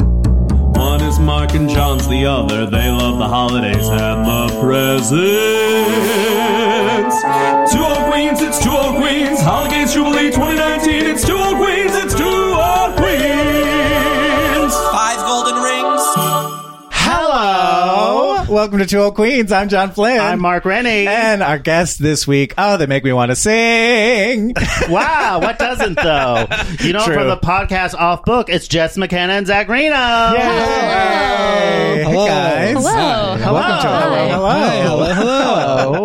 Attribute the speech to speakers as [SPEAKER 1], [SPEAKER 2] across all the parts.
[SPEAKER 1] One is Mark and John's the other. They love the holidays and the presents. Two old queens, it's two old queens. Holidays Jubilee 2019. It's two old queens, it's two old queens. Five golden rings.
[SPEAKER 2] Hello. Welcome to Two Old Queens. I'm John Flynn.
[SPEAKER 3] I'm Mark Rennie.
[SPEAKER 2] And our guest this week, oh, they make me want to sing.
[SPEAKER 3] wow, what doesn't though? You know,
[SPEAKER 2] True.
[SPEAKER 3] from the podcast Off Book, it's Jess McKenna and Zach Reno.
[SPEAKER 2] Hey, guys.
[SPEAKER 4] Hello.
[SPEAKER 2] Hi. Welcome to
[SPEAKER 5] Oh.
[SPEAKER 4] Hello.
[SPEAKER 2] our, hello. Hello.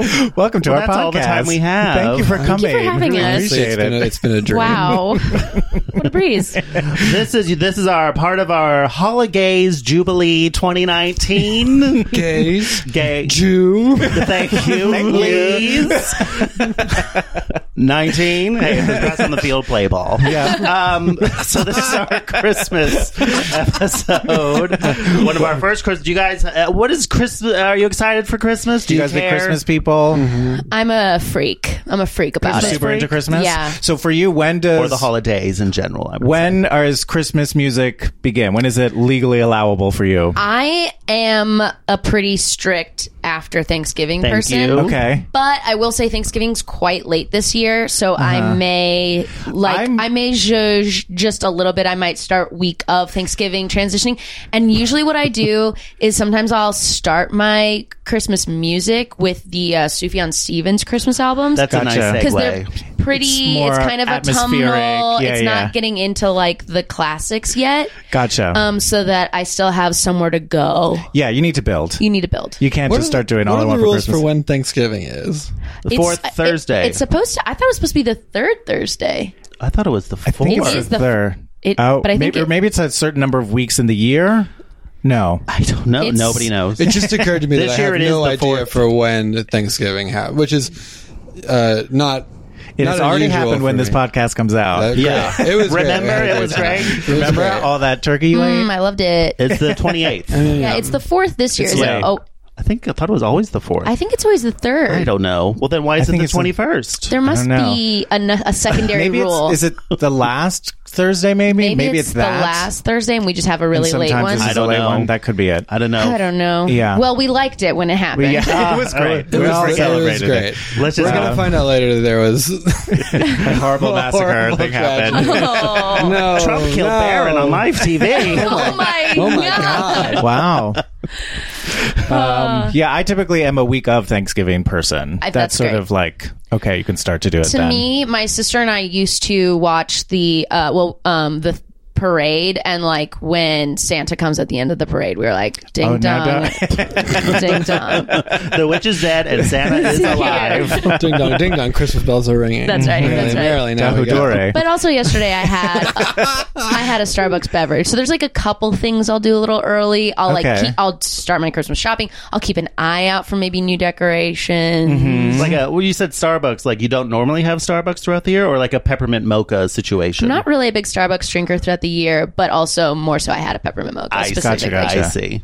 [SPEAKER 2] Hello. Welcome to
[SPEAKER 3] Well,
[SPEAKER 2] our
[SPEAKER 3] that's
[SPEAKER 2] podcast.
[SPEAKER 3] all the time we have.
[SPEAKER 2] Thank you for
[SPEAKER 3] Thank
[SPEAKER 2] coming.
[SPEAKER 4] you for having
[SPEAKER 2] We
[SPEAKER 4] us.
[SPEAKER 2] Appreciate
[SPEAKER 6] it's
[SPEAKER 2] it.
[SPEAKER 6] Been a, it's been a journey.
[SPEAKER 4] Wow. what a breeze.
[SPEAKER 3] This is this is our part of our Holidays Jubilee 2019.
[SPEAKER 6] Gays.
[SPEAKER 3] Gay.
[SPEAKER 6] Jew.
[SPEAKER 3] Thank you, please. 19. Hey, it was best on the field play ball. Yeah. Um, so this is our Christmas episode. One of our first Christmas. Do you guys, uh, what is Christmas? Are you excited for Christmas?
[SPEAKER 2] Do you guys
[SPEAKER 3] care?
[SPEAKER 2] make Christmas people?
[SPEAKER 7] Mm-hmm. I'm a freak. I'm a freak about
[SPEAKER 2] Super
[SPEAKER 7] it.
[SPEAKER 2] into Christmas?
[SPEAKER 7] Yeah.
[SPEAKER 2] So for you, when does
[SPEAKER 3] Or the holidays in general. I would
[SPEAKER 2] When is Christmas music begin? When is it legally allowable for you?
[SPEAKER 7] I am a pretty strict after Thanksgiving
[SPEAKER 3] Thank
[SPEAKER 7] person.
[SPEAKER 3] you.
[SPEAKER 2] okay.
[SPEAKER 7] But I will say Thanksgiving's quite late this year, so I may like
[SPEAKER 2] I'm-
[SPEAKER 7] I may zhuzh just a little bit. I might start week of Thanksgiving transitioning. And usually, what I do is sometimes I'll start my Christmas music with the uh, Sufjan Stevens Christmas albums.
[SPEAKER 3] That's a nice
[SPEAKER 2] Gotcha.
[SPEAKER 7] because they're
[SPEAKER 3] segue.
[SPEAKER 7] pretty.
[SPEAKER 2] It's
[SPEAKER 7] It's,
[SPEAKER 2] more
[SPEAKER 7] kind of autumnal.
[SPEAKER 2] atmospheric. Yeah,
[SPEAKER 7] it's
[SPEAKER 2] yeah.
[SPEAKER 7] not getting into like the classics yet.
[SPEAKER 2] Gotcha.
[SPEAKER 7] Um, so that I still have somewhere to go.
[SPEAKER 2] yeah, you need to build.
[SPEAKER 7] You need to build.
[SPEAKER 2] You can't
[SPEAKER 6] What
[SPEAKER 2] just
[SPEAKER 6] are-
[SPEAKER 2] start doing
[SPEAKER 6] what
[SPEAKER 2] all I
[SPEAKER 6] are
[SPEAKER 2] want
[SPEAKER 6] the
[SPEAKER 2] for
[SPEAKER 6] rules
[SPEAKER 2] Christmas.
[SPEAKER 6] for when Thanksgiving is?
[SPEAKER 3] The fourth
[SPEAKER 7] It's- it-
[SPEAKER 3] Thursday.
[SPEAKER 7] it's supposed to. I thought it was supposed to be the third Thursday.
[SPEAKER 3] I thought it was the
[SPEAKER 2] I
[SPEAKER 3] fourth.
[SPEAKER 2] think
[SPEAKER 7] It
[SPEAKER 2] it's
[SPEAKER 7] is
[SPEAKER 2] the
[SPEAKER 7] the-
[SPEAKER 2] third.
[SPEAKER 7] it-
[SPEAKER 2] oh,
[SPEAKER 7] but I
[SPEAKER 2] maybe,
[SPEAKER 7] think it-
[SPEAKER 2] or maybe it's a certain number of weeks in the year. No,
[SPEAKER 3] I don't know.
[SPEAKER 7] It's-
[SPEAKER 3] Nobody knows.
[SPEAKER 6] It just occurred to me that
[SPEAKER 3] This
[SPEAKER 6] I
[SPEAKER 3] year
[SPEAKER 6] have
[SPEAKER 3] it is
[SPEAKER 6] no
[SPEAKER 3] the
[SPEAKER 6] idea
[SPEAKER 3] fourth.
[SPEAKER 6] for when Thanksgiving happens, which is uh, not.
[SPEAKER 2] it
[SPEAKER 6] not
[SPEAKER 2] has already
[SPEAKER 6] unusual
[SPEAKER 2] happened when
[SPEAKER 6] for
[SPEAKER 2] this
[SPEAKER 6] me.
[SPEAKER 2] podcast comes out.
[SPEAKER 6] Uh,
[SPEAKER 3] Yeah.
[SPEAKER 6] great. it was. great. I
[SPEAKER 3] Remember?
[SPEAKER 6] had a
[SPEAKER 3] It
[SPEAKER 6] great
[SPEAKER 3] was
[SPEAKER 6] time.
[SPEAKER 3] great?
[SPEAKER 6] It was
[SPEAKER 2] Remember
[SPEAKER 6] great.
[SPEAKER 2] all that turkey you
[SPEAKER 7] Mm,
[SPEAKER 2] ate?
[SPEAKER 7] I loved it.
[SPEAKER 3] It's the 28th.
[SPEAKER 7] yeah, it's the fourth this year.
[SPEAKER 2] It's
[SPEAKER 7] so,
[SPEAKER 2] late.
[SPEAKER 7] oh,
[SPEAKER 3] I think I thought it was always the fourth.
[SPEAKER 7] I think it's always the third.
[SPEAKER 3] I don't know. Well, then why is
[SPEAKER 2] I
[SPEAKER 3] it
[SPEAKER 2] think
[SPEAKER 3] the
[SPEAKER 2] it's the-
[SPEAKER 3] 21st?
[SPEAKER 7] There must
[SPEAKER 2] know.
[SPEAKER 7] be a, n- a secondary
[SPEAKER 2] Maybe
[SPEAKER 7] rule.
[SPEAKER 2] it's, is it the last Thursday? Maybe
[SPEAKER 7] maybe, it's, the
[SPEAKER 2] that.
[SPEAKER 7] last Thursday, and we just have a
[SPEAKER 2] And
[SPEAKER 7] really
[SPEAKER 2] sometimes
[SPEAKER 7] late one.
[SPEAKER 2] It's
[SPEAKER 3] I
[SPEAKER 2] I
[SPEAKER 3] don't
[SPEAKER 2] late
[SPEAKER 3] know.
[SPEAKER 2] One. That could be it.
[SPEAKER 3] I don't know.
[SPEAKER 7] I don't know.
[SPEAKER 2] Yeah.
[SPEAKER 7] Well, we liked it when it happened.
[SPEAKER 2] We- it was great.
[SPEAKER 6] It
[SPEAKER 2] we
[SPEAKER 6] was,
[SPEAKER 2] all
[SPEAKER 6] it was
[SPEAKER 2] celebrated
[SPEAKER 6] great.
[SPEAKER 3] Let's
[SPEAKER 6] We're
[SPEAKER 3] just
[SPEAKER 6] gonna find out later that there was
[SPEAKER 2] A horrible massacre
[SPEAKER 6] horrible
[SPEAKER 2] thing happened.
[SPEAKER 6] tragedy.
[SPEAKER 7] Oh,
[SPEAKER 6] no
[SPEAKER 3] Trump killed
[SPEAKER 6] no.
[SPEAKER 3] Barron on live TV.
[SPEAKER 7] oh my,
[SPEAKER 6] Oh my
[SPEAKER 7] god.
[SPEAKER 6] god!
[SPEAKER 2] wow. Um, yeah, I typically am a week of Thanksgiving person.
[SPEAKER 7] I-
[SPEAKER 2] that's
[SPEAKER 7] that's
[SPEAKER 2] sort
[SPEAKER 7] great.
[SPEAKER 2] of like okay, you can start to do it.
[SPEAKER 7] to
[SPEAKER 2] then.
[SPEAKER 7] me, my sister and I used to watch the uh, well, um, the parade, and like when Santa comes at the end of the parade, we were like, ding
[SPEAKER 2] Oh, now
[SPEAKER 7] dong, ding dong.
[SPEAKER 3] the witch is dead and Santa is alive.
[SPEAKER 6] ding dong, ding dong. Christmas bells are ringing.
[SPEAKER 7] That's right,
[SPEAKER 6] Merrily,
[SPEAKER 7] that's right.
[SPEAKER 6] merrily, now we go.
[SPEAKER 2] Dahudore.
[SPEAKER 7] But also yesterday I had uh, I had a Starbucks beverage. So there's like a couple things I'll do a little early. I'll like
[SPEAKER 2] Okay.
[SPEAKER 7] keep, I'll start my Christmas shopping. I'll keep an eye out for maybe new decorations.
[SPEAKER 2] Mm-hmm.
[SPEAKER 3] It's like a well, you said Starbucks. Like you don't normally have Starbucks throughout the year, or like a peppermint mocha situation.
[SPEAKER 7] Not really a big Starbucks drinker throughout the year, but also more so I had a peppermint mocha
[SPEAKER 3] I see.
[SPEAKER 7] specifically.
[SPEAKER 2] Gotcha,
[SPEAKER 3] I see.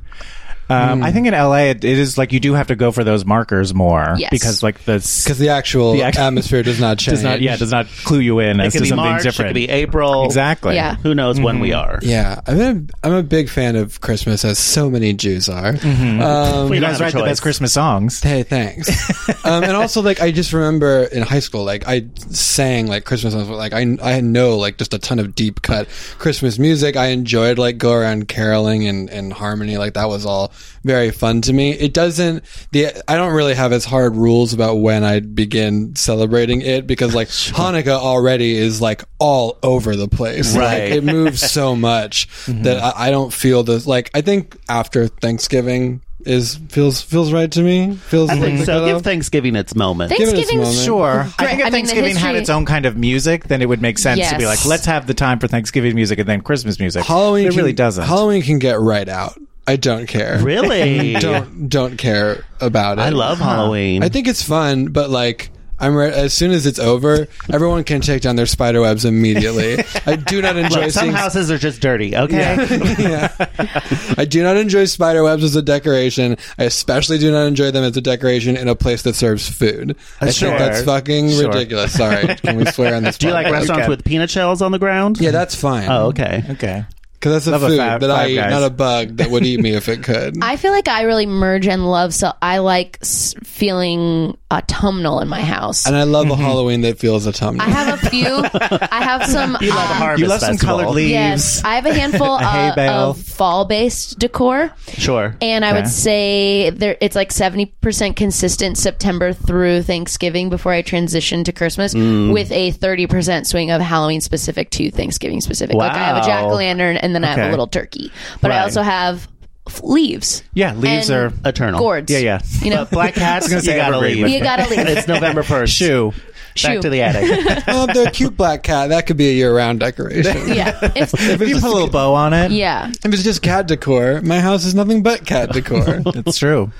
[SPEAKER 2] Um, I think in LA it, it is like you do have to go for those markers more
[SPEAKER 7] Yes.
[SPEAKER 2] because like the s-
[SPEAKER 6] Because the actual
[SPEAKER 2] The act-
[SPEAKER 6] atmosphere does not change.
[SPEAKER 2] does not yeah does not clue you in
[SPEAKER 3] It
[SPEAKER 2] as
[SPEAKER 3] could
[SPEAKER 2] to
[SPEAKER 3] be
[SPEAKER 2] something
[SPEAKER 3] March.
[SPEAKER 2] different.
[SPEAKER 3] It could be April.
[SPEAKER 2] exactly. Mm-hmm.
[SPEAKER 7] Yeah.
[SPEAKER 3] Who knows when we are?
[SPEAKER 6] Yeah, I'm a, I'm a big fan of Christmas, as so many Jews are.
[SPEAKER 2] Mm-hmm.
[SPEAKER 6] Um,
[SPEAKER 3] We
[SPEAKER 2] You
[SPEAKER 3] don't
[SPEAKER 2] guys
[SPEAKER 3] have a
[SPEAKER 2] write the
[SPEAKER 3] choice.
[SPEAKER 2] best Christmas songs.
[SPEAKER 6] hey, thanks. um, and also, like, I just remember in high school, like, I sang like Christmas songs. but, Like, I I know like just a ton of deep cut Christmas music. I enjoyed like go around caroling and, and harmony. Like, that was all very fun to me. It doesn't the I don't really have as hard rules about when I begin celebrating it because like Hanukkah already is like all over the place.
[SPEAKER 3] Right.
[SPEAKER 6] Like, it moves so much
[SPEAKER 2] Mm-hmm.
[SPEAKER 6] that I, I don't feel the like. I think after Thanksgiving is feels feels right to me. Feels
[SPEAKER 3] I think
[SPEAKER 6] like
[SPEAKER 3] so.
[SPEAKER 6] the
[SPEAKER 3] Give Thanksgiving its moment.
[SPEAKER 6] it its
[SPEAKER 7] Thanksgiving's
[SPEAKER 6] moment.
[SPEAKER 2] Sure. I
[SPEAKER 7] Right.
[SPEAKER 2] think if
[SPEAKER 7] I mean, the
[SPEAKER 2] Thanksgiving had
[SPEAKER 7] history-
[SPEAKER 2] its own kind of music, then it would make sense to be
[SPEAKER 7] Yes.
[SPEAKER 2] like, let's have the time for Thanksgiving music and then Christmas music.
[SPEAKER 6] Halloween.
[SPEAKER 2] It
[SPEAKER 6] can-
[SPEAKER 2] really doesn't.
[SPEAKER 6] Halloween can get right out. I don't care.
[SPEAKER 3] Really?
[SPEAKER 6] Don't don't care about it.
[SPEAKER 3] I love Halloween.
[SPEAKER 6] I think it's fun, but like. I'm re- as soon as it's over, everyone can take down their spider webs immediately. I do not enjoy
[SPEAKER 3] Look, some
[SPEAKER 6] seeing
[SPEAKER 3] houses are just dirty. Okay.
[SPEAKER 6] I do not enjoy spider webs as a decoration. I especially do not enjoy them as a decoration in a place that serves food. I
[SPEAKER 3] sure.
[SPEAKER 6] think that's fucking
[SPEAKER 2] Sure.
[SPEAKER 6] ridiculous. Sorry, can we swear on this?
[SPEAKER 3] Do you like
[SPEAKER 6] podcast?
[SPEAKER 3] restaurants with peanut shells on the ground?
[SPEAKER 6] Yeah, that's fine.
[SPEAKER 3] Oh, okay.
[SPEAKER 2] Okay.
[SPEAKER 6] because that's a
[SPEAKER 2] Love a
[SPEAKER 6] food
[SPEAKER 2] Five-
[SPEAKER 6] that I
[SPEAKER 2] Five
[SPEAKER 6] eat,
[SPEAKER 2] Guys.
[SPEAKER 6] not a bug that would eat me if it could.
[SPEAKER 7] I feel like I really merge and love so I like s- feeling autumnal in my house.
[SPEAKER 6] and I love
[SPEAKER 2] Mm-hmm.
[SPEAKER 6] a Halloween that feels autumnal.
[SPEAKER 7] I have a few. I have some.
[SPEAKER 3] You love
[SPEAKER 7] um,
[SPEAKER 3] harvest.
[SPEAKER 2] You love some
[SPEAKER 3] Festival.
[SPEAKER 2] colored leaves.
[SPEAKER 7] Yes, I have a handful
[SPEAKER 2] A hay
[SPEAKER 7] uh,
[SPEAKER 2] bale.
[SPEAKER 7] of fall-based decor,
[SPEAKER 3] Sure.
[SPEAKER 7] and I
[SPEAKER 2] Okay.
[SPEAKER 7] would say there it's like seventy percent consistent September through Thanksgiving before I transition to Christmas,
[SPEAKER 2] Mm.
[SPEAKER 7] with a thirty percent swing of Halloween specific to Thanksgiving specific. Like I have a
[SPEAKER 3] Wow.
[SPEAKER 7] jack o' lantern, and then I have
[SPEAKER 2] Okay.
[SPEAKER 7] a little turkey, but I
[SPEAKER 3] Right.
[SPEAKER 7] also have f- leaves.
[SPEAKER 2] Yeah, leaves
[SPEAKER 7] And
[SPEAKER 2] are
[SPEAKER 3] eternal.
[SPEAKER 7] gourds.
[SPEAKER 2] Yeah, yeah.
[SPEAKER 7] You know,
[SPEAKER 3] Black hats.
[SPEAKER 2] gonna say
[SPEAKER 3] you gotta
[SPEAKER 2] evergreen.
[SPEAKER 3] leave.
[SPEAKER 7] You gotta leave.
[SPEAKER 3] it's November first.
[SPEAKER 2] Shoe.
[SPEAKER 3] Back
[SPEAKER 7] Shoe.
[SPEAKER 3] to the attic.
[SPEAKER 6] oh, they're a cute black cat. That could be a year-round decoration.
[SPEAKER 7] yeah, it's,
[SPEAKER 2] If you put a little bow on it,
[SPEAKER 7] yeah.
[SPEAKER 6] If it's just cat decor, my house is nothing but cat decor.
[SPEAKER 2] it's true.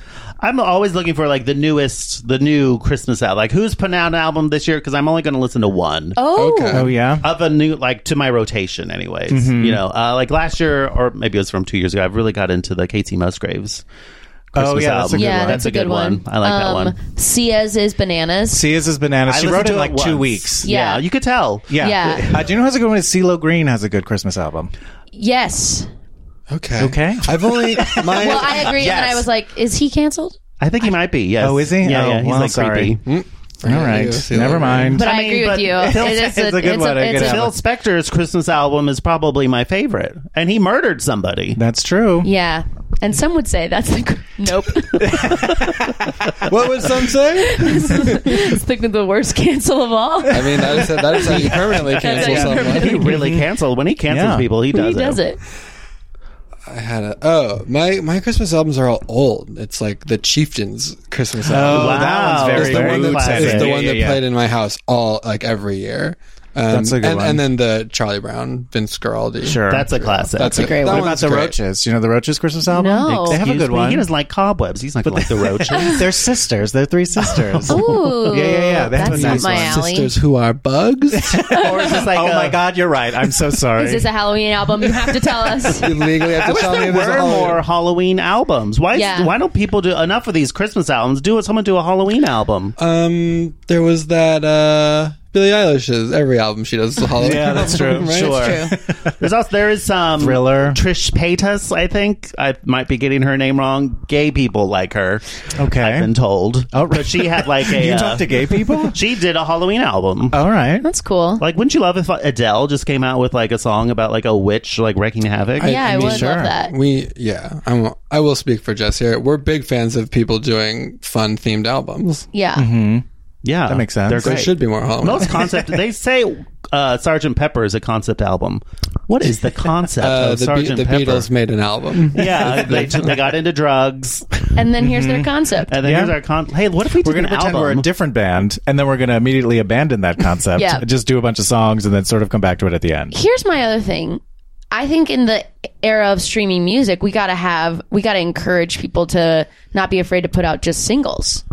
[SPEAKER 3] I'm always looking for like the newest, the new Christmas album. Like who's putting out an album this year? Because I'm only going to listen to one.
[SPEAKER 7] Oh,
[SPEAKER 6] Okay.
[SPEAKER 2] Oh yeah.
[SPEAKER 3] Of a new, like to my rotation, anyways.
[SPEAKER 2] Mm-hmm.
[SPEAKER 3] You know, uh, like last year, or maybe it was from two years ago. I've really got into the Casey Musgraves. Christmas
[SPEAKER 2] Oh, yeah, that's a
[SPEAKER 3] album.
[SPEAKER 2] good
[SPEAKER 7] yeah,
[SPEAKER 2] one.
[SPEAKER 7] that's a good one.
[SPEAKER 3] I like that one.
[SPEAKER 7] Sia's is bananas.
[SPEAKER 2] Sia's is bananas.
[SPEAKER 3] I
[SPEAKER 2] She
[SPEAKER 3] listened
[SPEAKER 2] wrote it
[SPEAKER 3] to
[SPEAKER 2] in like
[SPEAKER 3] once.
[SPEAKER 2] two weeks.
[SPEAKER 3] Yeah.
[SPEAKER 7] Yeah.
[SPEAKER 3] you could tell.
[SPEAKER 2] Yeah.
[SPEAKER 7] Yeah.
[SPEAKER 2] Uh, do you know who has a good one? Is CeeLo Green has a good Christmas album.
[SPEAKER 7] yes.
[SPEAKER 6] Okay.
[SPEAKER 2] Okay.
[SPEAKER 6] I've only my
[SPEAKER 7] Well, I agree. And then I was like, is he canceled?
[SPEAKER 3] I think he might be. Yes.
[SPEAKER 2] Oh, is he?
[SPEAKER 3] Yeah,
[SPEAKER 2] Oh,
[SPEAKER 3] yeah. He's
[SPEAKER 2] well,
[SPEAKER 3] like
[SPEAKER 2] sorry.
[SPEAKER 3] creepy.
[SPEAKER 2] All right.
[SPEAKER 6] CeeLo
[SPEAKER 2] Never
[SPEAKER 6] Green.
[SPEAKER 2] mind.
[SPEAKER 7] But I,
[SPEAKER 3] I mean,
[SPEAKER 7] agree
[SPEAKER 3] but
[SPEAKER 7] with you.
[SPEAKER 3] it's-
[SPEAKER 7] It is
[SPEAKER 2] it's a good one, a good
[SPEAKER 7] it's
[SPEAKER 2] Yeah.
[SPEAKER 3] Phil Spector's Christmas album is probably my favorite, and he murdered somebody.
[SPEAKER 2] That's true.
[SPEAKER 7] Yeah. And some would say that's the gr- nope.
[SPEAKER 6] what would some say?
[SPEAKER 7] it's the, the worst cancel of all.
[SPEAKER 6] I mean, that is, that is how you permanently cancel
[SPEAKER 7] how you
[SPEAKER 6] someone.
[SPEAKER 3] He really canceled. When he cancels
[SPEAKER 2] Yeah.
[SPEAKER 3] people, he does
[SPEAKER 7] he
[SPEAKER 3] it.
[SPEAKER 7] does it.
[SPEAKER 6] I had a oh my my Christmas albums are all old. It's like the Chieftains Christmas
[SPEAKER 2] Oh,
[SPEAKER 6] album.
[SPEAKER 3] Wow.
[SPEAKER 2] that one's
[SPEAKER 6] It's
[SPEAKER 2] very,
[SPEAKER 6] the
[SPEAKER 2] very
[SPEAKER 6] one that,
[SPEAKER 2] classic.
[SPEAKER 6] it's the
[SPEAKER 2] Yeah,
[SPEAKER 6] one
[SPEAKER 2] yeah,
[SPEAKER 6] that
[SPEAKER 2] yeah.
[SPEAKER 6] played in my house all like every year. Um,
[SPEAKER 2] That's a good
[SPEAKER 6] and,
[SPEAKER 2] one.
[SPEAKER 6] and then the Charlie Brown Vince Guaraldi.
[SPEAKER 2] Sure.
[SPEAKER 3] That's a classic.
[SPEAKER 6] That's a
[SPEAKER 7] great
[SPEAKER 6] that
[SPEAKER 7] one.
[SPEAKER 2] What about
[SPEAKER 6] one's
[SPEAKER 2] the
[SPEAKER 6] great.
[SPEAKER 2] Roaches? You know the Roaches Christmas album?
[SPEAKER 7] No.
[SPEAKER 2] They have a
[SPEAKER 3] Excuse
[SPEAKER 2] good
[SPEAKER 3] me,
[SPEAKER 2] one.
[SPEAKER 3] He doesn't like cobwebs. He's not gonna like the roaches.
[SPEAKER 2] They're sisters. They're three sisters.
[SPEAKER 7] Ooh.
[SPEAKER 2] Yeah, yeah, yeah. They have a
[SPEAKER 7] That's not
[SPEAKER 2] nice
[SPEAKER 7] my
[SPEAKER 2] one.
[SPEAKER 7] alley.
[SPEAKER 6] Sisters who are
[SPEAKER 3] or
[SPEAKER 6] bugs.
[SPEAKER 3] is this like uh,
[SPEAKER 2] oh
[SPEAKER 3] a-
[SPEAKER 2] my God, you're right. I'm so sorry.
[SPEAKER 7] Is this a Halloween album? You have to tell us.
[SPEAKER 6] you legally have
[SPEAKER 3] I
[SPEAKER 6] to
[SPEAKER 3] wish
[SPEAKER 6] tell me
[SPEAKER 3] there
[SPEAKER 6] if there's a
[SPEAKER 3] were
[SPEAKER 6] Halloween.
[SPEAKER 3] more Halloween albums. Why? is-
[SPEAKER 7] Yeah.
[SPEAKER 3] Why don't people do enough of these Christmas albums? Do someone do a Halloween album?
[SPEAKER 6] Um, there was that uh Billie Eilish's every album she does is a Halloween.
[SPEAKER 2] yeah, that's true.
[SPEAKER 6] album, right?
[SPEAKER 3] Sure. There's also there is some
[SPEAKER 2] Thriller.
[SPEAKER 3] Trish Paytas. I think I might be getting her name wrong. Gay people like her.
[SPEAKER 2] Okay.
[SPEAKER 3] I've been told.
[SPEAKER 2] Oh, right.
[SPEAKER 3] but she had like a.
[SPEAKER 2] You
[SPEAKER 3] uh,
[SPEAKER 2] talk to gay people?
[SPEAKER 3] She did a Halloween album.
[SPEAKER 2] All right.
[SPEAKER 7] That's cool.
[SPEAKER 3] Like, wouldn't you love if uh, Adele just came out with like a song about like a witch like wreaking havoc?
[SPEAKER 7] yeah, I,
[SPEAKER 6] I mean,
[SPEAKER 7] would
[SPEAKER 2] sure.
[SPEAKER 7] love that.
[SPEAKER 6] We yeah, I will, I will speak for Jess here. We're big fans of people doing fun themed albums.
[SPEAKER 7] Yeah.
[SPEAKER 3] Yeah,
[SPEAKER 2] That makes sense.
[SPEAKER 3] They're
[SPEAKER 2] There
[SPEAKER 3] great.
[SPEAKER 6] should be more Halloween.
[SPEAKER 3] Most concept. they say uh, Sergeant Pepper is a concept album. What is the concept
[SPEAKER 6] Uh,
[SPEAKER 3] of
[SPEAKER 6] the Be-
[SPEAKER 3] Sergeant
[SPEAKER 6] the
[SPEAKER 3] Pepper?
[SPEAKER 6] Beatles made an album.
[SPEAKER 3] Yeah, they, they got into drugs,
[SPEAKER 7] And then here's their concept.
[SPEAKER 3] and then here's our con. Hey, what if we
[SPEAKER 2] We're
[SPEAKER 3] did
[SPEAKER 2] going
[SPEAKER 3] an
[SPEAKER 2] to pretend
[SPEAKER 3] album?
[SPEAKER 2] we're a different band, and then we're going to immediately abandon that concept.
[SPEAKER 7] Yeah.
[SPEAKER 2] Just do a bunch of songs and then sort of come back to it at the end.
[SPEAKER 7] here's my other thing. I think in the era of streaming music, we gotta have we gotta encourage people to not be afraid to put out just singles.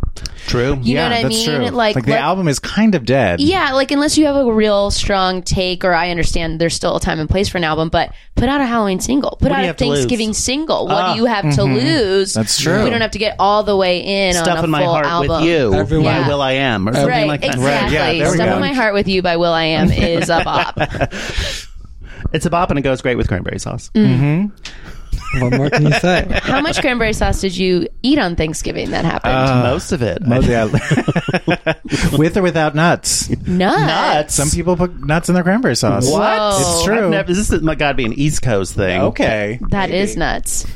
[SPEAKER 3] True.
[SPEAKER 7] You know what I mean? Like,
[SPEAKER 2] Like, the
[SPEAKER 7] let-
[SPEAKER 2] album is kind of dead.
[SPEAKER 7] Yeah, like unless you have a real strong take, or I understand there's still a time and place for an album, but put out a Halloween single, put
[SPEAKER 3] do
[SPEAKER 7] out
[SPEAKER 3] you
[SPEAKER 7] a
[SPEAKER 3] have to lose? Ah. Mm-hmm.
[SPEAKER 7] Thanksgiving single. What do you have to lose?
[SPEAKER 2] That's true.
[SPEAKER 7] We don't have to get all the way in on
[SPEAKER 3] Stuff
[SPEAKER 7] a
[SPEAKER 3] in my
[SPEAKER 7] full
[SPEAKER 3] heart
[SPEAKER 7] album.
[SPEAKER 3] with you.
[SPEAKER 6] Everyone-
[SPEAKER 3] by
[SPEAKER 7] Yeah.
[SPEAKER 3] Will I Am or something
[SPEAKER 7] Right,
[SPEAKER 3] like that.
[SPEAKER 7] exactly.
[SPEAKER 2] yeah, there we
[SPEAKER 7] Stuff
[SPEAKER 2] go.
[SPEAKER 7] in My Heart with You by Will I Am is a bop.
[SPEAKER 3] It's a bop and it goes great with cranberry sauce.
[SPEAKER 7] Mm.
[SPEAKER 6] what more can you say?
[SPEAKER 7] How much cranberry sauce did you eat on Thanksgiving that happened?
[SPEAKER 3] Most of it.
[SPEAKER 2] Oh, yeah. With or without nuts.
[SPEAKER 7] nuts.
[SPEAKER 2] Some people put nuts in their cranberry sauce.
[SPEAKER 3] What?
[SPEAKER 7] Whoa.
[SPEAKER 2] It's true.
[SPEAKER 3] I've never, this is my God, be an East Coast thing.
[SPEAKER 2] Okay.
[SPEAKER 7] That is nuts.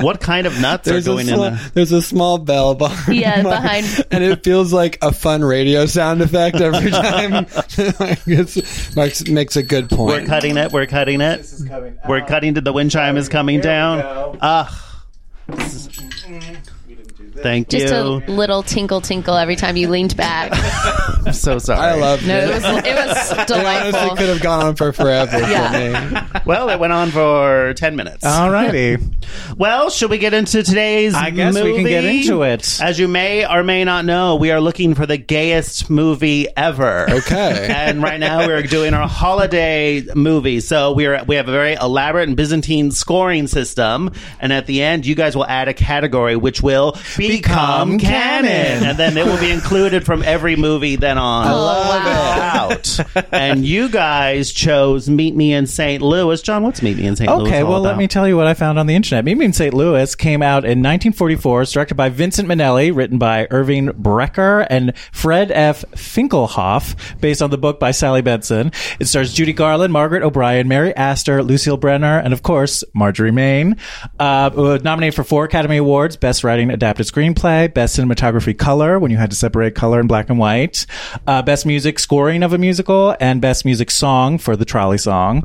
[SPEAKER 3] What kind of nuts are
[SPEAKER 6] There's a,
[SPEAKER 3] going in?
[SPEAKER 6] small,
[SPEAKER 3] there?
[SPEAKER 6] there's a small bell behind.
[SPEAKER 7] Yeah,
[SPEAKER 6] my-
[SPEAKER 7] behind-
[SPEAKER 6] And it feels like a fun radio sound effect every time. it's, Mark makes a good point.
[SPEAKER 3] We're cutting it. We're cutting it. We're cutting to the wind chime is coming down. Ugh. Thank
[SPEAKER 7] Just a
[SPEAKER 3] you.
[SPEAKER 7] little tinkle tinkle every time you leaned back.
[SPEAKER 3] I'm so sorry.
[SPEAKER 6] I love
[SPEAKER 7] No,
[SPEAKER 6] it.
[SPEAKER 7] it was it was
[SPEAKER 6] It honestly could
[SPEAKER 7] delightful.
[SPEAKER 6] have gone on for forever
[SPEAKER 7] Yeah.
[SPEAKER 6] for me.
[SPEAKER 3] Well, it went on for ten minutes.
[SPEAKER 2] All righty.
[SPEAKER 3] well, should we get into today's?
[SPEAKER 2] Uh-huh. I guess we can get
[SPEAKER 3] movie?
[SPEAKER 2] into it.
[SPEAKER 3] As you may or may not know, we are looking for the gayest movie ever.
[SPEAKER 6] Okay.
[SPEAKER 3] and right now we're doing our holiday movie. So we are we have a very elaborate and Byzantine scoring system, and at the end, you guys will add a category which will become,
[SPEAKER 2] Become
[SPEAKER 3] canon.
[SPEAKER 2] canon. Oh,
[SPEAKER 3] and then it will be included from every movie then on out. And you guys chose Meet Me in St. Louis. John, what's Meet Me in St. Louis?
[SPEAKER 2] Okay,
[SPEAKER 3] all
[SPEAKER 2] well, let
[SPEAKER 3] about?
[SPEAKER 2] me tell you what I found on the internet. Meet Me in St. Louis came out in 1944. It's directed by Vincent Minnelli, written by Irving Brecker and Fred F. Finkelhoff, based on the book by Sally Benson. It stars Judy Garland, Margaret O'Brien, Mary Astor, Lucille Brenner, and of course, Marjorie Main. Uh, it was nominated for four Academy Awards Best Writing Adapted Screenplay, Best Cinematography Color, when you had to separate color and black and white, uh, Best Music Scoring of a Musical, and Best Music Song for the Trolley Song.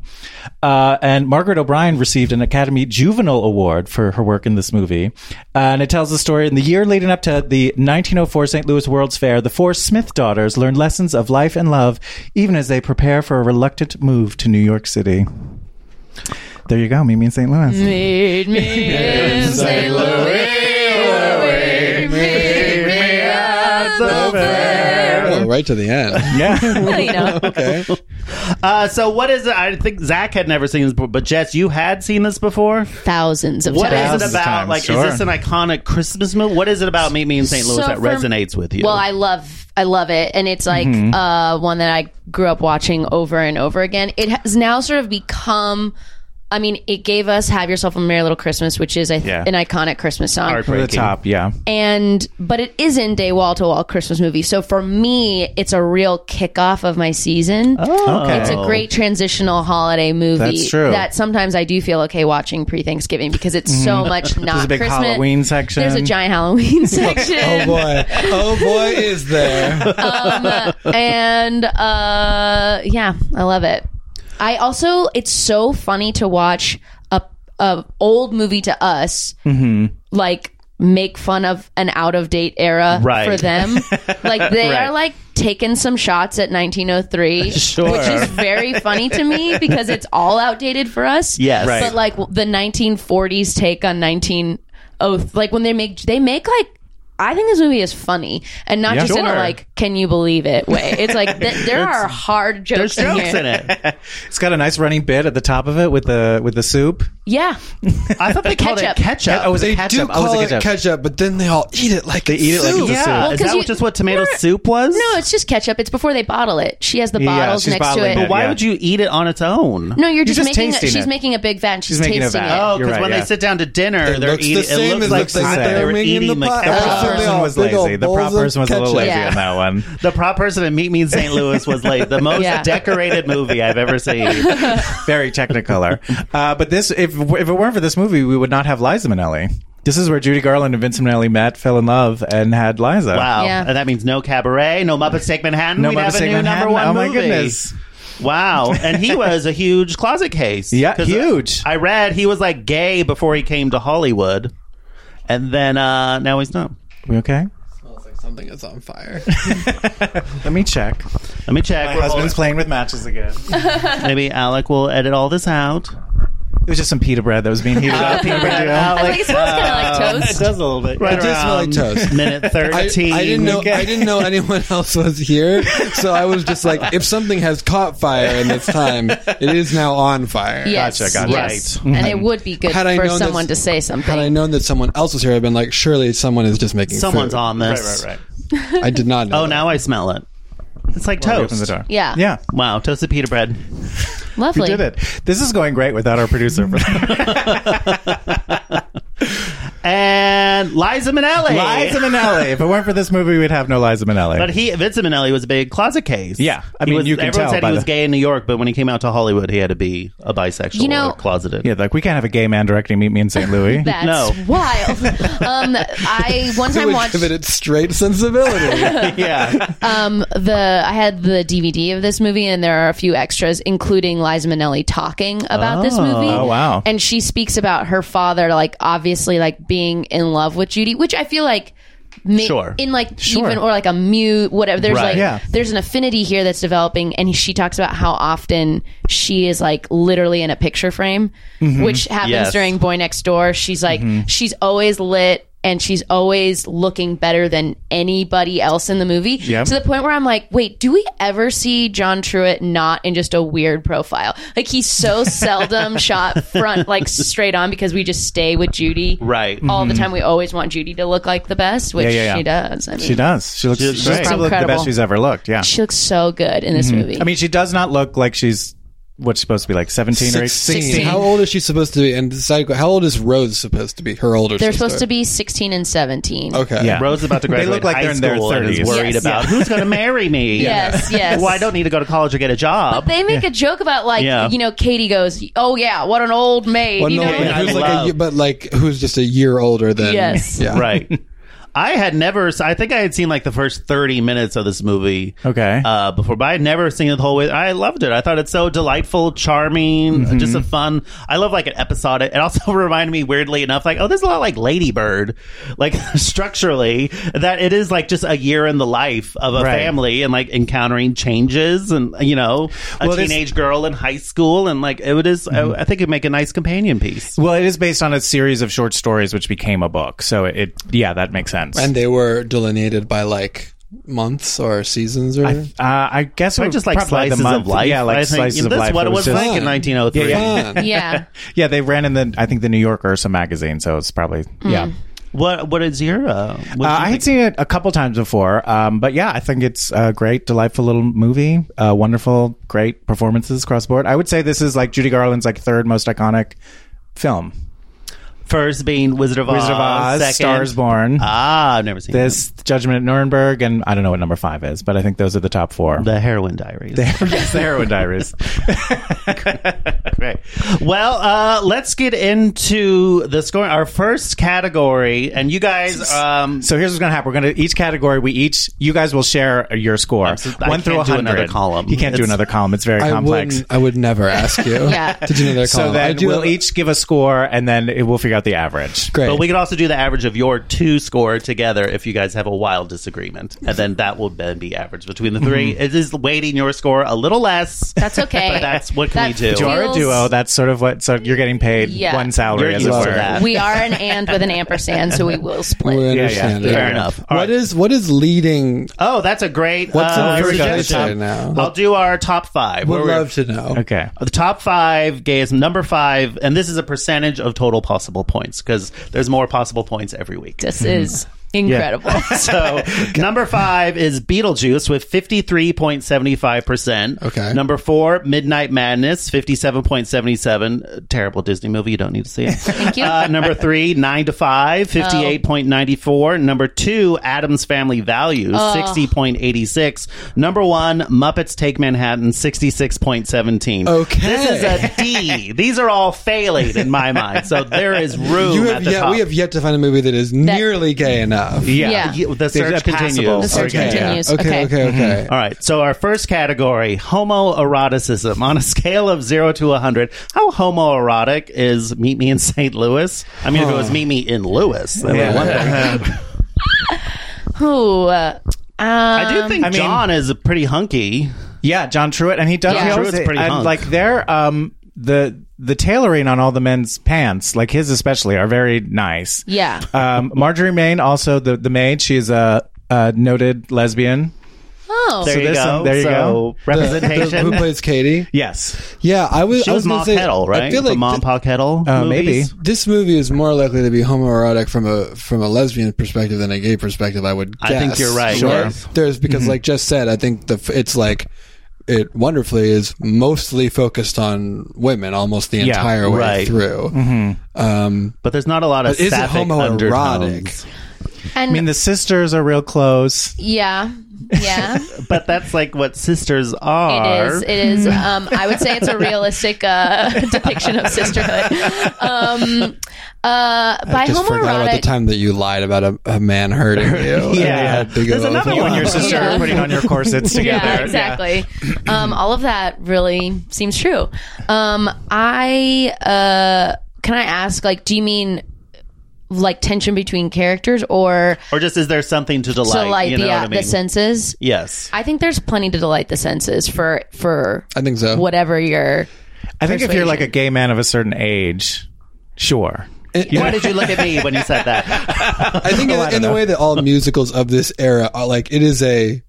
[SPEAKER 2] Uh, and Margaret O'Brien received an Academy Juvenile Award for her work in this movie. Uh, and it tells the story in the year leading up to the 1904 St. Louis World's Fair, the four Smith daughters learn lessons of life and love even as they prepare for a reluctant move to New York City. There you go. Meet me in St. Louis.
[SPEAKER 7] Mm. Made me in St. Louis. Made me at the fair.
[SPEAKER 6] Oh, right to the end.
[SPEAKER 2] Yeah.
[SPEAKER 7] Well, you know,
[SPEAKER 6] Okay.
[SPEAKER 3] Uh, so, what is it? I think Zach had never seen this before, but Jess, you had seen this before.
[SPEAKER 7] thousands of
[SPEAKER 3] What is
[SPEAKER 7] times.
[SPEAKER 3] it
[SPEAKER 2] Thousands of
[SPEAKER 3] about?
[SPEAKER 2] times,
[SPEAKER 3] like,
[SPEAKER 2] sure.
[SPEAKER 3] is this an iconic Christmas movie? What is it about Meet Me in St. Louis
[SPEAKER 7] So
[SPEAKER 3] that
[SPEAKER 7] for-
[SPEAKER 3] resonates with you?
[SPEAKER 7] Well, I love I love it, and it's like
[SPEAKER 2] Mm-hmm.
[SPEAKER 7] uh, one that I grew up watching over and over again. It has now sort of become. I mean, it gave us "Have Yourself a Merry Little Christmas," which is I th-
[SPEAKER 2] Yeah.
[SPEAKER 7] an iconic Christmas song.
[SPEAKER 2] the top, yeah.
[SPEAKER 7] and but it isn't a wall to wall Christmas movie. So for me, it's a real kickoff of my season.
[SPEAKER 2] Okay.
[SPEAKER 7] It's a great transitional holiday movie.
[SPEAKER 2] Oh. That's true.
[SPEAKER 7] That sometimes I do feel okay watching pre Thanksgiving because it's so much not
[SPEAKER 2] Mm-hmm. There's a big
[SPEAKER 7] Christmas.
[SPEAKER 2] Halloween section.
[SPEAKER 7] There's a giant Halloween section.
[SPEAKER 6] Oh boy. Oh boy is there.
[SPEAKER 7] and uh, yeah, I love it. I also, it's so funny to watch a, a old movie to us, like make fun of an out of date era
[SPEAKER 3] Right.
[SPEAKER 7] for them. like they are like taking some shots at 1903, which is very funny to me because it's all outdated for us.
[SPEAKER 3] Yes. Right.
[SPEAKER 7] but like the 1940s take on 19 oh like when they make they make like. I think this movie is funny, and not
[SPEAKER 2] Yeah.
[SPEAKER 7] just in a
[SPEAKER 2] Sure.
[SPEAKER 7] like "Can you believe it?" way. It's like th- there are hard
[SPEAKER 3] There's
[SPEAKER 7] jokes,
[SPEAKER 3] jokes
[SPEAKER 7] here.
[SPEAKER 3] in it.
[SPEAKER 2] It's got a nice running bit at the top of it with the with the soup.
[SPEAKER 7] Yeah,
[SPEAKER 3] I thought they called it
[SPEAKER 7] Ketchup.
[SPEAKER 3] ketchup.
[SPEAKER 2] Oh, is
[SPEAKER 6] They
[SPEAKER 2] it ketchup?
[SPEAKER 6] do
[SPEAKER 2] oh,
[SPEAKER 6] call it ketchup. but then they all eat it like
[SPEAKER 2] They
[SPEAKER 6] it's
[SPEAKER 2] eat it like it's
[SPEAKER 6] soup.
[SPEAKER 2] a soup.
[SPEAKER 3] yeah. is
[SPEAKER 7] 'cause
[SPEAKER 3] that
[SPEAKER 7] you-
[SPEAKER 3] just what tomato
[SPEAKER 7] we're-
[SPEAKER 3] soup was?
[SPEAKER 7] no, it's just ketchup. It's before they bottle it. She has the
[SPEAKER 2] Yeah,
[SPEAKER 7] bottles
[SPEAKER 2] she's
[SPEAKER 7] next to
[SPEAKER 2] bottling
[SPEAKER 7] it.
[SPEAKER 2] it.
[SPEAKER 3] Why
[SPEAKER 2] Yeah.
[SPEAKER 3] would you eat it on its own?
[SPEAKER 7] No, you're just,
[SPEAKER 2] just
[SPEAKER 7] making.
[SPEAKER 2] tasting
[SPEAKER 7] she's
[SPEAKER 2] it.
[SPEAKER 7] making a big vat. and She's,
[SPEAKER 2] She's making a
[SPEAKER 7] tasting it.
[SPEAKER 2] vat.
[SPEAKER 3] Oh, because
[SPEAKER 2] You're right,
[SPEAKER 3] when they
[SPEAKER 2] yeah.
[SPEAKER 3] sit down to dinner,
[SPEAKER 6] It
[SPEAKER 3] they're
[SPEAKER 6] looks
[SPEAKER 3] eating.
[SPEAKER 6] the same
[SPEAKER 3] it
[SPEAKER 6] as
[SPEAKER 3] looks
[SPEAKER 6] the
[SPEAKER 3] like
[SPEAKER 6] thing
[SPEAKER 3] they
[SPEAKER 6] they're
[SPEAKER 3] were
[SPEAKER 6] making in
[SPEAKER 3] eating
[SPEAKER 6] the
[SPEAKER 3] the
[SPEAKER 6] pot.
[SPEAKER 2] The
[SPEAKER 6] Ah.
[SPEAKER 2] prop
[SPEAKER 3] ketchup.
[SPEAKER 6] They
[SPEAKER 2] person
[SPEAKER 6] all-
[SPEAKER 2] was
[SPEAKER 6] big old
[SPEAKER 2] lazy. The prop
[SPEAKER 6] bowls of
[SPEAKER 2] person was a little
[SPEAKER 6] ketchup.
[SPEAKER 2] lazy
[SPEAKER 7] Yeah.
[SPEAKER 2] on that one.
[SPEAKER 3] The prop person in Meet Me in St. Louis was like the most
[SPEAKER 7] Yeah.
[SPEAKER 3] decorated movie I've ever seen.
[SPEAKER 2] Very technicolor. uh, but this, if if it weren't for this movie, we would not have Liza Minnelli. This is where Judy Garland and Vincent Minnelli met, fell in love, and had Liza.
[SPEAKER 3] Wow.
[SPEAKER 7] Yeah.
[SPEAKER 3] And that means no cabaret, no Muppets Take Manhattan.
[SPEAKER 2] No
[SPEAKER 3] We'd
[SPEAKER 2] Muppets
[SPEAKER 3] have a
[SPEAKER 2] Take
[SPEAKER 3] new
[SPEAKER 2] Manhattan.
[SPEAKER 3] number one
[SPEAKER 2] Oh my
[SPEAKER 3] movie.
[SPEAKER 2] goodness.
[SPEAKER 3] Wow. And he was a huge closet case.
[SPEAKER 2] Yeah,
[SPEAKER 3] 'Cause
[SPEAKER 2] huge.
[SPEAKER 3] I read he was like gay before he came to Hollywood. And then uh now he's not.
[SPEAKER 2] We okay?
[SPEAKER 6] Smells like something is on fire.
[SPEAKER 2] Let me check.
[SPEAKER 3] Let me check.
[SPEAKER 2] My
[SPEAKER 3] We're
[SPEAKER 2] husband's
[SPEAKER 3] all-
[SPEAKER 2] playing with matches again. it
[SPEAKER 3] Maybe Alec will edit all this out.
[SPEAKER 2] was just some pita bread that was being heated up. Pita bread deal.
[SPEAKER 7] I was like, it smells kind of like
[SPEAKER 3] It
[SPEAKER 7] toast.
[SPEAKER 3] does a little bit.
[SPEAKER 6] It does smell like toast.
[SPEAKER 3] Minute
[SPEAKER 6] I, I
[SPEAKER 3] thirteen.
[SPEAKER 6] didn't know. I didn't know anyone else was here, so I was just like, if something has caught fire in this time, it is now on fire.
[SPEAKER 7] Yes,
[SPEAKER 3] gotcha.
[SPEAKER 7] yes.
[SPEAKER 3] Right.
[SPEAKER 7] And it would be good
[SPEAKER 6] Had I
[SPEAKER 7] for
[SPEAKER 6] known
[SPEAKER 7] someone
[SPEAKER 6] this-
[SPEAKER 7] to say something.
[SPEAKER 6] Had I known that someone else was here, I'd been like, surely someone is just making.
[SPEAKER 3] Someone's
[SPEAKER 6] food.
[SPEAKER 3] on this.
[SPEAKER 2] Right, right,
[SPEAKER 6] I did not know.
[SPEAKER 3] Oh,
[SPEAKER 6] that.
[SPEAKER 3] now I smell it. It's like
[SPEAKER 2] right.
[SPEAKER 3] toast.
[SPEAKER 2] Open the door.
[SPEAKER 7] Yeah.
[SPEAKER 2] Yeah.
[SPEAKER 3] Wow, toasted pita bread.
[SPEAKER 7] Lovely.
[SPEAKER 2] We did it. This is going great without our producer.
[SPEAKER 3] And Liza Minnelli.
[SPEAKER 2] Liza Minnelli. If it weren't for this movie, we'd have no Liza Minnelli.
[SPEAKER 3] But he, Vincent Minnelli, was a big closet case.
[SPEAKER 2] Yeah. I
[SPEAKER 3] He
[SPEAKER 2] mean,
[SPEAKER 3] was,
[SPEAKER 2] you can
[SPEAKER 3] everyone
[SPEAKER 2] tell
[SPEAKER 3] said
[SPEAKER 2] by
[SPEAKER 3] he was
[SPEAKER 2] the-
[SPEAKER 3] gay in New York, but when he came out to Hollywood, he had to be a bisexual
[SPEAKER 7] You know-
[SPEAKER 3] or closeted.
[SPEAKER 2] yeah, like we can't have a gay man directing Meet Me in St. Louis.
[SPEAKER 7] That's
[SPEAKER 3] No.
[SPEAKER 7] wild. Um, I one
[SPEAKER 6] It
[SPEAKER 7] time
[SPEAKER 6] would
[SPEAKER 7] watched
[SPEAKER 6] give it its straight sensibility.
[SPEAKER 3] yeah.
[SPEAKER 7] um, the I had the DVD of this movie, and there are a few extras, including Liza Minnelli talking about this movie.
[SPEAKER 2] Oh, wow.
[SPEAKER 7] And she speaks about her father, like obviously, like being in love with Judy, which I feel like. ma-
[SPEAKER 3] Sure.
[SPEAKER 7] In like
[SPEAKER 2] Sure.
[SPEAKER 7] even or like a mute whatever. There's
[SPEAKER 3] Right.
[SPEAKER 7] like
[SPEAKER 2] Yeah.
[SPEAKER 7] there's an affinity here that's developing, and she talks about how often she is like literally in a picture frame,
[SPEAKER 2] Mm-hmm.
[SPEAKER 7] which happens
[SPEAKER 3] Yes.
[SPEAKER 7] during Boy Next Door. She's like, she's always lit and she's always looking better than anybody else in the movie. To the point where I'm like, wait, do we ever see John Truitt not in just a weird profile? Like he's so seldom shot front, like straight on, because we just stay with Judy
[SPEAKER 3] Right.
[SPEAKER 7] all the time. We always want Judy to look like the best, which
[SPEAKER 2] Mm-hmm. Yeah, yeah, yeah.
[SPEAKER 7] she does. I mean,
[SPEAKER 2] She does. She looks.
[SPEAKER 3] She looks
[SPEAKER 2] She's,
[SPEAKER 3] great.
[SPEAKER 2] probably the
[SPEAKER 7] Incredible.
[SPEAKER 2] best she's ever looked. Yeah.
[SPEAKER 7] She looks so good in this movie.
[SPEAKER 2] Mm-hmm. I mean, she does not look like she's what's supposed to be like seventeen or eighteen.
[SPEAKER 7] 16.
[SPEAKER 6] How old is she supposed to be? And psycho, how old is Rose supposed to be? Her older.
[SPEAKER 7] they're
[SPEAKER 6] sister?
[SPEAKER 7] supposed to be 16 and 17.
[SPEAKER 6] Okay.
[SPEAKER 2] Yeah.
[SPEAKER 3] Rose is about to
[SPEAKER 2] They
[SPEAKER 3] graduate
[SPEAKER 2] look like
[SPEAKER 3] high
[SPEAKER 2] they're in their
[SPEAKER 3] school and is
[SPEAKER 2] 30s.
[SPEAKER 3] worried
[SPEAKER 7] Yes.
[SPEAKER 3] about who's going to marry me.
[SPEAKER 7] Yes, yes.
[SPEAKER 3] Well, I don't need to go to college or get a job.
[SPEAKER 7] They make a joke about like
[SPEAKER 3] Yeah.
[SPEAKER 7] you know Katie goes oh yeah what an old maid
[SPEAKER 6] Well,
[SPEAKER 7] you
[SPEAKER 6] no,
[SPEAKER 7] know
[SPEAKER 6] but,
[SPEAKER 3] yeah,
[SPEAKER 6] who's
[SPEAKER 3] I
[SPEAKER 6] like a,
[SPEAKER 3] love-
[SPEAKER 6] ye- but like who's just a year older than?
[SPEAKER 7] Yes.
[SPEAKER 6] Yeah.
[SPEAKER 3] right. I had never. I think I had seen like the first thirty minutes of this movie.
[SPEAKER 2] Okay.
[SPEAKER 3] Uh, before, but I had never seen it the whole way. I loved it. I thought it's so delightful, charming,
[SPEAKER 2] Mm-hmm.
[SPEAKER 3] just a fun. I love like an episode. It also reminded me weirdly enough, like oh, there's a lot like Ladybird, like structurally that it is like just a year in the life of a
[SPEAKER 2] Right.
[SPEAKER 3] family and like encountering changes and you know a
[SPEAKER 2] Well, Mm-hmm. it is-
[SPEAKER 3] teenage girl in high school and like it is. I, I think it'd make a nice companion piece.
[SPEAKER 2] Well, it is based on a series of short stories, which became a book. So it, it yeah, that makes sense.
[SPEAKER 6] And they were delineated by like months or seasons or.
[SPEAKER 2] uh, I guess
[SPEAKER 3] I
[SPEAKER 2] we
[SPEAKER 3] just like
[SPEAKER 2] probably
[SPEAKER 3] slices
[SPEAKER 2] the month-
[SPEAKER 3] of life.
[SPEAKER 2] Yeah, like
[SPEAKER 3] I think
[SPEAKER 2] slices of
[SPEAKER 3] this
[SPEAKER 2] life.
[SPEAKER 3] What it was,
[SPEAKER 2] just- Uh,
[SPEAKER 3] like in 1903.
[SPEAKER 6] Fun.
[SPEAKER 7] yeah
[SPEAKER 2] yeah, they ran in the I think the New Yorker or some magazine, so it's probably yeah.
[SPEAKER 7] Mm.
[SPEAKER 3] What What is your? Uh, what do you
[SPEAKER 2] Uh, I had
[SPEAKER 3] think?
[SPEAKER 2] seen it a couple times before, um, but yeah, I think it's a great, delightful little movie. Uh, wonderful, great performances across the board. I would say this is like Judy Garland's like third most iconic film.
[SPEAKER 3] first being Wizard of Oz,
[SPEAKER 2] Wizard of Oz,
[SPEAKER 3] Uh, second,
[SPEAKER 2] Stars Born,
[SPEAKER 3] Ah, I've never seen
[SPEAKER 2] this Judgment at Nuremberg, and I don't know what number five is, but I think those are the top four.
[SPEAKER 3] that. The Heroin Diaries.
[SPEAKER 2] yes, the Heroin Diaries.
[SPEAKER 3] Great. Well, uh, let's get into the scoring. Our first category, and you guys, um,
[SPEAKER 2] So here's what's gonna happen. We're gonna each category we each you guys will share your score
[SPEAKER 3] so- I
[SPEAKER 2] one through
[SPEAKER 3] can't do
[SPEAKER 2] 100.
[SPEAKER 3] another column.
[SPEAKER 2] You can't do
[SPEAKER 3] It's-
[SPEAKER 2] another column. It's very
[SPEAKER 6] I
[SPEAKER 2] complex.
[SPEAKER 6] wouldn't. I would never ask you.
[SPEAKER 7] Yeah.
[SPEAKER 6] To do another column.
[SPEAKER 2] So
[SPEAKER 6] I
[SPEAKER 2] then
[SPEAKER 6] do
[SPEAKER 2] we'll
[SPEAKER 6] have-
[SPEAKER 2] each give a score, and then it, we'll figure out the average.
[SPEAKER 6] Great.
[SPEAKER 3] but we could also do the average of your two score together if you guys have a wild disagreement, and then that will then be average between the 3
[SPEAKER 6] Mm-hmm.
[SPEAKER 3] It is weighting your score a little less.
[SPEAKER 7] that's okay
[SPEAKER 3] But that's what can
[SPEAKER 7] That
[SPEAKER 3] we do?
[SPEAKER 7] feels-
[SPEAKER 2] You are a duo. That's sort of what. So you're getting paid
[SPEAKER 7] Yeah.
[SPEAKER 2] one salary,
[SPEAKER 3] You're
[SPEAKER 2] as it
[SPEAKER 3] used to
[SPEAKER 2] were.
[SPEAKER 3] that.
[SPEAKER 7] we are an and with an ampersand so we will split
[SPEAKER 6] We
[SPEAKER 2] yeah.
[SPEAKER 6] understand it.
[SPEAKER 3] Fair enough. All
[SPEAKER 6] What
[SPEAKER 3] right.
[SPEAKER 6] is what is leading?
[SPEAKER 3] Oh, that's a great.
[SPEAKER 6] What's
[SPEAKER 3] uh,
[SPEAKER 6] the
[SPEAKER 3] suggestion.
[SPEAKER 6] suggestion now?
[SPEAKER 3] I'll do our top five.
[SPEAKER 6] Would
[SPEAKER 3] Where we're-
[SPEAKER 6] love to know.
[SPEAKER 2] Okay.
[SPEAKER 3] The top five gayism. Number five, and this is a percentage of total possible points because there's more possible points every week.
[SPEAKER 7] this is Incredible.
[SPEAKER 3] So number five is Beetlejuice with fifty three point seventy five percent.
[SPEAKER 6] Okay.
[SPEAKER 3] Number four, Midnight Madness, fifty seven point seventy seven. Terrible Disney movie. You don't need to see it. Thank
[SPEAKER 7] you.
[SPEAKER 3] Uh, number three, Nine to Five, fifty eight point ninety four. Number two, Adam's Family Values, sixty point eighty six. Number one, Muppets Take Manhattan, sixty six point seventeen.
[SPEAKER 6] Okay.
[SPEAKER 3] This is a D. These are all failing in my mind. So there is room.
[SPEAKER 6] You
[SPEAKER 3] at
[SPEAKER 6] have
[SPEAKER 3] the
[SPEAKER 6] yet,
[SPEAKER 3] top.
[SPEAKER 6] we have yet to find a movie that is nearly gay enough.
[SPEAKER 3] Yeah.
[SPEAKER 7] Yeah.
[SPEAKER 3] You- The search
[SPEAKER 2] continues.
[SPEAKER 3] continues.
[SPEAKER 7] The search
[SPEAKER 6] Okay.
[SPEAKER 7] continues.
[SPEAKER 6] Okay, okay,
[SPEAKER 7] Okay.
[SPEAKER 6] okay.
[SPEAKER 3] All right. So our first category, homoeroticism. On a scale of 0 to 100, how homoerotic is Meet Me in St. Louis? I mean, if it was Meet Me in Louis, that would be one thing.
[SPEAKER 7] Ooh, uh, um,
[SPEAKER 3] I do think
[SPEAKER 2] I mean-
[SPEAKER 3] John is pretty hunky.
[SPEAKER 2] Yeah, John Truitt, and he does.
[SPEAKER 7] John
[SPEAKER 2] he always-
[SPEAKER 3] Truitt's pretty
[SPEAKER 2] and
[SPEAKER 3] hunk.
[SPEAKER 2] like their um the the tailoring on all the men's pants, like his especially, are very nice.
[SPEAKER 7] Yeah.
[SPEAKER 2] Um, Marjorie Main, also the the maid, she's a, a noted lesbian.
[SPEAKER 7] Oh,
[SPEAKER 3] There you
[SPEAKER 2] there's
[SPEAKER 3] go.
[SPEAKER 2] some- there you
[SPEAKER 3] so
[SPEAKER 2] go.
[SPEAKER 3] representation.
[SPEAKER 6] Who plays Katie?
[SPEAKER 2] Yes.
[SPEAKER 6] Yeah, I was.
[SPEAKER 3] she
[SPEAKER 6] I
[SPEAKER 3] was, Ma
[SPEAKER 6] gonna say,
[SPEAKER 3] Kettle, right?
[SPEAKER 6] I feel
[SPEAKER 3] The
[SPEAKER 6] like
[SPEAKER 3] Ma
[SPEAKER 6] th-
[SPEAKER 3] Pa Kettle.
[SPEAKER 2] Uh,
[SPEAKER 3] movies?
[SPEAKER 6] this movie is more likely to be homoerotic from a from a lesbian perspective than a gay perspective. I would.
[SPEAKER 3] I
[SPEAKER 6] Guess.
[SPEAKER 3] think you're right, Mm-hmm.
[SPEAKER 6] Sure.
[SPEAKER 3] sure.
[SPEAKER 6] There's because, like just said, I think the f- it's like it wonderfully is mostly focused on women almost the
[SPEAKER 2] Yeah,
[SPEAKER 6] entire way
[SPEAKER 3] right. Mm-hmm.
[SPEAKER 6] through. Um,
[SPEAKER 3] But there's not a lot of
[SPEAKER 6] but is it
[SPEAKER 3] sapphic
[SPEAKER 6] homoerotic?
[SPEAKER 3] undertones.
[SPEAKER 7] and
[SPEAKER 2] I mean, the sisters are real close.
[SPEAKER 7] yeah, yeah,
[SPEAKER 3] But that's like what sisters are.
[SPEAKER 7] it is. It is. Um, I would say it's a realistic uh, depiction of sisterhood. Um, uh, by
[SPEAKER 6] I just forgot about the
[SPEAKER 7] homoerotic,
[SPEAKER 6] time that you lied about a, a man hurting you.
[SPEAKER 3] Yeah. There's another
[SPEAKER 2] You
[SPEAKER 3] one
[SPEAKER 2] and your
[SPEAKER 3] you're
[SPEAKER 2] sister
[SPEAKER 7] Yeah.
[SPEAKER 2] are putting on your corsets together.
[SPEAKER 7] Yeah, exactly. Um, all of that really seems true. Um, I uh, can I ask, like, do you mean like tension between characters or
[SPEAKER 3] Or just is there something to delight?
[SPEAKER 7] to like
[SPEAKER 3] you know
[SPEAKER 7] the,
[SPEAKER 3] what
[SPEAKER 7] uh,
[SPEAKER 3] I mean?
[SPEAKER 7] the senses?
[SPEAKER 3] Yes.
[SPEAKER 7] I think there's plenty to delight the senses for for
[SPEAKER 6] I think so.
[SPEAKER 7] whatever your.
[SPEAKER 2] I think if you're like a
[SPEAKER 7] Persuasion.
[SPEAKER 2] gay man of a certain age, sure.
[SPEAKER 3] Why did you look at me when you said that?
[SPEAKER 6] I think in, in the way that all musicals of this era are like it is a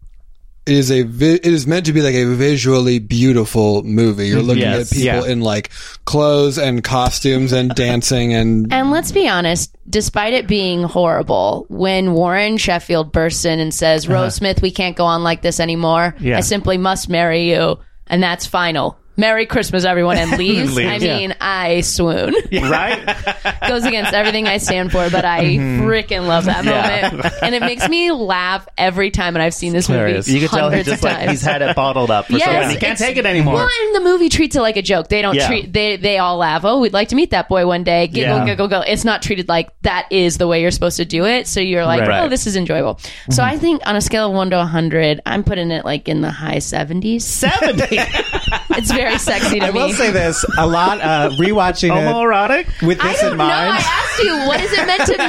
[SPEAKER 6] it is a vi- it is meant to be like a visually beautiful movie. You're looking
[SPEAKER 3] Yes.
[SPEAKER 6] at people
[SPEAKER 2] Yeah.
[SPEAKER 6] in like clothes and costumes and dancing and
[SPEAKER 7] And let's be honest, despite it being horrible, when Warren Sheffield bursts in and says,
[SPEAKER 3] Uh-huh.
[SPEAKER 7] "Rose Smith, we can't go on like this anymore.
[SPEAKER 2] Yeah.
[SPEAKER 7] I simply must marry you," and that's final. Merry Christmas, everyone, and leaves. I
[SPEAKER 2] Leaves. Yeah.
[SPEAKER 7] mean, I swoon.
[SPEAKER 3] right?
[SPEAKER 7] Goes against everything I stand for, but I
[SPEAKER 3] Mm-hmm.
[SPEAKER 7] freaking love that moment, and it makes me laugh every time. And I've seen this
[SPEAKER 2] hilarious.
[SPEAKER 7] movie
[SPEAKER 3] You can tell he's
[SPEAKER 7] hundreds
[SPEAKER 3] just
[SPEAKER 7] of
[SPEAKER 3] like
[SPEAKER 7] times.
[SPEAKER 3] he's had it bottled up for so long. He can't
[SPEAKER 7] it's-
[SPEAKER 3] take it anymore.
[SPEAKER 7] Well, and the movie treats it like a joke. They don't
[SPEAKER 3] Yeah.
[SPEAKER 7] treat they they all laugh. Oh, we'd like to meet that boy one day. Giggle,
[SPEAKER 3] Yeah.
[SPEAKER 7] giggle, giggle. It's not treated like that is the way you're supposed to do it. So you're like,
[SPEAKER 2] Right.
[SPEAKER 7] oh, this is enjoyable. So
[SPEAKER 3] Mm-hmm.
[SPEAKER 7] I think on a scale of one to hundred, I'm putting it like in the high seventies.
[SPEAKER 3] Seventy
[SPEAKER 7] It's very sexy to
[SPEAKER 2] I
[SPEAKER 7] me.
[SPEAKER 2] will say this a lot, uh, rewatching
[SPEAKER 3] Oh,
[SPEAKER 2] it
[SPEAKER 3] homoerotic.
[SPEAKER 2] with
[SPEAKER 7] I
[SPEAKER 2] this
[SPEAKER 7] don't
[SPEAKER 2] in
[SPEAKER 7] know.
[SPEAKER 2] mind.
[SPEAKER 7] I asked you, what is it meant to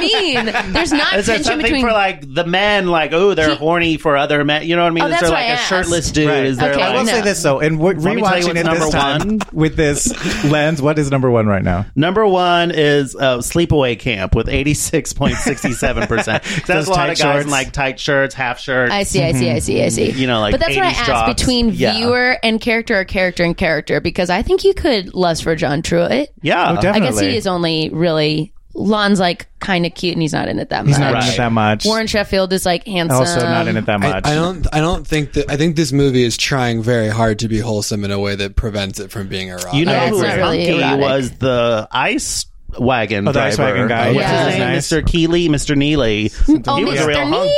[SPEAKER 7] mean? There's not
[SPEAKER 3] Is there
[SPEAKER 7] tension
[SPEAKER 3] something
[SPEAKER 7] between.
[SPEAKER 3] for like the men? Like, oh, they're
[SPEAKER 7] He-
[SPEAKER 3] horny for other men. You know what I mean?
[SPEAKER 7] Oh,
[SPEAKER 3] is
[SPEAKER 7] that's
[SPEAKER 3] there
[SPEAKER 7] what
[SPEAKER 3] like
[SPEAKER 7] I
[SPEAKER 3] a
[SPEAKER 7] asked.
[SPEAKER 3] shirtless dude?
[SPEAKER 2] Right.
[SPEAKER 3] Is there
[SPEAKER 7] Okay,
[SPEAKER 2] I will
[SPEAKER 3] like
[SPEAKER 7] no.
[SPEAKER 2] say this though, and what,
[SPEAKER 3] me tell you
[SPEAKER 2] rewatching
[SPEAKER 3] what's
[SPEAKER 2] it
[SPEAKER 3] number
[SPEAKER 2] this time
[SPEAKER 3] one.
[SPEAKER 2] with this lens, what is number one right now?
[SPEAKER 3] number one is uh, sleepaway camp with eighty six point sixty seven percent. There's
[SPEAKER 2] Those
[SPEAKER 3] a lot
[SPEAKER 2] tight
[SPEAKER 3] of guys in
[SPEAKER 2] shorts.
[SPEAKER 3] like tight shirts, half shirts.
[SPEAKER 7] I see, I see, I see, I see.
[SPEAKER 3] You know, like
[SPEAKER 7] but that's what I
[SPEAKER 3] 80s
[SPEAKER 7] asked
[SPEAKER 3] jocks.
[SPEAKER 7] between
[SPEAKER 3] Yeah.
[SPEAKER 7] viewer and character, or character and character, because I think you could lust for John Truitt.
[SPEAKER 3] yeah,
[SPEAKER 2] Oh,
[SPEAKER 7] I
[SPEAKER 2] definitely.
[SPEAKER 7] guess he is only really Lon's like kind of cute, and he's not in it that much.
[SPEAKER 2] He's not in it that much.
[SPEAKER 7] Warren Sheffield is like handsome.
[SPEAKER 2] also not in it that
[SPEAKER 6] I,
[SPEAKER 2] much.
[SPEAKER 6] I don't I don't think that I think this movie is trying very hard to be wholesome in a way that prevents it from being erotic.
[SPEAKER 3] You know
[SPEAKER 7] Yeah,
[SPEAKER 3] who was
[SPEAKER 7] it's not really
[SPEAKER 3] hunky
[SPEAKER 7] erotic.
[SPEAKER 3] was the ice wagon
[SPEAKER 2] Oh, the
[SPEAKER 3] driver.
[SPEAKER 2] ice wagon guy.
[SPEAKER 3] What's
[SPEAKER 7] Yeah.
[SPEAKER 3] his name?
[SPEAKER 2] Nice.
[SPEAKER 3] Mr. Keeley, Mr. Neely.
[SPEAKER 7] Oh,
[SPEAKER 3] he was a
[SPEAKER 7] Mr.
[SPEAKER 3] real hunk.
[SPEAKER 7] Neely.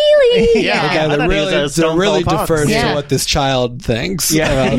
[SPEAKER 3] Yeah.
[SPEAKER 6] yeah,
[SPEAKER 3] I thought
[SPEAKER 6] that
[SPEAKER 3] he was
[SPEAKER 6] really,
[SPEAKER 3] a
[SPEAKER 6] that
[SPEAKER 3] Stone
[SPEAKER 6] really
[SPEAKER 3] Cold Fox.
[SPEAKER 6] defers
[SPEAKER 7] Yeah.
[SPEAKER 6] to what this child thinks. Um,
[SPEAKER 2] Yeah.
[SPEAKER 6] about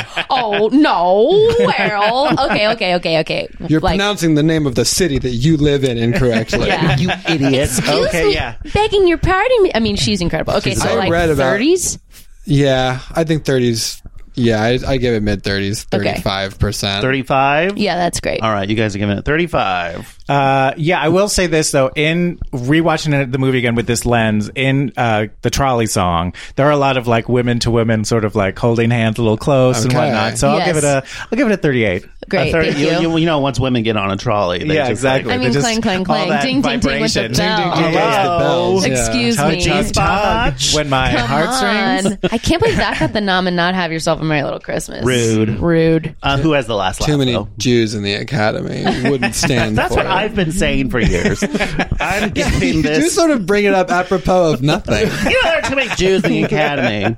[SPEAKER 7] Oh no. Well. Okay. Okay. Okay. Okay.
[SPEAKER 6] You're
[SPEAKER 7] Like,
[SPEAKER 6] pronouncing the name of the city that you live in incorrectly.
[SPEAKER 7] Yeah.
[SPEAKER 3] You idiot.
[SPEAKER 7] Excuse
[SPEAKER 3] okay,
[SPEAKER 7] me,
[SPEAKER 3] yeah.
[SPEAKER 7] begging your pardon. I mean, she's incredible. Okay, so
[SPEAKER 6] I
[SPEAKER 7] like
[SPEAKER 6] read about-
[SPEAKER 7] 30s.
[SPEAKER 6] Yeah, I think 30s. Yeah, I, I give it mid 30s,
[SPEAKER 7] Okay.
[SPEAKER 6] 35%.
[SPEAKER 3] 35?
[SPEAKER 7] Yeah, that's great.
[SPEAKER 3] All right, you guys are giving it 35.
[SPEAKER 2] Uh, yeah, I will say this though. In rewatching it- the movie again with this lens, in uh, the trolley song, there are a lot of like women to women, sort of like holding hands a little close and
[SPEAKER 6] Okay.
[SPEAKER 2] whatnot. So I'll
[SPEAKER 7] Yes.
[SPEAKER 2] give it a, I'll give it a thirty-eight.
[SPEAKER 7] Great.
[SPEAKER 3] Thir-
[SPEAKER 7] thank you.
[SPEAKER 3] you, know, once women get on a trolley, they
[SPEAKER 2] yeah,
[SPEAKER 3] just like-
[SPEAKER 2] exactly.
[SPEAKER 7] I
[SPEAKER 2] They
[SPEAKER 7] mean,
[SPEAKER 2] just-
[SPEAKER 7] clang, clang,
[SPEAKER 2] all
[SPEAKER 7] clang.
[SPEAKER 2] that
[SPEAKER 7] Ding, ding, ding with the
[SPEAKER 2] vibration.
[SPEAKER 7] bell.
[SPEAKER 6] Oh,
[SPEAKER 2] yeah.
[SPEAKER 6] the
[SPEAKER 3] Hello.
[SPEAKER 6] bells. yeah.
[SPEAKER 7] Excuse
[SPEAKER 2] Tug,
[SPEAKER 7] me.
[SPEAKER 2] tug,
[SPEAKER 3] Touch.
[SPEAKER 2] tug. When my
[SPEAKER 7] Come
[SPEAKER 2] heartstrings.
[SPEAKER 7] on. I can't believe that got the nom and not have yourself a Merry Little Christmas.
[SPEAKER 3] Rude.
[SPEAKER 7] Rude.
[SPEAKER 3] Uh, who has the last laugh?
[SPEAKER 6] Too many
[SPEAKER 3] though?
[SPEAKER 6] Jews in the academy wouldn't stand
[SPEAKER 3] That's
[SPEAKER 6] for
[SPEAKER 3] what
[SPEAKER 6] it.
[SPEAKER 3] I've been saying for years. I'm giving
[SPEAKER 6] you do
[SPEAKER 3] this.
[SPEAKER 6] sort of bring it up apropos of nothing.
[SPEAKER 3] you know, there are too many Jews in the academy.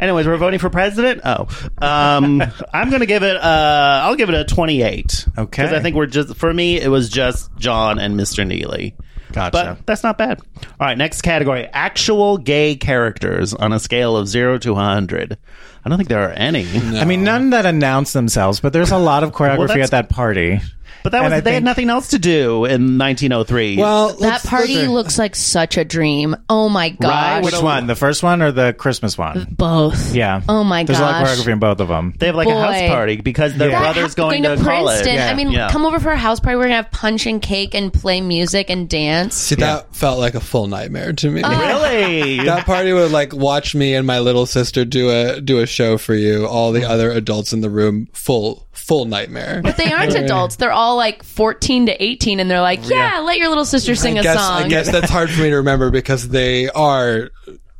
[SPEAKER 3] Anyways, we're voting for president. Oh, um, I'm gonna give it. Uh, I'll give it a 28.
[SPEAKER 8] Okay.
[SPEAKER 3] because I think we're just. For me, it was just John and Mr. Neely.
[SPEAKER 8] Gotcha.
[SPEAKER 3] But that's not bad. All right, next category: actual gay characters on a scale of zero to 100. I don't think there are any.
[SPEAKER 2] I mean, none that announce themselves, but there's a lot of choreography
[SPEAKER 3] that's-
[SPEAKER 2] at that party.
[SPEAKER 3] But that was
[SPEAKER 2] And I
[SPEAKER 3] they had
[SPEAKER 2] think-
[SPEAKER 3] nothing else to do in 1903.
[SPEAKER 6] Well,
[SPEAKER 7] That party looks like such a dream. Oh my gosh.
[SPEAKER 2] Which one? The first one or the Christmas one?
[SPEAKER 7] Both.
[SPEAKER 2] Yeah.
[SPEAKER 7] Uh, Oh my
[SPEAKER 2] There's a lot
[SPEAKER 7] gosh.
[SPEAKER 2] of choreography in both of them.
[SPEAKER 3] they have like a house
[SPEAKER 7] boy.
[SPEAKER 3] party because their
[SPEAKER 2] That
[SPEAKER 3] brother's
[SPEAKER 7] Ha-
[SPEAKER 3] going, to, college.
[SPEAKER 7] Princeton. I mean,
[SPEAKER 3] Yeah.
[SPEAKER 7] come over for a house party. We're gonna have punch and cake and play music and dance.
[SPEAKER 6] See, that felt like a full nightmare to
[SPEAKER 7] Oh.
[SPEAKER 6] me.
[SPEAKER 3] Really?
[SPEAKER 6] That party would like watch me and my little sister do a do a show for you. All
[SPEAKER 3] Oh.
[SPEAKER 6] the other adults in the room, full full nightmare.
[SPEAKER 7] But they aren't adults. They're all like 14 to 18, and they're like, yeah, let your little sister sing
[SPEAKER 6] I
[SPEAKER 7] a
[SPEAKER 6] guess
[SPEAKER 7] song.
[SPEAKER 6] I guess that's hard for me to remember because they are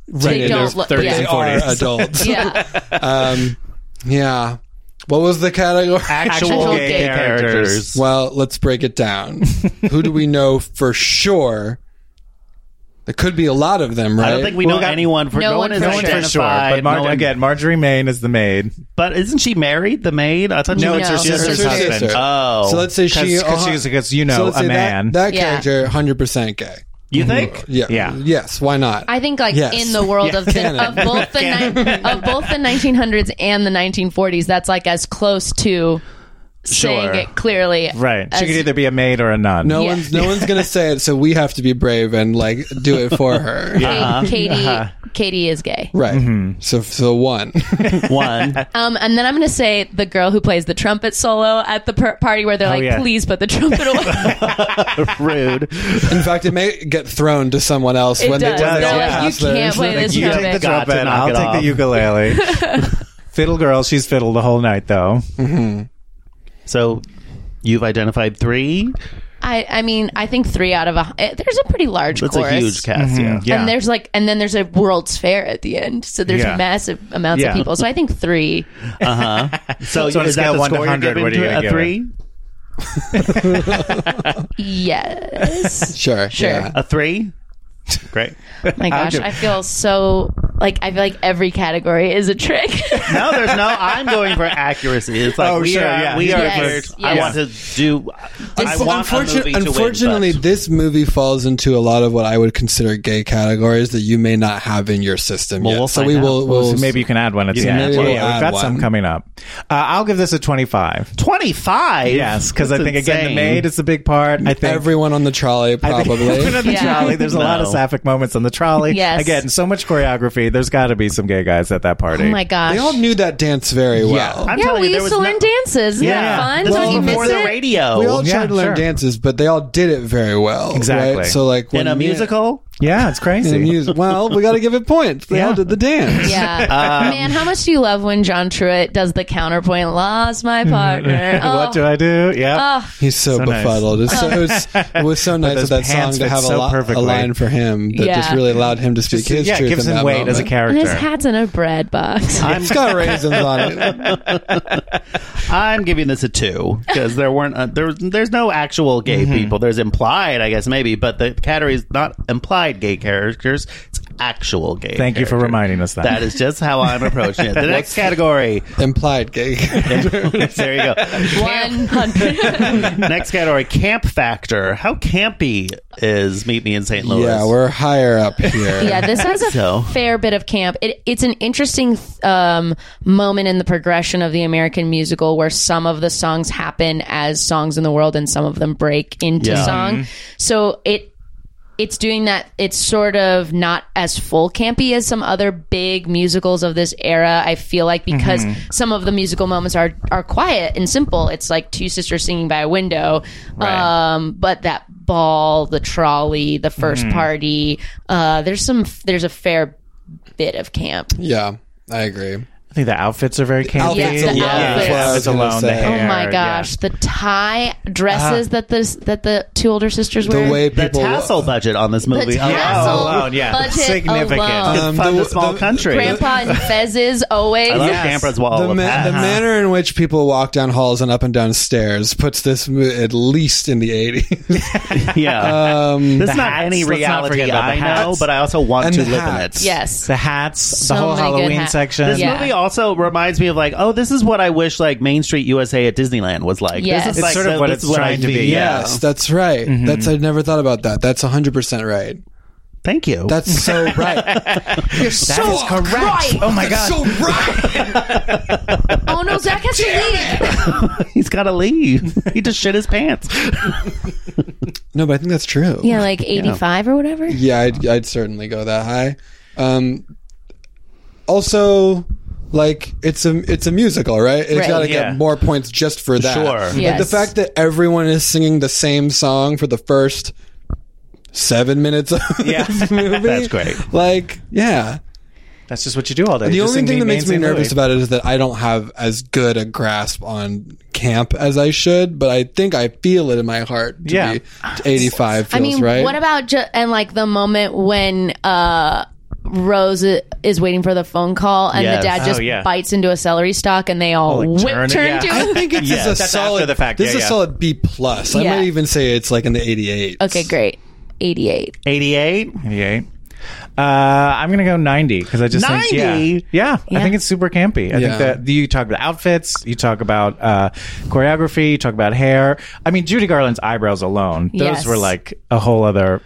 [SPEAKER 6] right
[SPEAKER 7] They
[SPEAKER 6] in their
[SPEAKER 7] don't look-
[SPEAKER 6] 30s and
[SPEAKER 7] yeah.
[SPEAKER 6] 40s. adults.
[SPEAKER 7] yeah.
[SPEAKER 6] Um, yeah. What was the category?
[SPEAKER 3] actual
[SPEAKER 7] Actual
[SPEAKER 3] gay,
[SPEAKER 7] gay
[SPEAKER 3] characters.
[SPEAKER 6] Well, let's break it down. Who do we know for sure? There could be a lot of them, right?
[SPEAKER 3] I don't think we know anyone for
[SPEAKER 7] No
[SPEAKER 3] no,
[SPEAKER 7] one
[SPEAKER 3] one is
[SPEAKER 7] for sure.
[SPEAKER 3] identified.
[SPEAKER 7] for
[SPEAKER 2] sure. But Mar-
[SPEAKER 3] no one-
[SPEAKER 2] again, Marjorie Main is the maid.
[SPEAKER 3] but isn't she married? The maid? I thought she
[SPEAKER 2] No,
[SPEAKER 3] was
[SPEAKER 2] it's her
[SPEAKER 7] No.
[SPEAKER 6] It's her
[SPEAKER 2] sister's
[SPEAKER 6] sister.
[SPEAKER 2] husband.
[SPEAKER 3] Oh,
[SPEAKER 6] So let's say she. uh-huh.
[SPEAKER 2] 'Cause- 'cause she's- 'cause you know,
[SPEAKER 6] let's
[SPEAKER 2] a
[SPEAKER 6] say that-
[SPEAKER 2] man.
[SPEAKER 6] That,
[SPEAKER 7] Yeah.
[SPEAKER 6] character, hundred percent gay.
[SPEAKER 3] you think?
[SPEAKER 6] Yeah.
[SPEAKER 2] Yeah.
[SPEAKER 6] Yes. Why not?
[SPEAKER 7] I think like
[SPEAKER 6] Yes.
[SPEAKER 7] in the world of,
[SPEAKER 6] Canon.
[SPEAKER 7] the, of both the ni- of both the 1900s and the 1940s, that's like as close to
[SPEAKER 3] Sure.
[SPEAKER 7] saying it clearly.
[SPEAKER 2] Right.
[SPEAKER 7] as-
[SPEAKER 2] she could either be a maid or a nun.
[SPEAKER 6] no
[SPEAKER 7] Yeah.
[SPEAKER 6] one's no one's gonna say it, so we have to be brave and like do it for her.
[SPEAKER 7] Ka-
[SPEAKER 3] Uh-huh.
[SPEAKER 7] Katie, Katie is gay.
[SPEAKER 6] Right.
[SPEAKER 2] Mm-hmm.
[SPEAKER 6] So so one.
[SPEAKER 3] One.
[SPEAKER 7] Um, and then I'm going to say the girl who plays the trumpet solo at the per- party where they're like,
[SPEAKER 2] yeah.
[SPEAKER 7] please put the trumpet away.
[SPEAKER 3] Rude.
[SPEAKER 6] In fact, it may get thrown to someone else
[SPEAKER 7] It
[SPEAKER 6] when
[SPEAKER 7] does.
[SPEAKER 6] they when they
[SPEAKER 7] They're
[SPEAKER 2] like,
[SPEAKER 6] pass
[SPEAKER 7] "You
[SPEAKER 6] theirs.
[SPEAKER 7] can't play this
[SPEAKER 2] You
[SPEAKER 7] Yeah.
[SPEAKER 2] take the
[SPEAKER 3] Got to
[SPEAKER 2] trumpet.
[SPEAKER 3] knock
[SPEAKER 2] I'll
[SPEAKER 3] it
[SPEAKER 2] take
[SPEAKER 3] off.
[SPEAKER 2] the ukulele. fiddle girl, she's fiddled the whole night though.
[SPEAKER 3] So you've identified three.
[SPEAKER 7] I, I mean, I think three out of a. eh, There's a pretty large
[SPEAKER 3] That's
[SPEAKER 7] chorus.
[SPEAKER 3] a huge cast. Yeah.
[SPEAKER 2] Mm-hmm. Yeah.
[SPEAKER 7] And there's like, and then there's a World's Fair at the end. So there's
[SPEAKER 2] Yeah.
[SPEAKER 7] massive amounts
[SPEAKER 2] Yeah.
[SPEAKER 7] of people. So I think three.
[SPEAKER 3] Uh-huh. So,
[SPEAKER 2] So on a
[SPEAKER 3] is that
[SPEAKER 2] scale
[SPEAKER 3] the
[SPEAKER 2] of one to
[SPEAKER 3] score you're
[SPEAKER 2] 100,
[SPEAKER 3] giving
[SPEAKER 2] what are you
[SPEAKER 3] to
[SPEAKER 2] gonna
[SPEAKER 3] a
[SPEAKER 2] give
[SPEAKER 3] three?
[SPEAKER 7] Yes.
[SPEAKER 6] Sure.
[SPEAKER 7] Sure.
[SPEAKER 6] Yeah.
[SPEAKER 3] A three. Great.
[SPEAKER 7] My gosh, I feel so like I feel like every category is a trick.
[SPEAKER 3] No, there's no. I'm going for accuracy. It's like
[SPEAKER 2] Oh,
[SPEAKER 3] we
[SPEAKER 2] sure,
[SPEAKER 3] are.
[SPEAKER 2] yeah.
[SPEAKER 3] We
[SPEAKER 2] He's
[SPEAKER 3] are.
[SPEAKER 7] going for-
[SPEAKER 3] here to- I
[SPEAKER 7] yes.
[SPEAKER 3] want to do. I
[SPEAKER 6] Unfor-
[SPEAKER 3] want
[SPEAKER 6] unfortun-
[SPEAKER 3] a movie to win,
[SPEAKER 6] unfortunately,
[SPEAKER 3] but-
[SPEAKER 6] this movie falls into a lot of what I would consider gay categories that you may not have in your system
[SPEAKER 3] Well,
[SPEAKER 6] yet.
[SPEAKER 3] we'll
[SPEAKER 6] so
[SPEAKER 3] find
[SPEAKER 6] we
[SPEAKER 3] out.
[SPEAKER 6] will.
[SPEAKER 2] Well,
[SPEAKER 6] We'll,
[SPEAKER 2] so maybe you can add one at the
[SPEAKER 6] Yeah,
[SPEAKER 2] end.
[SPEAKER 6] maybe
[SPEAKER 2] Yeah,
[SPEAKER 6] we'll
[SPEAKER 2] yeah, we've
[SPEAKER 6] add
[SPEAKER 2] got some
[SPEAKER 6] one.
[SPEAKER 2] coming up. Uh, I'll give this a 25.
[SPEAKER 3] 25.
[SPEAKER 2] Yes, because I
[SPEAKER 3] That's
[SPEAKER 2] think again the
[SPEAKER 3] insane.
[SPEAKER 2] maid is a big part. I think
[SPEAKER 6] everyone on the trolley
[SPEAKER 2] I think-
[SPEAKER 6] probably.
[SPEAKER 2] Even on the
[SPEAKER 7] Yeah.
[SPEAKER 2] trolley, there's a lot of
[SPEAKER 3] No.
[SPEAKER 2] sapphic moments on the trolley.
[SPEAKER 7] Yes.
[SPEAKER 2] Again, so much choreography. There's got to be some gay guys at that party.
[SPEAKER 7] oh my gosh.
[SPEAKER 6] they all knew that dance very well.
[SPEAKER 3] I'm
[SPEAKER 7] yeah,
[SPEAKER 3] telling
[SPEAKER 7] we
[SPEAKER 3] you, there
[SPEAKER 7] used to
[SPEAKER 3] was
[SPEAKER 7] learn
[SPEAKER 3] no-
[SPEAKER 7] dances. Isn't that fun?
[SPEAKER 3] This
[SPEAKER 7] Don't you
[SPEAKER 3] was
[SPEAKER 7] miss
[SPEAKER 3] before the
[SPEAKER 7] it?
[SPEAKER 3] radio.
[SPEAKER 6] we all
[SPEAKER 2] yeah,
[SPEAKER 6] tried to learn
[SPEAKER 2] sure.
[SPEAKER 6] dances, but they all did it very well.
[SPEAKER 2] Exactly.
[SPEAKER 6] Right? So like
[SPEAKER 3] in
[SPEAKER 6] when
[SPEAKER 3] a
[SPEAKER 6] me-
[SPEAKER 3] musical.
[SPEAKER 2] Yeah, it's
[SPEAKER 6] In
[SPEAKER 2] crazy.
[SPEAKER 6] a music. Well, we got to give it points. They all
[SPEAKER 2] Yeah.
[SPEAKER 6] did the dance.
[SPEAKER 2] Um,
[SPEAKER 7] Yeah. Man, how much do you love when John Truitt does the counterpoint? Lost my partner. Oh,
[SPEAKER 2] what do I do? Yeah.
[SPEAKER 7] oh,
[SPEAKER 6] He's so,
[SPEAKER 2] So nice.
[SPEAKER 6] befuddled. It's so, it, was, it was so nice
[SPEAKER 2] those
[SPEAKER 6] of that song
[SPEAKER 2] pants
[SPEAKER 6] to
[SPEAKER 2] fit
[SPEAKER 6] have a,
[SPEAKER 2] so
[SPEAKER 6] lot, a
[SPEAKER 2] perfectly.
[SPEAKER 6] line for him that just
[SPEAKER 7] Yeah.
[SPEAKER 6] really allowed him to speak his
[SPEAKER 2] yeah,
[SPEAKER 6] truth.
[SPEAKER 2] gives
[SPEAKER 6] in
[SPEAKER 2] him
[SPEAKER 6] that
[SPEAKER 2] weight
[SPEAKER 6] moment.
[SPEAKER 2] as a
[SPEAKER 7] Oh, and his
[SPEAKER 2] character.
[SPEAKER 7] hat's in a bread box.
[SPEAKER 6] It's got raisins on it.
[SPEAKER 3] I'm giving this a two because there weren't uh there. was- There's no actual gay
[SPEAKER 6] Mm-hmm.
[SPEAKER 3] people. There's implied, I guess, maybe, but the category is not implied gay characters. It's actual gay.
[SPEAKER 2] Thank you for
[SPEAKER 3] characters.
[SPEAKER 2] reminding us that.
[SPEAKER 3] That is just how I'm approaching it. The next category.
[SPEAKER 6] Implied gay.
[SPEAKER 3] there you go.
[SPEAKER 7] 100.
[SPEAKER 3] Next category: camp factor. How campy is Meet Me in St. Louis?
[SPEAKER 6] yeah, we're higher up here.
[SPEAKER 7] yeah, this has a
[SPEAKER 3] So.
[SPEAKER 7] fair bit of camp. It, it's an interesting th- um, moment in the progression of the American musical where some of the songs happen as songs in the world and some of them break into
[SPEAKER 3] Yeah.
[SPEAKER 7] song.
[SPEAKER 2] Mm-hmm.
[SPEAKER 7] So it it's doing that it's sort of not as full campy as some other big musicals of this era i feel like because
[SPEAKER 2] Mm-hmm.
[SPEAKER 7] some of the musical moments are are quiet and simple it's like two sisters singing by a window um but that ball the trolley the 1st
[SPEAKER 2] Mm-hmm.
[SPEAKER 7] party uh there's some there's a fair bit of camp
[SPEAKER 6] Yeah, I agree.
[SPEAKER 2] I think the outfits are very campy.
[SPEAKER 7] outfits
[SPEAKER 2] yeah,
[SPEAKER 7] alone
[SPEAKER 2] yeah.
[SPEAKER 7] is what I was
[SPEAKER 2] outfits
[SPEAKER 6] gonna
[SPEAKER 2] alone. The
[SPEAKER 6] say.
[SPEAKER 2] hair,
[SPEAKER 7] oh my
[SPEAKER 2] yeah. Uh.
[SPEAKER 7] gosh, the tie dresses that the that the two older sisters wear.
[SPEAKER 6] the way
[SPEAKER 3] The
[SPEAKER 6] people
[SPEAKER 3] tassel budget on this
[SPEAKER 7] the
[SPEAKER 3] movie. alone.
[SPEAKER 7] tassel
[SPEAKER 2] alone, yeah.
[SPEAKER 7] budget
[SPEAKER 2] Significant.
[SPEAKER 7] alone.
[SPEAKER 3] It's
[SPEAKER 6] Um,
[SPEAKER 3] fun
[SPEAKER 6] the-
[SPEAKER 3] to small
[SPEAKER 6] the-
[SPEAKER 3] country.
[SPEAKER 7] Grandpa and Fez's always.
[SPEAKER 3] I love Uh-huh.
[SPEAKER 2] Yes.
[SPEAKER 3] Grandpa's wall
[SPEAKER 6] the,
[SPEAKER 3] of
[SPEAKER 6] ma- the
[SPEAKER 3] hats.
[SPEAKER 6] manner in which people walk down halls and up and down stairs puts this mo- at least in the 80s.
[SPEAKER 3] Yeah.
[SPEAKER 6] Um,
[SPEAKER 3] This is not
[SPEAKER 2] hats,
[SPEAKER 3] any
[SPEAKER 2] let's not
[SPEAKER 3] reality
[SPEAKER 2] forget about
[SPEAKER 3] I
[SPEAKER 2] the
[SPEAKER 3] know,
[SPEAKER 2] hats.
[SPEAKER 3] but I also want
[SPEAKER 6] And
[SPEAKER 3] to
[SPEAKER 6] the
[SPEAKER 3] live
[SPEAKER 6] hats.
[SPEAKER 3] in it.
[SPEAKER 7] yes.
[SPEAKER 2] The hats,
[SPEAKER 7] So
[SPEAKER 2] the whole
[SPEAKER 7] many good
[SPEAKER 2] Halloween
[SPEAKER 7] hats.
[SPEAKER 2] section.
[SPEAKER 3] This
[SPEAKER 7] Yeah.
[SPEAKER 3] movie also reminds me of like, oh, this is what I wish like Main Street USA at Disneyland was like.
[SPEAKER 7] Yes.
[SPEAKER 3] This is
[SPEAKER 7] It's
[SPEAKER 3] like
[SPEAKER 2] sort of
[SPEAKER 3] the-
[SPEAKER 2] what
[SPEAKER 3] this
[SPEAKER 2] it's
[SPEAKER 3] is I
[SPEAKER 2] trying to be,
[SPEAKER 3] need.
[SPEAKER 2] yeah.
[SPEAKER 6] yes, that's right.
[SPEAKER 2] Mm-hmm.
[SPEAKER 6] That's I never thought about that. That's 100% right.
[SPEAKER 3] Thank you.
[SPEAKER 6] That's so right.
[SPEAKER 7] You're so
[SPEAKER 2] is correct.
[SPEAKER 7] right.
[SPEAKER 2] Oh my god.
[SPEAKER 6] so right.
[SPEAKER 7] Oh no, Zach has to leave.
[SPEAKER 3] He's got to leave. he just shit his pants.
[SPEAKER 6] No, but I think that's true.
[SPEAKER 7] Yeah, like 85 or whatever.
[SPEAKER 6] Yeah, I'd, I'd certainly go that high. Um, also, like it's a it's a musical, right? It's
[SPEAKER 7] Right.
[SPEAKER 6] got to
[SPEAKER 3] Yeah.
[SPEAKER 6] get more points just for that.
[SPEAKER 3] Sure.
[SPEAKER 6] Like,
[SPEAKER 7] Yes.
[SPEAKER 6] the fact that everyone is singing the same song for the first seven minutes of
[SPEAKER 2] Yeah.
[SPEAKER 6] this movie.
[SPEAKER 3] That's great.
[SPEAKER 6] Like, yeah.
[SPEAKER 2] That's just what you do all day.
[SPEAKER 6] The
[SPEAKER 2] You just
[SPEAKER 6] only
[SPEAKER 2] sing
[SPEAKER 6] thing that makes me
[SPEAKER 2] Nancy
[SPEAKER 6] nervous
[SPEAKER 2] Louie.
[SPEAKER 6] about it is that I don't have as good a grasp on camp as I should, but I think I feel it in my heart. To
[SPEAKER 2] Yeah.
[SPEAKER 6] be 85 feels
[SPEAKER 7] I mean,
[SPEAKER 6] right.
[SPEAKER 7] what about ju- and like the moment when uh Rose i- is waiting for the phone call and
[SPEAKER 3] Yes.
[SPEAKER 7] the dad just
[SPEAKER 2] Oh, yeah.
[SPEAKER 7] bites into a celery stalk and they all
[SPEAKER 2] Oh, like
[SPEAKER 7] whip,
[SPEAKER 2] turn it-
[SPEAKER 7] turn
[SPEAKER 2] yeah.
[SPEAKER 7] to
[SPEAKER 6] I think it's
[SPEAKER 2] Yeah,
[SPEAKER 6] just a
[SPEAKER 2] that's
[SPEAKER 6] solid.
[SPEAKER 2] after the fact.
[SPEAKER 6] This
[SPEAKER 2] Yeah,
[SPEAKER 6] is
[SPEAKER 2] yeah.
[SPEAKER 6] a solid B plus. I
[SPEAKER 7] Yeah.
[SPEAKER 6] might even say it's like in the eighty eight.
[SPEAKER 7] Okay, great. 88.
[SPEAKER 3] 88.
[SPEAKER 2] 88. Uh, I'm gonna go 90 because I just think yeah.
[SPEAKER 3] 90?
[SPEAKER 2] yeah,
[SPEAKER 7] Yeah.
[SPEAKER 2] I think it's super campy. I
[SPEAKER 6] Yeah.
[SPEAKER 2] think that you talk about outfits, you talk about uh, choreography, you talk about hair. I mean, Judy Garland's eyebrows alone; those
[SPEAKER 7] Yes.
[SPEAKER 2] were like a whole other.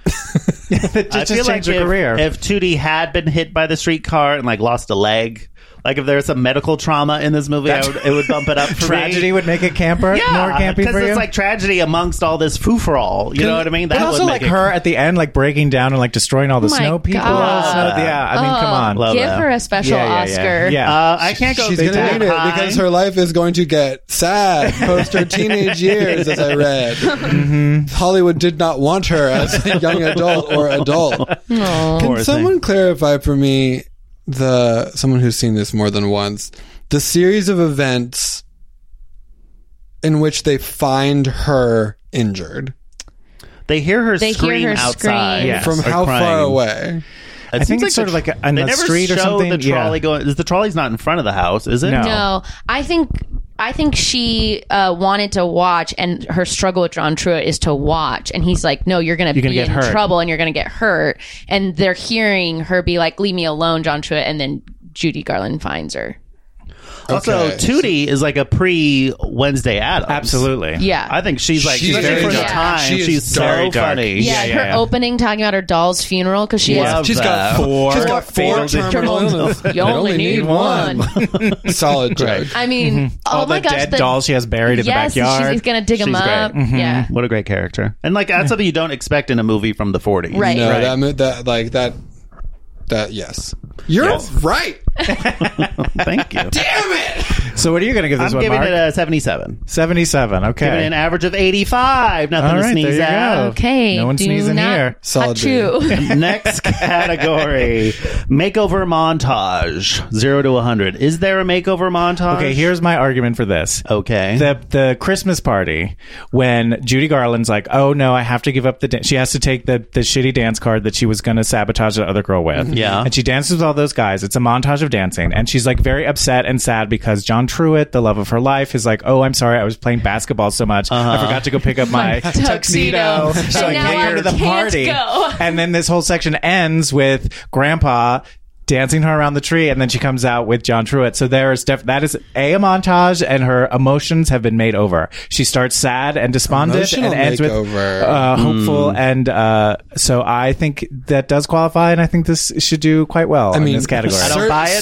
[SPEAKER 2] that
[SPEAKER 3] I
[SPEAKER 2] just, just changed
[SPEAKER 3] if,
[SPEAKER 2] her career.
[SPEAKER 3] if 2D had been hit by the streetcar and like lost a leg, like if there was some medical trauma in this movie, I would, it would bump it up for me.
[SPEAKER 2] Tragedy would make a camper more
[SPEAKER 3] Yeah,
[SPEAKER 2] campy
[SPEAKER 3] because
[SPEAKER 2] for you.
[SPEAKER 3] it's like tragedy amongst all this foo for all. You know what I mean?
[SPEAKER 2] and also
[SPEAKER 3] would
[SPEAKER 2] like
[SPEAKER 3] make it- Oh
[SPEAKER 2] her at the end, like breaking down and like destroying all the
[SPEAKER 7] My
[SPEAKER 2] snow people.
[SPEAKER 7] God.
[SPEAKER 2] So, yeah, I mean, come on,
[SPEAKER 3] Love
[SPEAKER 7] Oh, Give
[SPEAKER 3] that.
[SPEAKER 7] her a special
[SPEAKER 2] yeah, yeah,
[SPEAKER 7] Oscar.
[SPEAKER 2] Yeah, yeah.
[SPEAKER 3] Uh, I can't go.
[SPEAKER 6] She's
[SPEAKER 3] they
[SPEAKER 6] gonna
[SPEAKER 3] did
[SPEAKER 6] need it
[SPEAKER 3] high.
[SPEAKER 6] because her life is going to get sad post her teenage years, as I read. Hollywood did not want her as a young adult or adult. Can someone clarify for me the someone who's seen this more than once the series of events in which they find her injured
[SPEAKER 3] They hear her
[SPEAKER 7] They hear
[SPEAKER 3] scream
[SPEAKER 7] her
[SPEAKER 3] outside.
[SPEAKER 7] scream.
[SPEAKER 2] Yes.
[SPEAKER 6] from
[SPEAKER 3] Or
[SPEAKER 6] how far
[SPEAKER 3] crying.
[SPEAKER 6] away?
[SPEAKER 3] It
[SPEAKER 2] I
[SPEAKER 3] seems
[SPEAKER 2] think it's sort
[SPEAKER 3] the
[SPEAKER 2] of like
[SPEAKER 3] tr-
[SPEAKER 2] a- on
[SPEAKER 3] they
[SPEAKER 2] a
[SPEAKER 3] never
[SPEAKER 2] street or
[SPEAKER 3] show
[SPEAKER 2] something.
[SPEAKER 3] The
[SPEAKER 2] Yeah.
[SPEAKER 3] trolley going. Is the trolley's not in front of the house? Is it?
[SPEAKER 2] No.
[SPEAKER 7] No, I think I think she uh, wanted to watch, and her struggle with John Truitt is to watch, and he's like, "No, you're gonna be
[SPEAKER 2] gonna get
[SPEAKER 7] in
[SPEAKER 2] hurt.
[SPEAKER 7] trouble, and you're gonna get hurt." And they're hearing her be like, "Leave me alone, John Truitt," and then Judy Garland finds her.
[SPEAKER 3] Also,
[SPEAKER 6] Okay.
[SPEAKER 3] Tootie is like a pre Wednesday Addams.
[SPEAKER 2] Absolutely.
[SPEAKER 7] Yeah,
[SPEAKER 3] I think she's like
[SPEAKER 6] She's
[SPEAKER 3] she's
[SPEAKER 6] very
[SPEAKER 3] for the
[SPEAKER 7] dark.
[SPEAKER 3] time.
[SPEAKER 6] She is
[SPEAKER 3] she's so
[SPEAKER 6] very dark.
[SPEAKER 3] funny.
[SPEAKER 7] yeah,
[SPEAKER 2] yeah,
[SPEAKER 7] her
[SPEAKER 2] yeah.
[SPEAKER 7] opening talking about her doll's funeral because she
[SPEAKER 3] Love
[SPEAKER 7] has
[SPEAKER 6] She's got
[SPEAKER 3] that.
[SPEAKER 6] four. She's got
[SPEAKER 2] four
[SPEAKER 6] four terminal illness.
[SPEAKER 7] You
[SPEAKER 6] They
[SPEAKER 7] only need one.
[SPEAKER 6] Solid joke.
[SPEAKER 7] I mean, oh
[SPEAKER 2] Mm-hmm. all
[SPEAKER 7] my
[SPEAKER 2] the
[SPEAKER 7] gosh,
[SPEAKER 2] dead
[SPEAKER 7] the-
[SPEAKER 2] dolls she has buried in
[SPEAKER 7] yes,
[SPEAKER 2] the backyard. Mm-hmm.
[SPEAKER 7] she's gonna dig them
[SPEAKER 3] She's great.
[SPEAKER 7] up. Yeah,
[SPEAKER 3] What a great character. And like that's something you don't expect in a movie from the 40s.
[SPEAKER 7] Right.
[SPEAKER 6] No, that mo- that like that that yes. You're right.
[SPEAKER 3] Thank you.
[SPEAKER 2] so, what are you going to give this
[SPEAKER 3] I'm
[SPEAKER 2] one,
[SPEAKER 3] giving
[SPEAKER 2] Mark?
[SPEAKER 3] it a 77.
[SPEAKER 2] 77. Okay.
[SPEAKER 3] Giving it an average of 85. Nothing
[SPEAKER 2] All
[SPEAKER 3] to
[SPEAKER 2] right,
[SPEAKER 3] sneeze
[SPEAKER 2] there you
[SPEAKER 3] at.
[SPEAKER 2] go.
[SPEAKER 7] Okay,
[SPEAKER 2] No one's
[SPEAKER 7] do
[SPEAKER 2] sneezing
[SPEAKER 7] not
[SPEAKER 2] here.
[SPEAKER 6] Solid
[SPEAKER 7] Achoo.
[SPEAKER 3] Next category makeover montage. Zero to 100. Is there a makeover montage?
[SPEAKER 2] Okay, here's my argument for this.
[SPEAKER 3] Okay.
[SPEAKER 2] The the Christmas party when Judy Garland's like, "Oh no, I have to give up the da-. she has to take the the shitty dance card that she was going to sabotage the other girl with."
[SPEAKER 3] Mm-hmm. Yeah.
[SPEAKER 2] And she dances with all those guys. It's a montage of dancing and she's like very upset and sad because John Truitt, the love of her life, is like, "Oh, I'm sorry. I was playing basketball so much.
[SPEAKER 3] Uh-huh.
[SPEAKER 2] I forgot to go pick up my tuxedo."
[SPEAKER 7] tuxedo.
[SPEAKER 2] so I
[SPEAKER 7] And now
[SPEAKER 2] can't
[SPEAKER 7] I
[SPEAKER 2] go to the
[SPEAKER 7] can't
[SPEAKER 2] party.
[SPEAKER 7] go.
[SPEAKER 2] And then this whole section ends with Grandpa dancing her around the tree, and then she comes out with John Truitt. So there is def- that is a, a montage, and her emotions have been made over. She starts sad and despondent,
[SPEAKER 6] Emotional
[SPEAKER 2] and ends
[SPEAKER 6] makeover.
[SPEAKER 2] with uh, hopeful.
[SPEAKER 3] Hmm.
[SPEAKER 2] And uh, so I think that does qualify, and I think this should do quite well in this category.
[SPEAKER 3] I don't
[SPEAKER 6] cer-
[SPEAKER 3] buy it, but-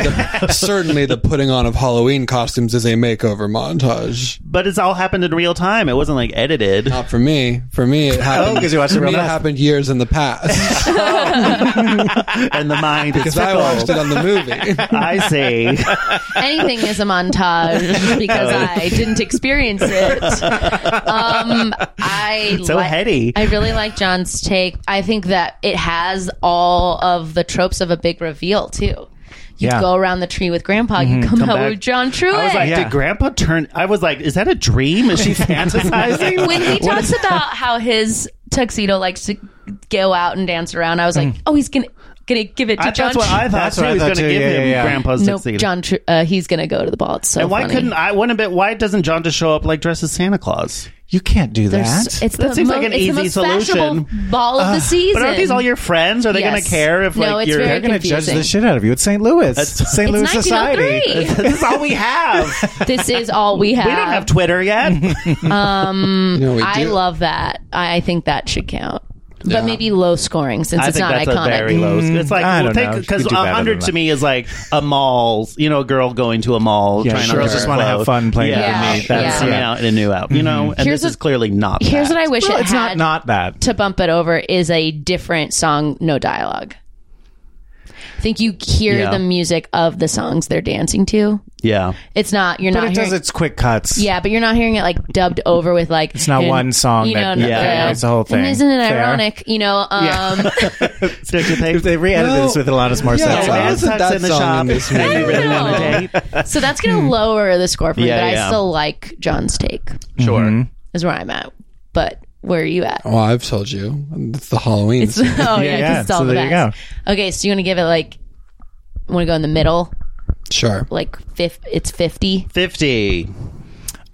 [SPEAKER 6] the, certainly the putting on of Halloween costumes is a makeover montage.
[SPEAKER 3] but it's all happened in real time. It wasn't like edited.
[SPEAKER 6] Not for me. For me, it happened.
[SPEAKER 2] 'cause you watched it
[SPEAKER 6] for me,
[SPEAKER 2] real
[SPEAKER 6] it
[SPEAKER 2] fast.
[SPEAKER 6] happened years in the past
[SPEAKER 3] and the mind is
[SPEAKER 6] because I watched it
[SPEAKER 3] fickle.
[SPEAKER 6] on the movie.
[SPEAKER 3] I see.
[SPEAKER 7] anything is a montage because
[SPEAKER 3] Oh.
[SPEAKER 7] I didn't experience it. Um, I
[SPEAKER 3] So heady.
[SPEAKER 7] I really like John's take. I think that it has all of the tropes of a big reveal too. you
[SPEAKER 2] Yeah.
[SPEAKER 7] go around the tree with Grandpa, you come, out with John Truitt.
[SPEAKER 3] Mm-hmm. I was like,
[SPEAKER 2] Yeah.
[SPEAKER 3] did Grandpa turn? I was like, is that a dream? Is she fantasizing?
[SPEAKER 7] when he talks about how his tuxedo likes to go out and dance around, I was like, oh, he's gonna gonna give it to
[SPEAKER 3] Mm. I,
[SPEAKER 7] John.
[SPEAKER 3] that's what I thought.
[SPEAKER 2] That's
[SPEAKER 3] too.
[SPEAKER 2] what I
[SPEAKER 3] He was
[SPEAKER 2] thought,
[SPEAKER 3] going to
[SPEAKER 2] too.
[SPEAKER 3] give
[SPEAKER 2] Yeah,
[SPEAKER 3] him
[SPEAKER 2] yeah, yeah.
[SPEAKER 3] Grandpa's
[SPEAKER 7] no,
[SPEAKER 3] tuxedo.
[SPEAKER 7] John. Tru- uh, he's gonna go to the ball. It's so
[SPEAKER 3] and why
[SPEAKER 7] funny.
[SPEAKER 3] couldn't I? Wouldn't it? Be, why doesn't John just show up like dressed as Santa Claus?
[SPEAKER 2] You can't do
[SPEAKER 7] There's-
[SPEAKER 2] that.
[SPEAKER 7] it's
[SPEAKER 3] That
[SPEAKER 7] the
[SPEAKER 3] seems
[SPEAKER 7] mo-
[SPEAKER 3] like an
[SPEAKER 7] it's the
[SPEAKER 3] easy
[SPEAKER 7] most fashionable
[SPEAKER 3] solution. Uh,
[SPEAKER 7] ball of the season.
[SPEAKER 3] But aren't these all your friends? Are they going
[SPEAKER 7] Yes.
[SPEAKER 3] to care if like
[SPEAKER 7] No, it's
[SPEAKER 3] you're?
[SPEAKER 7] very
[SPEAKER 2] They're going to judge
[SPEAKER 7] confusing.
[SPEAKER 2] the shit out of you. It's St. Louis.
[SPEAKER 3] That's-
[SPEAKER 2] St.
[SPEAKER 7] It's
[SPEAKER 2] Louis society.
[SPEAKER 7] 1903.
[SPEAKER 3] this is all we have.
[SPEAKER 7] this is all we have.
[SPEAKER 3] we don't have Twitter yet.
[SPEAKER 6] No, we
[SPEAKER 7] I
[SPEAKER 6] do.
[SPEAKER 7] love that. I I think that should count. But maybe low scoring since
[SPEAKER 3] I
[SPEAKER 7] it's
[SPEAKER 3] think
[SPEAKER 7] not
[SPEAKER 3] that's a
[SPEAKER 7] iconic. Mm.
[SPEAKER 3] very low. It's like
[SPEAKER 2] I
[SPEAKER 3] well,
[SPEAKER 2] don't know.
[SPEAKER 3] take
[SPEAKER 2] You could
[SPEAKER 3] because
[SPEAKER 2] do better
[SPEAKER 3] hundred
[SPEAKER 2] than
[SPEAKER 3] to
[SPEAKER 2] that.
[SPEAKER 3] me is like a mall's. You know, a girl going to a mall.
[SPEAKER 2] Yeah,
[SPEAKER 3] trying
[SPEAKER 2] girls
[SPEAKER 3] on her
[SPEAKER 2] just wanna have
[SPEAKER 3] clothes.
[SPEAKER 2] fun playing
[SPEAKER 7] with
[SPEAKER 3] yeah.
[SPEAKER 7] me.
[SPEAKER 3] Yeah.
[SPEAKER 7] That's-
[SPEAKER 3] coming
[SPEAKER 2] yeah.
[SPEAKER 3] out in a new out. You know, and
[SPEAKER 7] Mm-hmm. Here's
[SPEAKER 3] this
[SPEAKER 7] what-
[SPEAKER 3] is clearly not.
[SPEAKER 7] Mm. Here's
[SPEAKER 3] that.
[SPEAKER 7] what I wish
[SPEAKER 2] Well,
[SPEAKER 7] it
[SPEAKER 2] it's not
[SPEAKER 7] had
[SPEAKER 2] not bad.
[SPEAKER 7] to bump it over is a different song, no dialogue. I think you hear
[SPEAKER 3] Yeah.
[SPEAKER 7] the music of the songs they're dancing to.
[SPEAKER 3] Yeah.
[SPEAKER 7] It's not you're
[SPEAKER 2] But
[SPEAKER 7] not
[SPEAKER 2] it
[SPEAKER 7] hearing
[SPEAKER 2] does its quick cuts.
[SPEAKER 7] yeah, but you're not hearing it like dubbed over with like it's
[SPEAKER 2] not one song
[SPEAKER 7] You know,
[SPEAKER 2] that-
[SPEAKER 3] yeah,
[SPEAKER 2] it's the whole
[SPEAKER 7] And
[SPEAKER 2] thing.
[SPEAKER 7] isn't it
[SPEAKER 2] Fair.
[SPEAKER 7] ironic? You know, um,
[SPEAKER 3] Don't you think?
[SPEAKER 2] If they re-edited
[SPEAKER 6] Well,
[SPEAKER 2] this with Alanis Morissette,
[SPEAKER 6] yeah,
[SPEAKER 2] songs,
[SPEAKER 6] why
[SPEAKER 3] man
[SPEAKER 6] isn't
[SPEAKER 3] sucks
[SPEAKER 6] that
[SPEAKER 3] in the
[SPEAKER 6] song
[SPEAKER 3] shop.
[SPEAKER 6] in this
[SPEAKER 3] Have
[SPEAKER 6] movie?
[SPEAKER 3] you been on a date?
[SPEAKER 7] so that's
[SPEAKER 2] Hmm.
[SPEAKER 7] gonna lower the score for me.
[SPEAKER 3] Yeah,
[SPEAKER 7] but I
[SPEAKER 3] yeah.
[SPEAKER 7] still like John's take.
[SPEAKER 3] Sure.
[SPEAKER 7] Is where I'm at. But where are you at?
[SPEAKER 6] Well, Oh, I've told you. It's the Halloween.
[SPEAKER 7] It's, oh yeah, 'cause
[SPEAKER 2] Oh, yeah.
[SPEAKER 7] it's all
[SPEAKER 2] So
[SPEAKER 7] the
[SPEAKER 2] there you
[SPEAKER 7] best. Okay, so you want to give it like, want to go in the middle,
[SPEAKER 6] sure.
[SPEAKER 7] like fif- it's fifty.
[SPEAKER 3] 50.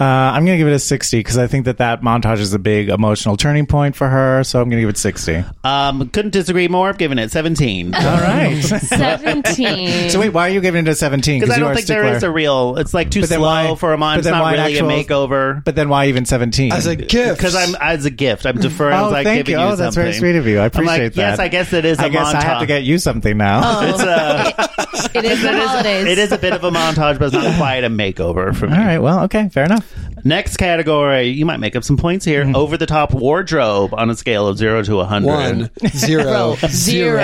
[SPEAKER 2] uh, I'm going to give it a 60 because I think that that montage is a big emotional turning point for her. So I'm going to give it 60.
[SPEAKER 3] Um, couldn't disagree more. I'm giving it 17.
[SPEAKER 2] All right.
[SPEAKER 7] 17.
[SPEAKER 2] so wait, why are you giving it a 17?
[SPEAKER 3] Because I
[SPEAKER 2] you
[SPEAKER 3] don't
[SPEAKER 2] are
[SPEAKER 3] think there is a real. It's like too
[SPEAKER 2] But then
[SPEAKER 3] slow
[SPEAKER 2] why-
[SPEAKER 3] for a
[SPEAKER 2] but
[SPEAKER 3] month. It's
[SPEAKER 2] then
[SPEAKER 3] not
[SPEAKER 2] why an
[SPEAKER 3] really
[SPEAKER 2] actual-
[SPEAKER 3] a makeover.
[SPEAKER 2] But then why even 17?
[SPEAKER 6] As a gift.
[SPEAKER 3] Because I'm as a gift, I'm deferring. I
[SPEAKER 2] Oh,
[SPEAKER 3] was like
[SPEAKER 2] thank you.
[SPEAKER 3] giving
[SPEAKER 2] Oh, that's very
[SPEAKER 3] something.
[SPEAKER 2] sweet of you. I
[SPEAKER 3] I'm like,
[SPEAKER 2] appreciate that.
[SPEAKER 3] Yes, I guess it is. a
[SPEAKER 2] I guess I have to
[SPEAKER 3] montage.
[SPEAKER 2] get you something now.
[SPEAKER 3] It's a,
[SPEAKER 7] it is the holidays.
[SPEAKER 3] it is a bit of a montage, but it's not quite a makeover for me.
[SPEAKER 2] All right. Well, okay. Fair enough.
[SPEAKER 3] Next category, you might make up some points here.
[SPEAKER 2] Mm-hmm.
[SPEAKER 3] Over the top wardrobe on a scale of zero to a hundred. Ah!
[SPEAKER 6] One, zero,
[SPEAKER 7] Zero.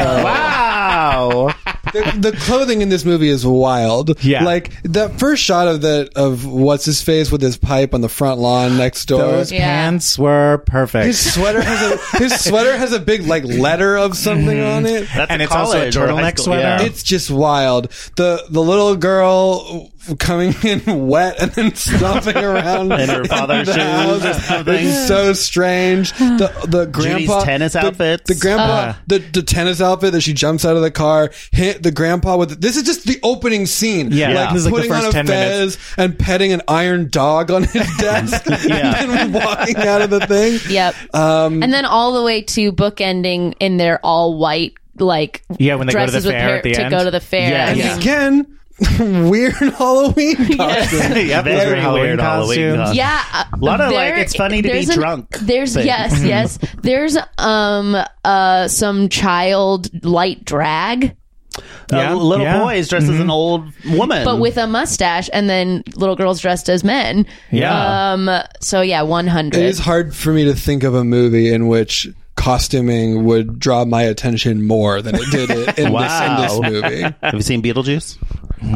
[SPEAKER 3] Wow.
[SPEAKER 6] the, the clothing in this movie is wild.
[SPEAKER 2] Yeah.
[SPEAKER 6] like that first shot of the of what's his face with his pipe on the front lawn next door.
[SPEAKER 2] Those
[SPEAKER 7] Yeah.
[SPEAKER 2] pants were perfect.
[SPEAKER 6] His sweater has a his sweater has a big like letter of something on it.
[SPEAKER 3] That's
[SPEAKER 2] And
[SPEAKER 3] a
[SPEAKER 2] it's also a
[SPEAKER 3] college or high
[SPEAKER 2] turtleneck
[SPEAKER 3] school, yeah.
[SPEAKER 2] sweater.
[SPEAKER 6] It's just wild. The the little girl coming in wet and then stomping around
[SPEAKER 3] In her father's
[SPEAKER 6] the
[SPEAKER 3] shoes
[SPEAKER 6] house.
[SPEAKER 3] or something.
[SPEAKER 6] It's so strange. The the grandpa
[SPEAKER 3] tennis
[SPEAKER 6] the-
[SPEAKER 3] outfits. Uh.
[SPEAKER 6] The grandpa the, the tennis outfit that she jumps out of the car hit the grandpa with. This is just the opening scene.
[SPEAKER 2] Yeah. Yeah.
[SPEAKER 6] like
[SPEAKER 2] This is like the
[SPEAKER 6] putting
[SPEAKER 2] first
[SPEAKER 6] on a
[SPEAKER 2] 10 minutes.
[SPEAKER 6] fez and petting an iron dog on his desk and then walking out of the thing.
[SPEAKER 7] Yep.
[SPEAKER 6] Um,
[SPEAKER 7] and then all the way to bookending in their all white like
[SPEAKER 2] Yeah, when they go to the
[SPEAKER 7] dresses with
[SPEAKER 2] fair
[SPEAKER 7] hair-
[SPEAKER 2] at the
[SPEAKER 7] to
[SPEAKER 2] end.
[SPEAKER 7] go to the fair.
[SPEAKER 3] Yeah,
[SPEAKER 7] I
[SPEAKER 6] And
[SPEAKER 7] mean,
[SPEAKER 3] yeah.
[SPEAKER 6] again, weird Halloween costume.
[SPEAKER 3] yeah, very
[SPEAKER 2] Halloween
[SPEAKER 3] weird Halloween.
[SPEAKER 2] costumes.
[SPEAKER 3] costume.
[SPEAKER 7] Yeah, a
[SPEAKER 3] Lot of, like, it's funny to be drunk
[SPEAKER 7] There's
[SPEAKER 3] thing.
[SPEAKER 7] yes, yes. There's um uh some child light drag,
[SPEAKER 3] A
[SPEAKER 2] Yeah.
[SPEAKER 3] little
[SPEAKER 2] Yeah. Mm-hmm.
[SPEAKER 3] boy is dressed as an old woman.
[SPEAKER 2] Mm.
[SPEAKER 7] but with a mustache, and then little girls dressed as men.
[SPEAKER 2] Yeah.
[SPEAKER 7] Um. So yeah, one hundred.
[SPEAKER 6] It is hard for me to think of a movie in which costuming would draw my attention more than it did it in,
[SPEAKER 3] Wow. Hmm.
[SPEAKER 6] this, in this movie.
[SPEAKER 3] Have you seen Beetlejuice?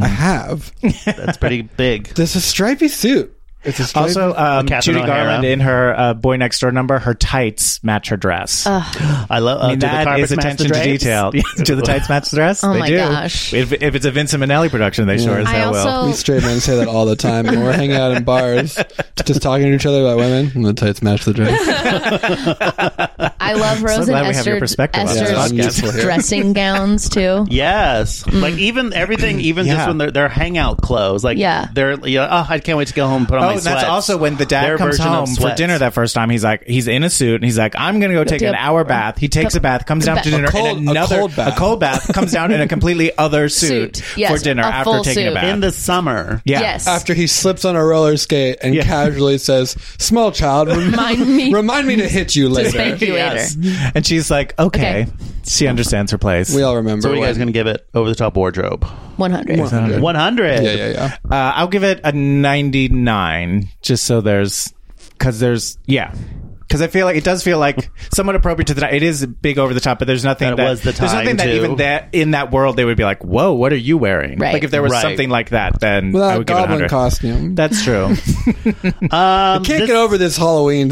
[SPEAKER 6] I have.
[SPEAKER 3] That's pretty big.
[SPEAKER 6] There's a stripy suit. It's a stripy
[SPEAKER 2] Also, um,
[SPEAKER 3] Catherine
[SPEAKER 2] Judy
[SPEAKER 3] O'Hara.
[SPEAKER 2] Garland in her uh, Boy Next Door number, her tights match her dress.
[SPEAKER 3] I love. Uh,
[SPEAKER 2] I mean,
[SPEAKER 3] do the
[SPEAKER 2] that
[SPEAKER 3] carpets
[SPEAKER 2] is
[SPEAKER 3] match
[SPEAKER 2] attention
[SPEAKER 3] the
[SPEAKER 2] to
[SPEAKER 3] drapes?
[SPEAKER 2] detail. do the tights match the dress?
[SPEAKER 7] Oh
[SPEAKER 2] they
[SPEAKER 7] my
[SPEAKER 2] do.
[SPEAKER 7] gosh.
[SPEAKER 2] If, if it's a Vincent Minnelli production, they sure as
[SPEAKER 7] I
[SPEAKER 2] hell will.
[SPEAKER 7] also
[SPEAKER 6] Straight men say that all the time when we're hanging out in bars, just talking to each other about women. And the tights match the dress.
[SPEAKER 7] I love Rose
[SPEAKER 2] glad
[SPEAKER 7] and
[SPEAKER 2] we have your
[SPEAKER 7] Esther,
[SPEAKER 2] perspective on this
[SPEAKER 7] Esther's
[SPEAKER 6] podcast. Yeah.
[SPEAKER 7] dressing gowns too.
[SPEAKER 3] Yes, like even everything, even
[SPEAKER 2] Mm. Yeah.
[SPEAKER 3] just when they're, they're hangout clothes, like
[SPEAKER 7] Yeah.
[SPEAKER 3] they're you know, oh, I can't wait to go home and put on
[SPEAKER 2] Oh,
[SPEAKER 3] my
[SPEAKER 2] and that's
[SPEAKER 3] sweats.
[SPEAKER 2] also when the dad
[SPEAKER 3] Their
[SPEAKER 2] comes
[SPEAKER 3] version of
[SPEAKER 2] home for
[SPEAKER 3] sweats.
[SPEAKER 2] dinner that first time. He's like, he's in a suit, and he's like, I'm going to go take
[SPEAKER 7] Yep.
[SPEAKER 2] an hour bath. He takes a bath, comes down to
[SPEAKER 7] A
[SPEAKER 2] dinner
[SPEAKER 6] cold-
[SPEAKER 2] in
[SPEAKER 6] a
[SPEAKER 2] another
[SPEAKER 6] cold bath.
[SPEAKER 2] bath, comes down in a completely other suit,
[SPEAKER 7] Suit. Yes,
[SPEAKER 2] for dinner
[SPEAKER 7] a
[SPEAKER 2] after
[SPEAKER 7] full
[SPEAKER 2] taking a
[SPEAKER 7] suit.
[SPEAKER 2] bath.
[SPEAKER 3] in the summer.
[SPEAKER 2] yeah.
[SPEAKER 7] Yes.
[SPEAKER 6] After he slips on a roller skate and
[SPEAKER 2] Yeah.
[SPEAKER 6] casually says, "Small child, rem-
[SPEAKER 7] Mind me.
[SPEAKER 6] remind me to hit you later."
[SPEAKER 7] Thank you later.
[SPEAKER 2] And she's like, okay.
[SPEAKER 7] Okay.
[SPEAKER 2] She understands her place.
[SPEAKER 6] We all remember.
[SPEAKER 3] So, what are you guys
[SPEAKER 6] when-
[SPEAKER 3] going to give it? Over the top wardrobe,
[SPEAKER 7] 100.
[SPEAKER 3] one hundred.
[SPEAKER 6] yeah, yeah, yeah.
[SPEAKER 2] Uh, I'll give it a 99, just so there's, because there's, yeah. Because I feel like it does feel like somewhat appropriate to the night. It is big over the top, but there's nothing
[SPEAKER 3] That
[SPEAKER 2] that,
[SPEAKER 3] was the
[SPEAKER 2] there's nothing
[SPEAKER 3] time,
[SPEAKER 2] that
[SPEAKER 3] too.
[SPEAKER 2] even that in that world they would be like, "Whoa, what are you wearing?"
[SPEAKER 7] Right.
[SPEAKER 2] Like if there was
[SPEAKER 3] Right.
[SPEAKER 2] something like that, then I
[SPEAKER 6] Without
[SPEAKER 2] would give it
[SPEAKER 6] goblin
[SPEAKER 2] 100.
[SPEAKER 6] costume.
[SPEAKER 2] That's true.
[SPEAKER 3] Um,
[SPEAKER 6] Can't
[SPEAKER 3] this-
[SPEAKER 6] get over this Halloween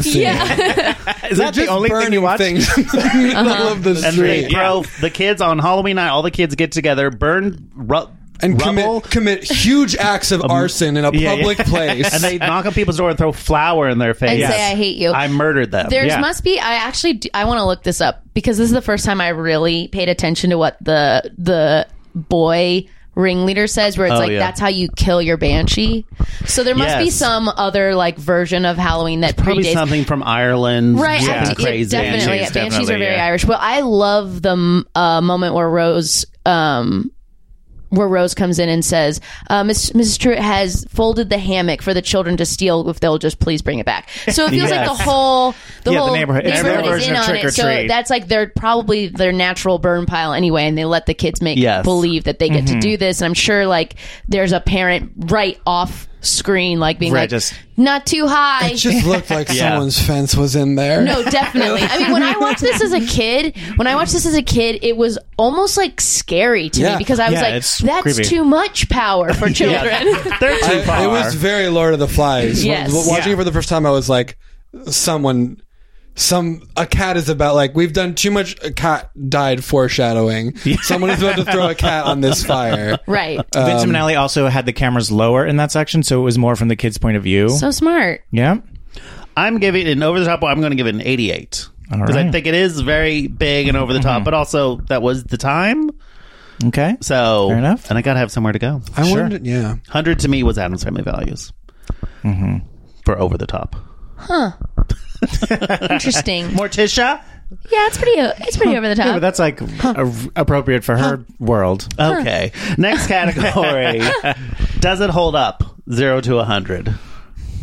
[SPEAKER 6] scene.
[SPEAKER 2] is that the
[SPEAKER 6] Just
[SPEAKER 2] only thing you
[SPEAKER 6] burning
[SPEAKER 2] watch?
[SPEAKER 6] things in the middle of the
[SPEAKER 3] Uh-huh. and they
[SPEAKER 6] street.
[SPEAKER 3] throw the kids on Halloween night. All the kids get together, burn ru-
[SPEAKER 6] and
[SPEAKER 3] rubble.
[SPEAKER 6] commit, commit huge acts of arson in a
[SPEAKER 3] yeah, yeah.
[SPEAKER 6] public place.
[SPEAKER 3] and they knock on people's door and throw flour in their face.
[SPEAKER 7] And say, "I hate you."
[SPEAKER 3] I murdered them.
[SPEAKER 7] There's
[SPEAKER 3] yeah.
[SPEAKER 7] must be. I actually do, I want to look this up because this is the first time I really paid attention to what the the boy ringleader says, where it's
[SPEAKER 3] Oh,
[SPEAKER 7] like
[SPEAKER 3] yeah.
[SPEAKER 7] that's how you kill your banshee. So there must be
[SPEAKER 3] Yes.
[SPEAKER 7] some other like version of Halloween that
[SPEAKER 3] probably
[SPEAKER 7] predates.
[SPEAKER 3] something from Ireland.
[SPEAKER 7] Right,
[SPEAKER 3] something
[SPEAKER 7] I- yeah,
[SPEAKER 3] crazy.
[SPEAKER 7] definitely. Banshees, are very
[SPEAKER 3] yeah.
[SPEAKER 7] Irish. Well, I love the m- uh, moment where Rose, um, where Rose comes in and says, uh, Miss, "Mrs. Truitt has folded the hammock for the children to steal if they'll just please bring it back." So it feels like
[SPEAKER 3] Yes.
[SPEAKER 7] the whole the
[SPEAKER 8] Yeah, the
[SPEAKER 7] whole
[SPEAKER 8] neighborhood- it's their
[SPEAKER 7] is
[SPEAKER 8] version
[SPEAKER 7] in
[SPEAKER 8] of
[SPEAKER 7] on
[SPEAKER 8] trick or
[SPEAKER 7] it. So
[SPEAKER 8] treat.
[SPEAKER 7] that's like they're probably their natural burn pile anyway, and they let the kids make
[SPEAKER 3] Yes.
[SPEAKER 7] believe that they get
[SPEAKER 8] Mm-hmm.
[SPEAKER 7] to do this. And I'm sure like there's a parent right off screen like being
[SPEAKER 8] Right,
[SPEAKER 7] like,
[SPEAKER 8] just-
[SPEAKER 7] "Not too high."
[SPEAKER 6] it just looked like
[SPEAKER 3] Yeah.
[SPEAKER 6] someone's fence was in there.
[SPEAKER 7] No, definitely. I mean, when I watched this as a kid, when I watched this as a kid, it was almost like scary to
[SPEAKER 6] Yeah.
[SPEAKER 7] me because I was
[SPEAKER 2] Yeah,
[SPEAKER 7] like,
[SPEAKER 2] it's
[SPEAKER 7] that's
[SPEAKER 2] creepy.
[SPEAKER 7] too much power for children.
[SPEAKER 3] They're too far.
[SPEAKER 6] I- it was very Lord of the Flies.
[SPEAKER 7] Yes.
[SPEAKER 6] Wa- Watching it for the first time, I was like, someone, some a cat is about like we've done too much. A cat died foreshadowing. Someone is about to throw a cat on this fire.
[SPEAKER 7] right.
[SPEAKER 8] Vincent
[SPEAKER 3] Um,
[SPEAKER 8] Minnelli also had the cameras lower in that section, so it was more from the kids' point of view.
[SPEAKER 7] So smart.
[SPEAKER 8] yeah.
[SPEAKER 3] I'm giving an over the top. I'm going to give it an 88
[SPEAKER 8] All
[SPEAKER 3] because I
[SPEAKER 8] right. Mm-hmm.
[SPEAKER 3] think it is very big and over the top, but also that was the time.
[SPEAKER 8] Okay.
[SPEAKER 3] So
[SPEAKER 8] Fair enough.
[SPEAKER 3] and I got to have somewhere to go.
[SPEAKER 6] I wondered, yeah.
[SPEAKER 3] Hundred to me was Adam's Family Values
[SPEAKER 8] Mm-hmm.
[SPEAKER 3] for over the top.
[SPEAKER 7] Interesting.
[SPEAKER 3] Morticia.
[SPEAKER 7] yeah, it's pretty. uh, It's pretty over the top.
[SPEAKER 8] Yeah, but that's like a, appropriate for her world.
[SPEAKER 3] Okay. Next category. Does it hold up? Zero to a hundred.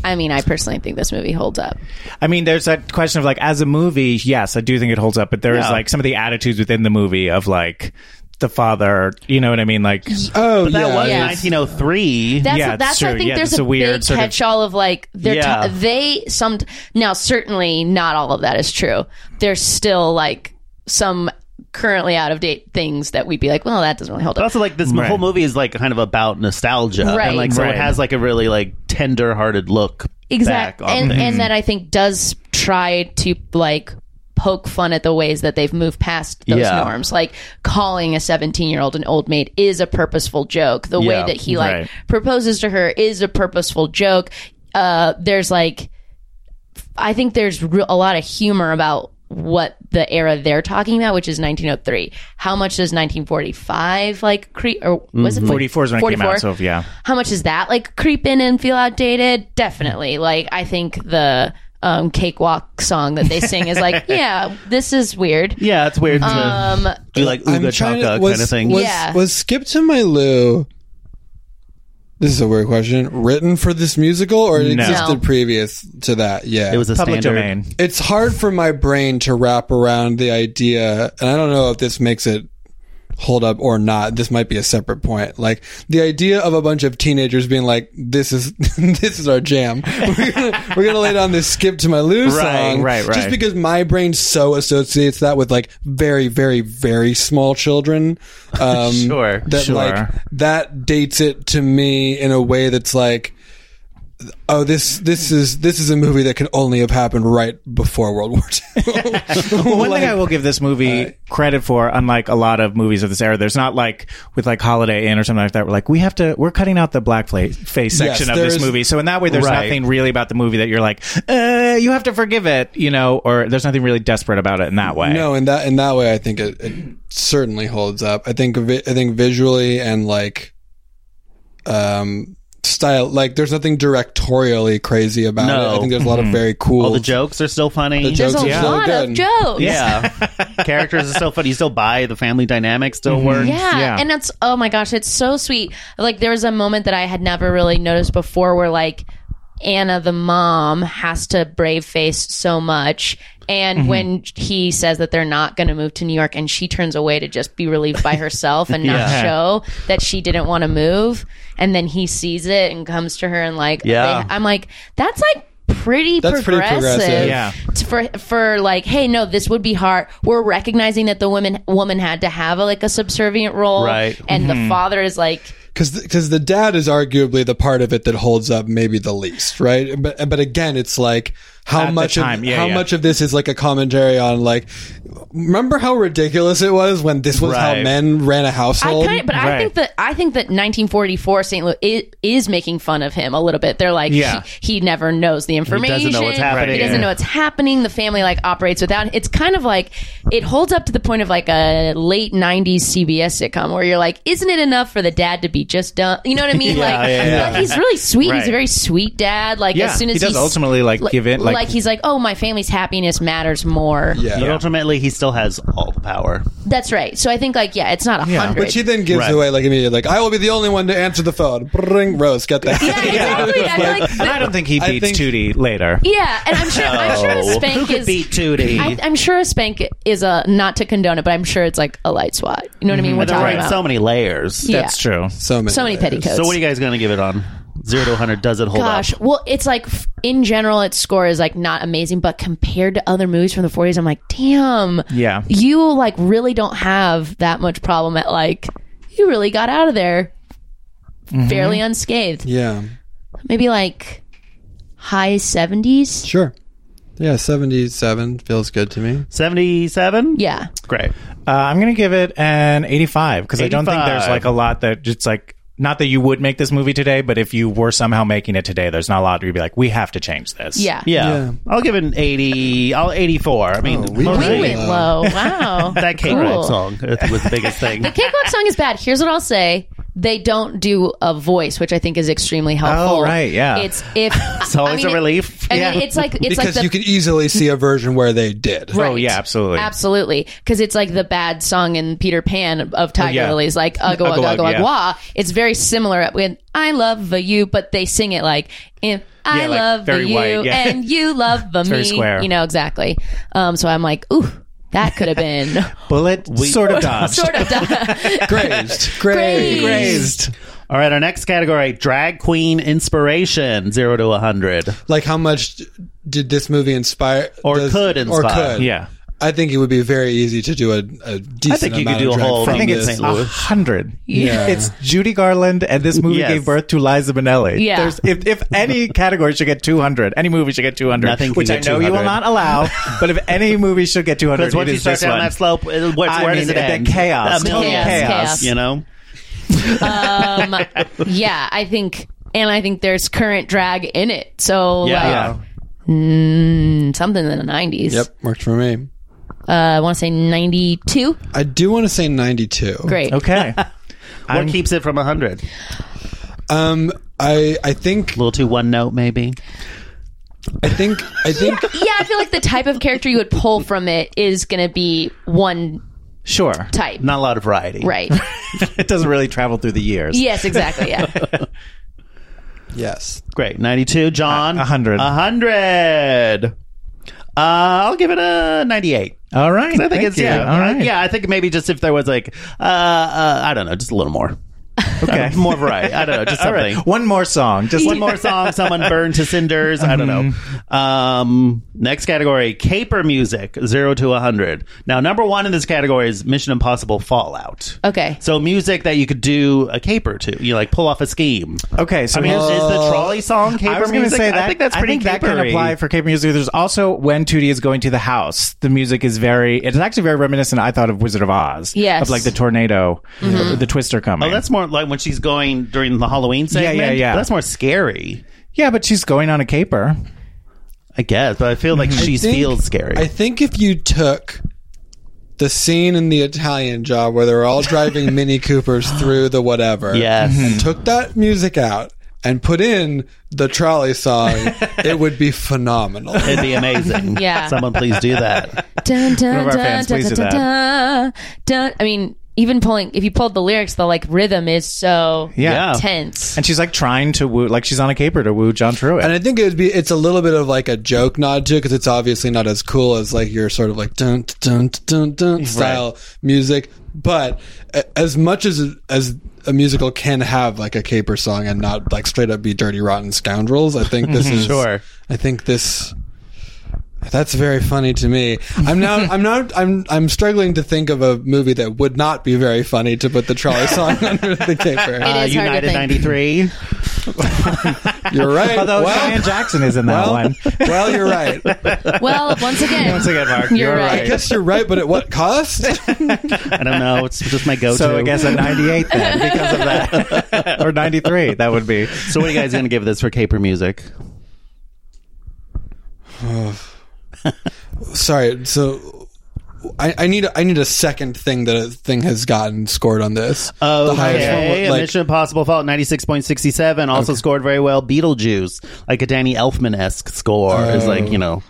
[SPEAKER 7] I mean, I personally think this movie holds up.
[SPEAKER 8] I mean, there's that question of like, as a movie, yes, I do think it holds up, but there is
[SPEAKER 3] Yeah.
[SPEAKER 8] like some of the attitudes within the movie of like the father, you know what I mean? Like,
[SPEAKER 6] Oh,
[SPEAKER 3] But that
[SPEAKER 6] yeah.
[SPEAKER 3] was
[SPEAKER 7] Yes.
[SPEAKER 3] 1903.
[SPEAKER 7] That's
[SPEAKER 8] Yeah, it's
[SPEAKER 7] that's I
[SPEAKER 8] true.
[SPEAKER 7] think
[SPEAKER 8] Yeah,
[SPEAKER 7] there's
[SPEAKER 8] it's
[SPEAKER 7] a,
[SPEAKER 8] a weird
[SPEAKER 7] big
[SPEAKER 8] sort of-
[SPEAKER 7] catch-all of like they're
[SPEAKER 3] Yeah.
[SPEAKER 7] t- they some now certainly not all of that is true. There's still like some currently out of date things that we'd be like, well, that doesn't really hold
[SPEAKER 3] But
[SPEAKER 7] up.
[SPEAKER 3] also, like this
[SPEAKER 8] Right.
[SPEAKER 3] whole movie is like kind of about nostalgia,
[SPEAKER 7] Right.
[SPEAKER 3] And like so,
[SPEAKER 8] Right.
[SPEAKER 3] it has like a really like tender-hearted look.
[SPEAKER 7] exact
[SPEAKER 3] back on
[SPEAKER 7] and,
[SPEAKER 3] things.
[SPEAKER 7] and that i think does try to like poke fun at the ways that they've moved past those
[SPEAKER 3] Yeah.
[SPEAKER 7] norms like calling a 17 year old an old maid is a purposeful joke the way
[SPEAKER 3] Yeah,
[SPEAKER 7] that he like
[SPEAKER 8] right.
[SPEAKER 7] proposes to her is a purposeful joke uh there's like i think there's re- a lot of humor about what the era they're talking about which is 1903 how much does 1945 like creep or was
[SPEAKER 3] Mm-hmm.
[SPEAKER 7] it
[SPEAKER 8] 44 is when it came
[SPEAKER 7] 44?
[SPEAKER 8] out, so yeah.
[SPEAKER 7] how much does that like creep in and feel outdated? Definitely. Like I think the um, cakewalk song that they sing is like, yeah, this is weird.
[SPEAKER 3] Yeah, it's weird to
[SPEAKER 7] Um,
[SPEAKER 3] do like
[SPEAKER 6] I'm
[SPEAKER 3] Uga
[SPEAKER 6] trying to-
[SPEAKER 3] Chaka
[SPEAKER 6] was-
[SPEAKER 3] kind of thing.
[SPEAKER 6] Was,
[SPEAKER 7] Yeah.
[SPEAKER 6] was Skip to My Lou? This is a weird question. Written for this musical, or it
[SPEAKER 8] No.
[SPEAKER 6] existed previous to that? Yeah,
[SPEAKER 3] It was a
[SPEAKER 8] Public
[SPEAKER 3] standard.
[SPEAKER 8] domain.
[SPEAKER 6] it's hard for my brain to wrap around the idea and i don't know if this makes it hold up or not this might be a separate point like the idea of a bunch of teenagers being like this is this is our jam we're gonna, we're gonna lay down this skip to my lou
[SPEAKER 8] Right,
[SPEAKER 6] song
[SPEAKER 8] right,
[SPEAKER 6] just
[SPEAKER 8] right.
[SPEAKER 6] because my brain so associates that with like very very very small children um
[SPEAKER 3] Sure,
[SPEAKER 6] that
[SPEAKER 8] sure.
[SPEAKER 6] like that dates it to me in a way that's like oh this this is this is a movie that could only have happened right before World War II.
[SPEAKER 8] Well, one thing I will give this movie credit for, unlike a lot of movies of this era, there's not like with like Holiday Inn or something like that. We're like, we have to, we're cutting out the black fla- face section of this
[SPEAKER 6] there's-
[SPEAKER 8] movie. So in that way, there's
[SPEAKER 3] Right.
[SPEAKER 8] nothing really about the movie that you're like, uh, you have to forgive it, you know, or there's nothing really desperate about it in that way.
[SPEAKER 6] no, in that in that way, I think it, it certainly holds up. I think vi- I think visually and like um style like there's nothing directorially crazy about it.
[SPEAKER 3] No.
[SPEAKER 6] I think there's a lot of very cool
[SPEAKER 3] Mm-hmm. All the jokes are still funny.
[SPEAKER 6] The
[SPEAKER 7] there's
[SPEAKER 6] jokes
[SPEAKER 7] a
[SPEAKER 6] are still
[SPEAKER 7] lot of
[SPEAKER 6] good.
[SPEAKER 7] jokes.
[SPEAKER 3] yeah, characters are still funny. You still buy the family dynamic still works.
[SPEAKER 7] Yeah.
[SPEAKER 8] Yeah.
[SPEAKER 7] And that's, oh my gosh, it's so sweet. Like, there was a moment that I had never really noticed before where, like, Anna, the mom, has to brave face so much. And
[SPEAKER 8] Mm-hmm.
[SPEAKER 7] when he says that they're not going to move to New York and she turns away to just be relieved by herself and not
[SPEAKER 8] Yeah.
[SPEAKER 7] show that she didn't want to move. And then he sees it and comes to her and, like,
[SPEAKER 3] Yeah.
[SPEAKER 7] they- I'm like, that's like, Pretty
[SPEAKER 6] That's pretty
[SPEAKER 7] progressive,
[SPEAKER 6] progressive.
[SPEAKER 8] Yeah.
[SPEAKER 7] t- for for like, hey, no, this would be hard. We're recognizing that the woman woman had to have a, like a subservient role,
[SPEAKER 3] Right.
[SPEAKER 7] And the father is like,
[SPEAKER 6] because because the dad is arguably the part of it that holds up maybe the least, right? But but again, it's like
[SPEAKER 2] At
[SPEAKER 6] how
[SPEAKER 2] the
[SPEAKER 6] much
[SPEAKER 2] time,
[SPEAKER 6] of,
[SPEAKER 2] yeah,
[SPEAKER 6] how
[SPEAKER 2] yeah.
[SPEAKER 6] much of this is like a commentary on like remember how ridiculous it was when this was
[SPEAKER 2] Right.
[SPEAKER 6] how men ran a
[SPEAKER 7] I
[SPEAKER 6] household
[SPEAKER 7] kind of, but I think that I think that 1944 St. Louis i- is, making fun of him a little bit. They're like,
[SPEAKER 2] Yeah.
[SPEAKER 7] he, he never knows the information.
[SPEAKER 3] doesn't know what's happening.
[SPEAKER 7] He doesn't know what's happening. The family like operates without. It's kind of like it holds up to the point of like a late 90s CBS sitcom where you're like, isn't it enough for the dad to be just dumb? You know what I mean?
[SPEAKER 3] Yeah,
[SPEAKER 7] like,
[SPEAKER 3] yeah, yeah.
[SPEAKER 7] like, he's really sweet.
[SPEAKER 2] Right.
[SPEAKER 7] He's a very sweet dad. Like
[SPEAKER 2] Yeah,
[SPEAKER 7] as soon as
[SPEAKER 2] he does
[SPEAKER 7] he's-
[SPEAKER 2] ultimately, like, give in, like-
[SPEAKER 7] he's like, oh, my family's happiness matters more.
[SPEAKER 6] yeah.
[SPEAKER 3] But ultimately, he still has all the power.
[SPEAKER 7] That's right. So I think like yeah, it's not a hundred.
[SPEAKER 6] which he then gives
[SPEAKER 3] Right.
[SPEAKER 6] away like immediately like I will be the only one to answer the phone Bring Rose get that
[SPEAKER 7] yeah, exactly. I feel like
[SPEAKER 2] And I don't think he
[SPEAKER 6] I
[SPEAKER 2] beats
[SPEAKER 6] think-
[SPEAKER 2] Tootie later.
[SPEAKER 7] Yeah, and I'm sure. I'm sure a spank
[SPEAKER 3] Who could
[SPEAKER 7] is.
[SPEAKER 3] beat Tootie?
[SPEAKER 7] I, I'm sure a spank is a not to condone it, but I'm sure it's like a light swat. You know what I mean? We're
[SPEAKER 3] But there
[SPEAKER 7] talking
[SPEAKER 3] were
[SPEAKER 7] about
[SPEAKER 3] Mm-hmm. so many layers.
[SPEAKER 7] yeah.
[SPEAKER 2] That's true.
[SPEAKER 6] so many
[SPEAKER 7] So many
[SPEAKER 6] layers.
[SPEAKER 7] petticoats.
[SPEAKER 3] So what are you guys going to give it on? Zero to 100, does it hold
[SPEAKER 7] Gosh,
[SPEAKER 3] up?
[SPEAKER 7] well, it's like f- in general, its score is like not amazing, but compared to other movies from the 40s, I'm like, damn,
[SPEAKER 2] Yeah.
[SPEAKER 7] you like really don't have that much problem at like you really got out of there
[SPEAKER 3] Mm-hmm.
[SPEAKER 7] fairly unscathed.
[SPEAKER 6] yeah
[SPEAKER 7] Maybe like high 70s.
[SPEAKER 6] sure yeah 77 feels good to me
[SPEAKER 3] 77?
[SPEAKER 7] Yeah,
[SPEAKER 3] Great.
[SPEAKER 2] Uh, I'm gonna give it an 85 because I don't think there's
[SPEAKER 3] 85.
[SPEAKER 2] like a lot that it's like not that you would make this movie today, but if you were somehow making it today, there's not a lot you'd be like, we have to change this.
[SPEAKER 7] yeah.
[SPEAKER 3] Yeah.
[SPEAKER 6] Yeah.
[SPEAKER 3] I'll give it an 80. I'll 84. I mean,
[SPEAKER 6] Oh, we-
[SPEAKER 3] most
[SPEAKER 7] We
[SPEAKER 6] Right.
[SPEAKER 7] went
[SPEAKER 3] things.
[SPEAKER 7] low. Wow.
[SPEAKER 3] that Kate
[SPEAKER 7] Cool.
[SPEAKER 3] Wright song was the biggest thing.
[SPEAKER 7] The cakewalk song is bad. Here's what I'll say. They don't do a voice, which I think is extremely helpful.
[SPEAKER 2] Oh, right, yeah.
[SPEAKER 7] It's if
[SPEAKER 3] It's always
[SPEAKER 7] I mean,
[SPEAKER 3] a relief.
[SPEAKER 7] It, I
[SPEAKER 3] Yeah.
[SPEAKER 7] mean, it's like it's
[SPEAKER 6] because
[SPEAKER 7] like the,
[SPEAKER 6] you can easily see a version where they did
[SPEAKER 7] right.
[SPEAKER 2] Oh yeah, absolutely.
[SPEAKER 7] Absolutely, because it's like the bad song in Peter Pan of Tiger
[SPEAKER 2] Oh, yeah.
[SPEAKER 7] Lilies, like "Ugga Wugga
[SPEAKER 2] Ugga Wugga,
[SPEAKER 7] Ugga Wugga
[SPEAKER 2] yeah.
[SPEAKER 7] Wah." It's very similar when "I love the you," but they sing it like "If I
[SPEAKER 2] like
[SPEAKER 7] love the
[SPEAKER 2] very
[SPEAKER 7] you
[SPEAKER 2] white, yeah.
[SPEAKER 7] and you love the
[SPEAKER 2] very
[SPEAKER 7] me,"
[SPEAKER 2] square.
[SPEAKER 7] you know exactly. Um, so I'm like, ooh, that could have been
[SPEAKER 2] Bullet sort of dodged.
[SPEAKER 7] sort of done.
[SPEAKER 6] grazed grazed
[SPEAKER 7] Grazed.
[SPEAKER 3] All right, our next category drag queen inspiration, zero to 100.
[SPEAKER 6] like how much did this movie inspire
[SPEAKER 3] Or could
[SPEAKER 6] or
[SPEAKER 3] inspire.
[SPEAKER 6] could
[SPEAKER 2] yeah,
[SPEAKER 6] I think it would be very easy to do a, a decent.
[SPEAKER 3] I think you could
[SPEAKER 6] amount
[SPEAKER 3] do
[SPEAKER 6] of
[SPEAKER 3] a
[SPEAKER 6] drag
[SPEAKER 3] whole.
[SPEAKER 6] from
[SPEAKER 2] I think
[SPEAKER 6] this.
[SPEAKER 2] it's a hundred. Yeah, it's Judy Garland, and this movie
[SPEAKER 3] Yes.
[SPEAKER 2] gave birth to Liza Minnelli.
[SPEAKER 7] Yeah.
[SPEAKER 2] There's, if if any category should get two hundred, any movie should get two hundred.
[SPEAKER 3] Nothing can
[SPEAKER 2] which I
[SPEAKER 3] get
[SPEAKER 2] know you will
[SPEAKER 3] 200.
[SPEAKER 2] not allow. But if any movie should get two hundred,
[SPEAKER 3] Because once you start down that slope, it- where,
[SPEAKER 2] I
[SPEAKER 3] where does
[SPEAKER 2] mean,
[SPEAKER 3] it
[SPEAKER 2] the
[SPEAKER 3] end?
[SPEAKER 2] chaos,
[SPEAKER 3] A
[SPEAKER 2] total
[SPEAKER 3] million.
[SPEAKER 7] chaos. Chaos.
[SPEAKER 3] You know?
[SPEAKER 7] um, yeah, I think, and I think there's current drag in it. So
[SPEAKER 3] Yeah.
[SPEAKER 7] like, mm, something in the 90s.
[SPEAKER 6] Yep, worked for me.
[SPEAKER 7] Uh, I want to say 92.
[SPEAKER 6] I do want to say ninety-two.
[SPEAKER 7] Great.
[SPEAKER 2] Okay.
[SPEAKER 3] What keeps it from 100? A
[SPEAKER 6] Um, I I think
[SPEAKER 3] little too one note, maybe.
[SPEAKER 6] I think I think
[SPEAKER 7] Yeah, I feel like the type of character you would pull from it is going to be one
[SPEAKER 2] Sure.
[SPEAKER 7] type.
[SPEAKER 3] Not a lot of variety.
[SPEAKER 7] Right.
[SPEAKER 2] It doesn't really travel through the years.
[SPEAKER 7] Yes, exactly. Yeah.
[SPEAKER 6] yes.
[SPEAKER 3] Great. 92. John?
[SPEAKER 2] A- a hundred.
[SPEAKER 3] 100. Uh, I'll give it a 98.
[SPEAKER 2] All right.
[SPEAKER 3] I think
[SPEAKER 2] Thank
[SPEAKER 3] it's
[SPEAKER 2] you.
[SPEAKER 3] yeah,
[SPEAKER 2] All right.
[SPEAKER 3] yeah. I think maybe just if there was like, uh, uh I don't know, just a little more, okay, more variety. I don't know, just
[SPEAKER 2] All
[SPEAKER 3] something.
[SPEAKER 2] right. One more song. Just
[SPEAKER 3] One more song, someone burned to cinders. I don't know.
[SPEAKER 7] Mm-hmm.
[SPEAKER 3] Um, next category, caper music, zero to a hundred. Now, number one in this category is Mission Impossible Fallout.
[SPEAKER 7] Okay.
[SPEAKER 3] So music that you could do a caper to, you like pull off a scheme.
[SPEAKER 2] Okay, so
[SPEAKER 3] I mean, is, is the trolley song caper
[SPEAKER 2] I was going to
[SPEAKER 3] music?
[SPEAKER 2] say that.
[SPEAKER 3] I think that's pretty
[SPEAKER 2] that can
[SPEAKER 3] capery.
[SPEAKER 2] apply for caper music. There's also when Tootie is going to the house. The music is very. It's actually very reminiscent. I thought of Wizard of Oz.
[SPEAKER 7] Yes.
[SPEAKER 2] Of like the tornado, the twister coming.
[SPEAKER 3] Oh, that's more like when she's going during the Halloween
[SPEAKER 2] Yeah, yeah,
[SPEAKER 3] segment.
[SPEAKER 2] yeah.
[SPEAKER 3] That's more scary.
[SPEAKER 2] yeah, but she's going on a caper.
[SPEAKER 3] I guess, but I feel like
[SPEAKER 2] Mm-hmm.
[SPEAKER 3] she
[SPEAKER 6] I think-
[SPEAKER 3] feels scary.
[SPEAKER 6] I think if you took the scene in the Italian job where they're all driving Mini Coopers through the whatever,
[SPEAKER 3] Yes. Mm-hmm.
[SPEAKER 6] and took that music out and put in the trolley song, it would be phenomenal.
[SPEAKER 3] It'd be amazing.
[SPEAKER 7] Yeah.
[SPEAKER 3] Someone please do that.
[SPEAKER 7] dun, dun,
[SPEAKER 2] of our fans, please do
[SPEAKER 7] dun, dun. I mean, even pulling, if you pulled the lyrics, the like rhythm is so
[SPEAKER 2] Yeah.
[SPEAKER 7] tense.
[SPEAKER 2] And she's like trying to woo, like she's on a caper to woo John Truitt.
[SPEAKER 6] And I think it'd be it's a little bit of like a joke nod too, because it's obviously not as cool as like your sort of like dun dun dun dun style music. But a- as much as as a musical can have like a caper song and not like straight up be dirty rotten scoundrels, I think this is
[SPEAKER 3] Sure.
[SPEAKER 6] I think this. That's very funny to me. I'm now I'm not I'm I'm struggling to think of a movie that would not be very funny to put the trolley song under the caper.
[SPEAKER 8] Ah,
[SPEAKER 7] It is hard to
[SPEAKER 3] United
[SPEAKER 7] think.
[SPEAKER 3] '93.
[SPEAKER 6] You're right.
[SPEAKER 8] Although
[SPEAKER 6] well,
[SPEAKER 8] Diane Jackson is in that one.
[SPEAKER 6] well, you're right.
[SPEAKER 7] Well, once again,
[SPEAKER 8] Once again, Mark,
[SPEAKER 7] you're,
[SPEAKER 8] you're
[SPEAKER 6] I
[SPEAKER 7] right.
[SPEAKER 6] guess you're right, but at what cost?
[SPEAKER 3] I don't know. It's just my go-to.
[SPEAKER 8] So I guess a 98 then because of that. or 93, that would be.
[SPEAKER 3] So what are you guys gonna give this for caper music?
[SPEAKER 6] Sorry. So I, I need I need a second thing that a thing has gotten scored on this.
[SPEAKER 3] Oh,
[SPEAKER 6] the highest
[SPEAKER 3] okay.
[SPEAKER 6] one. Like,
[SPEAKER 3] Mission Impossible Fault 96.67 also scored very well. Beetlejuice, like a Danny Elfman esque score, is like, you know,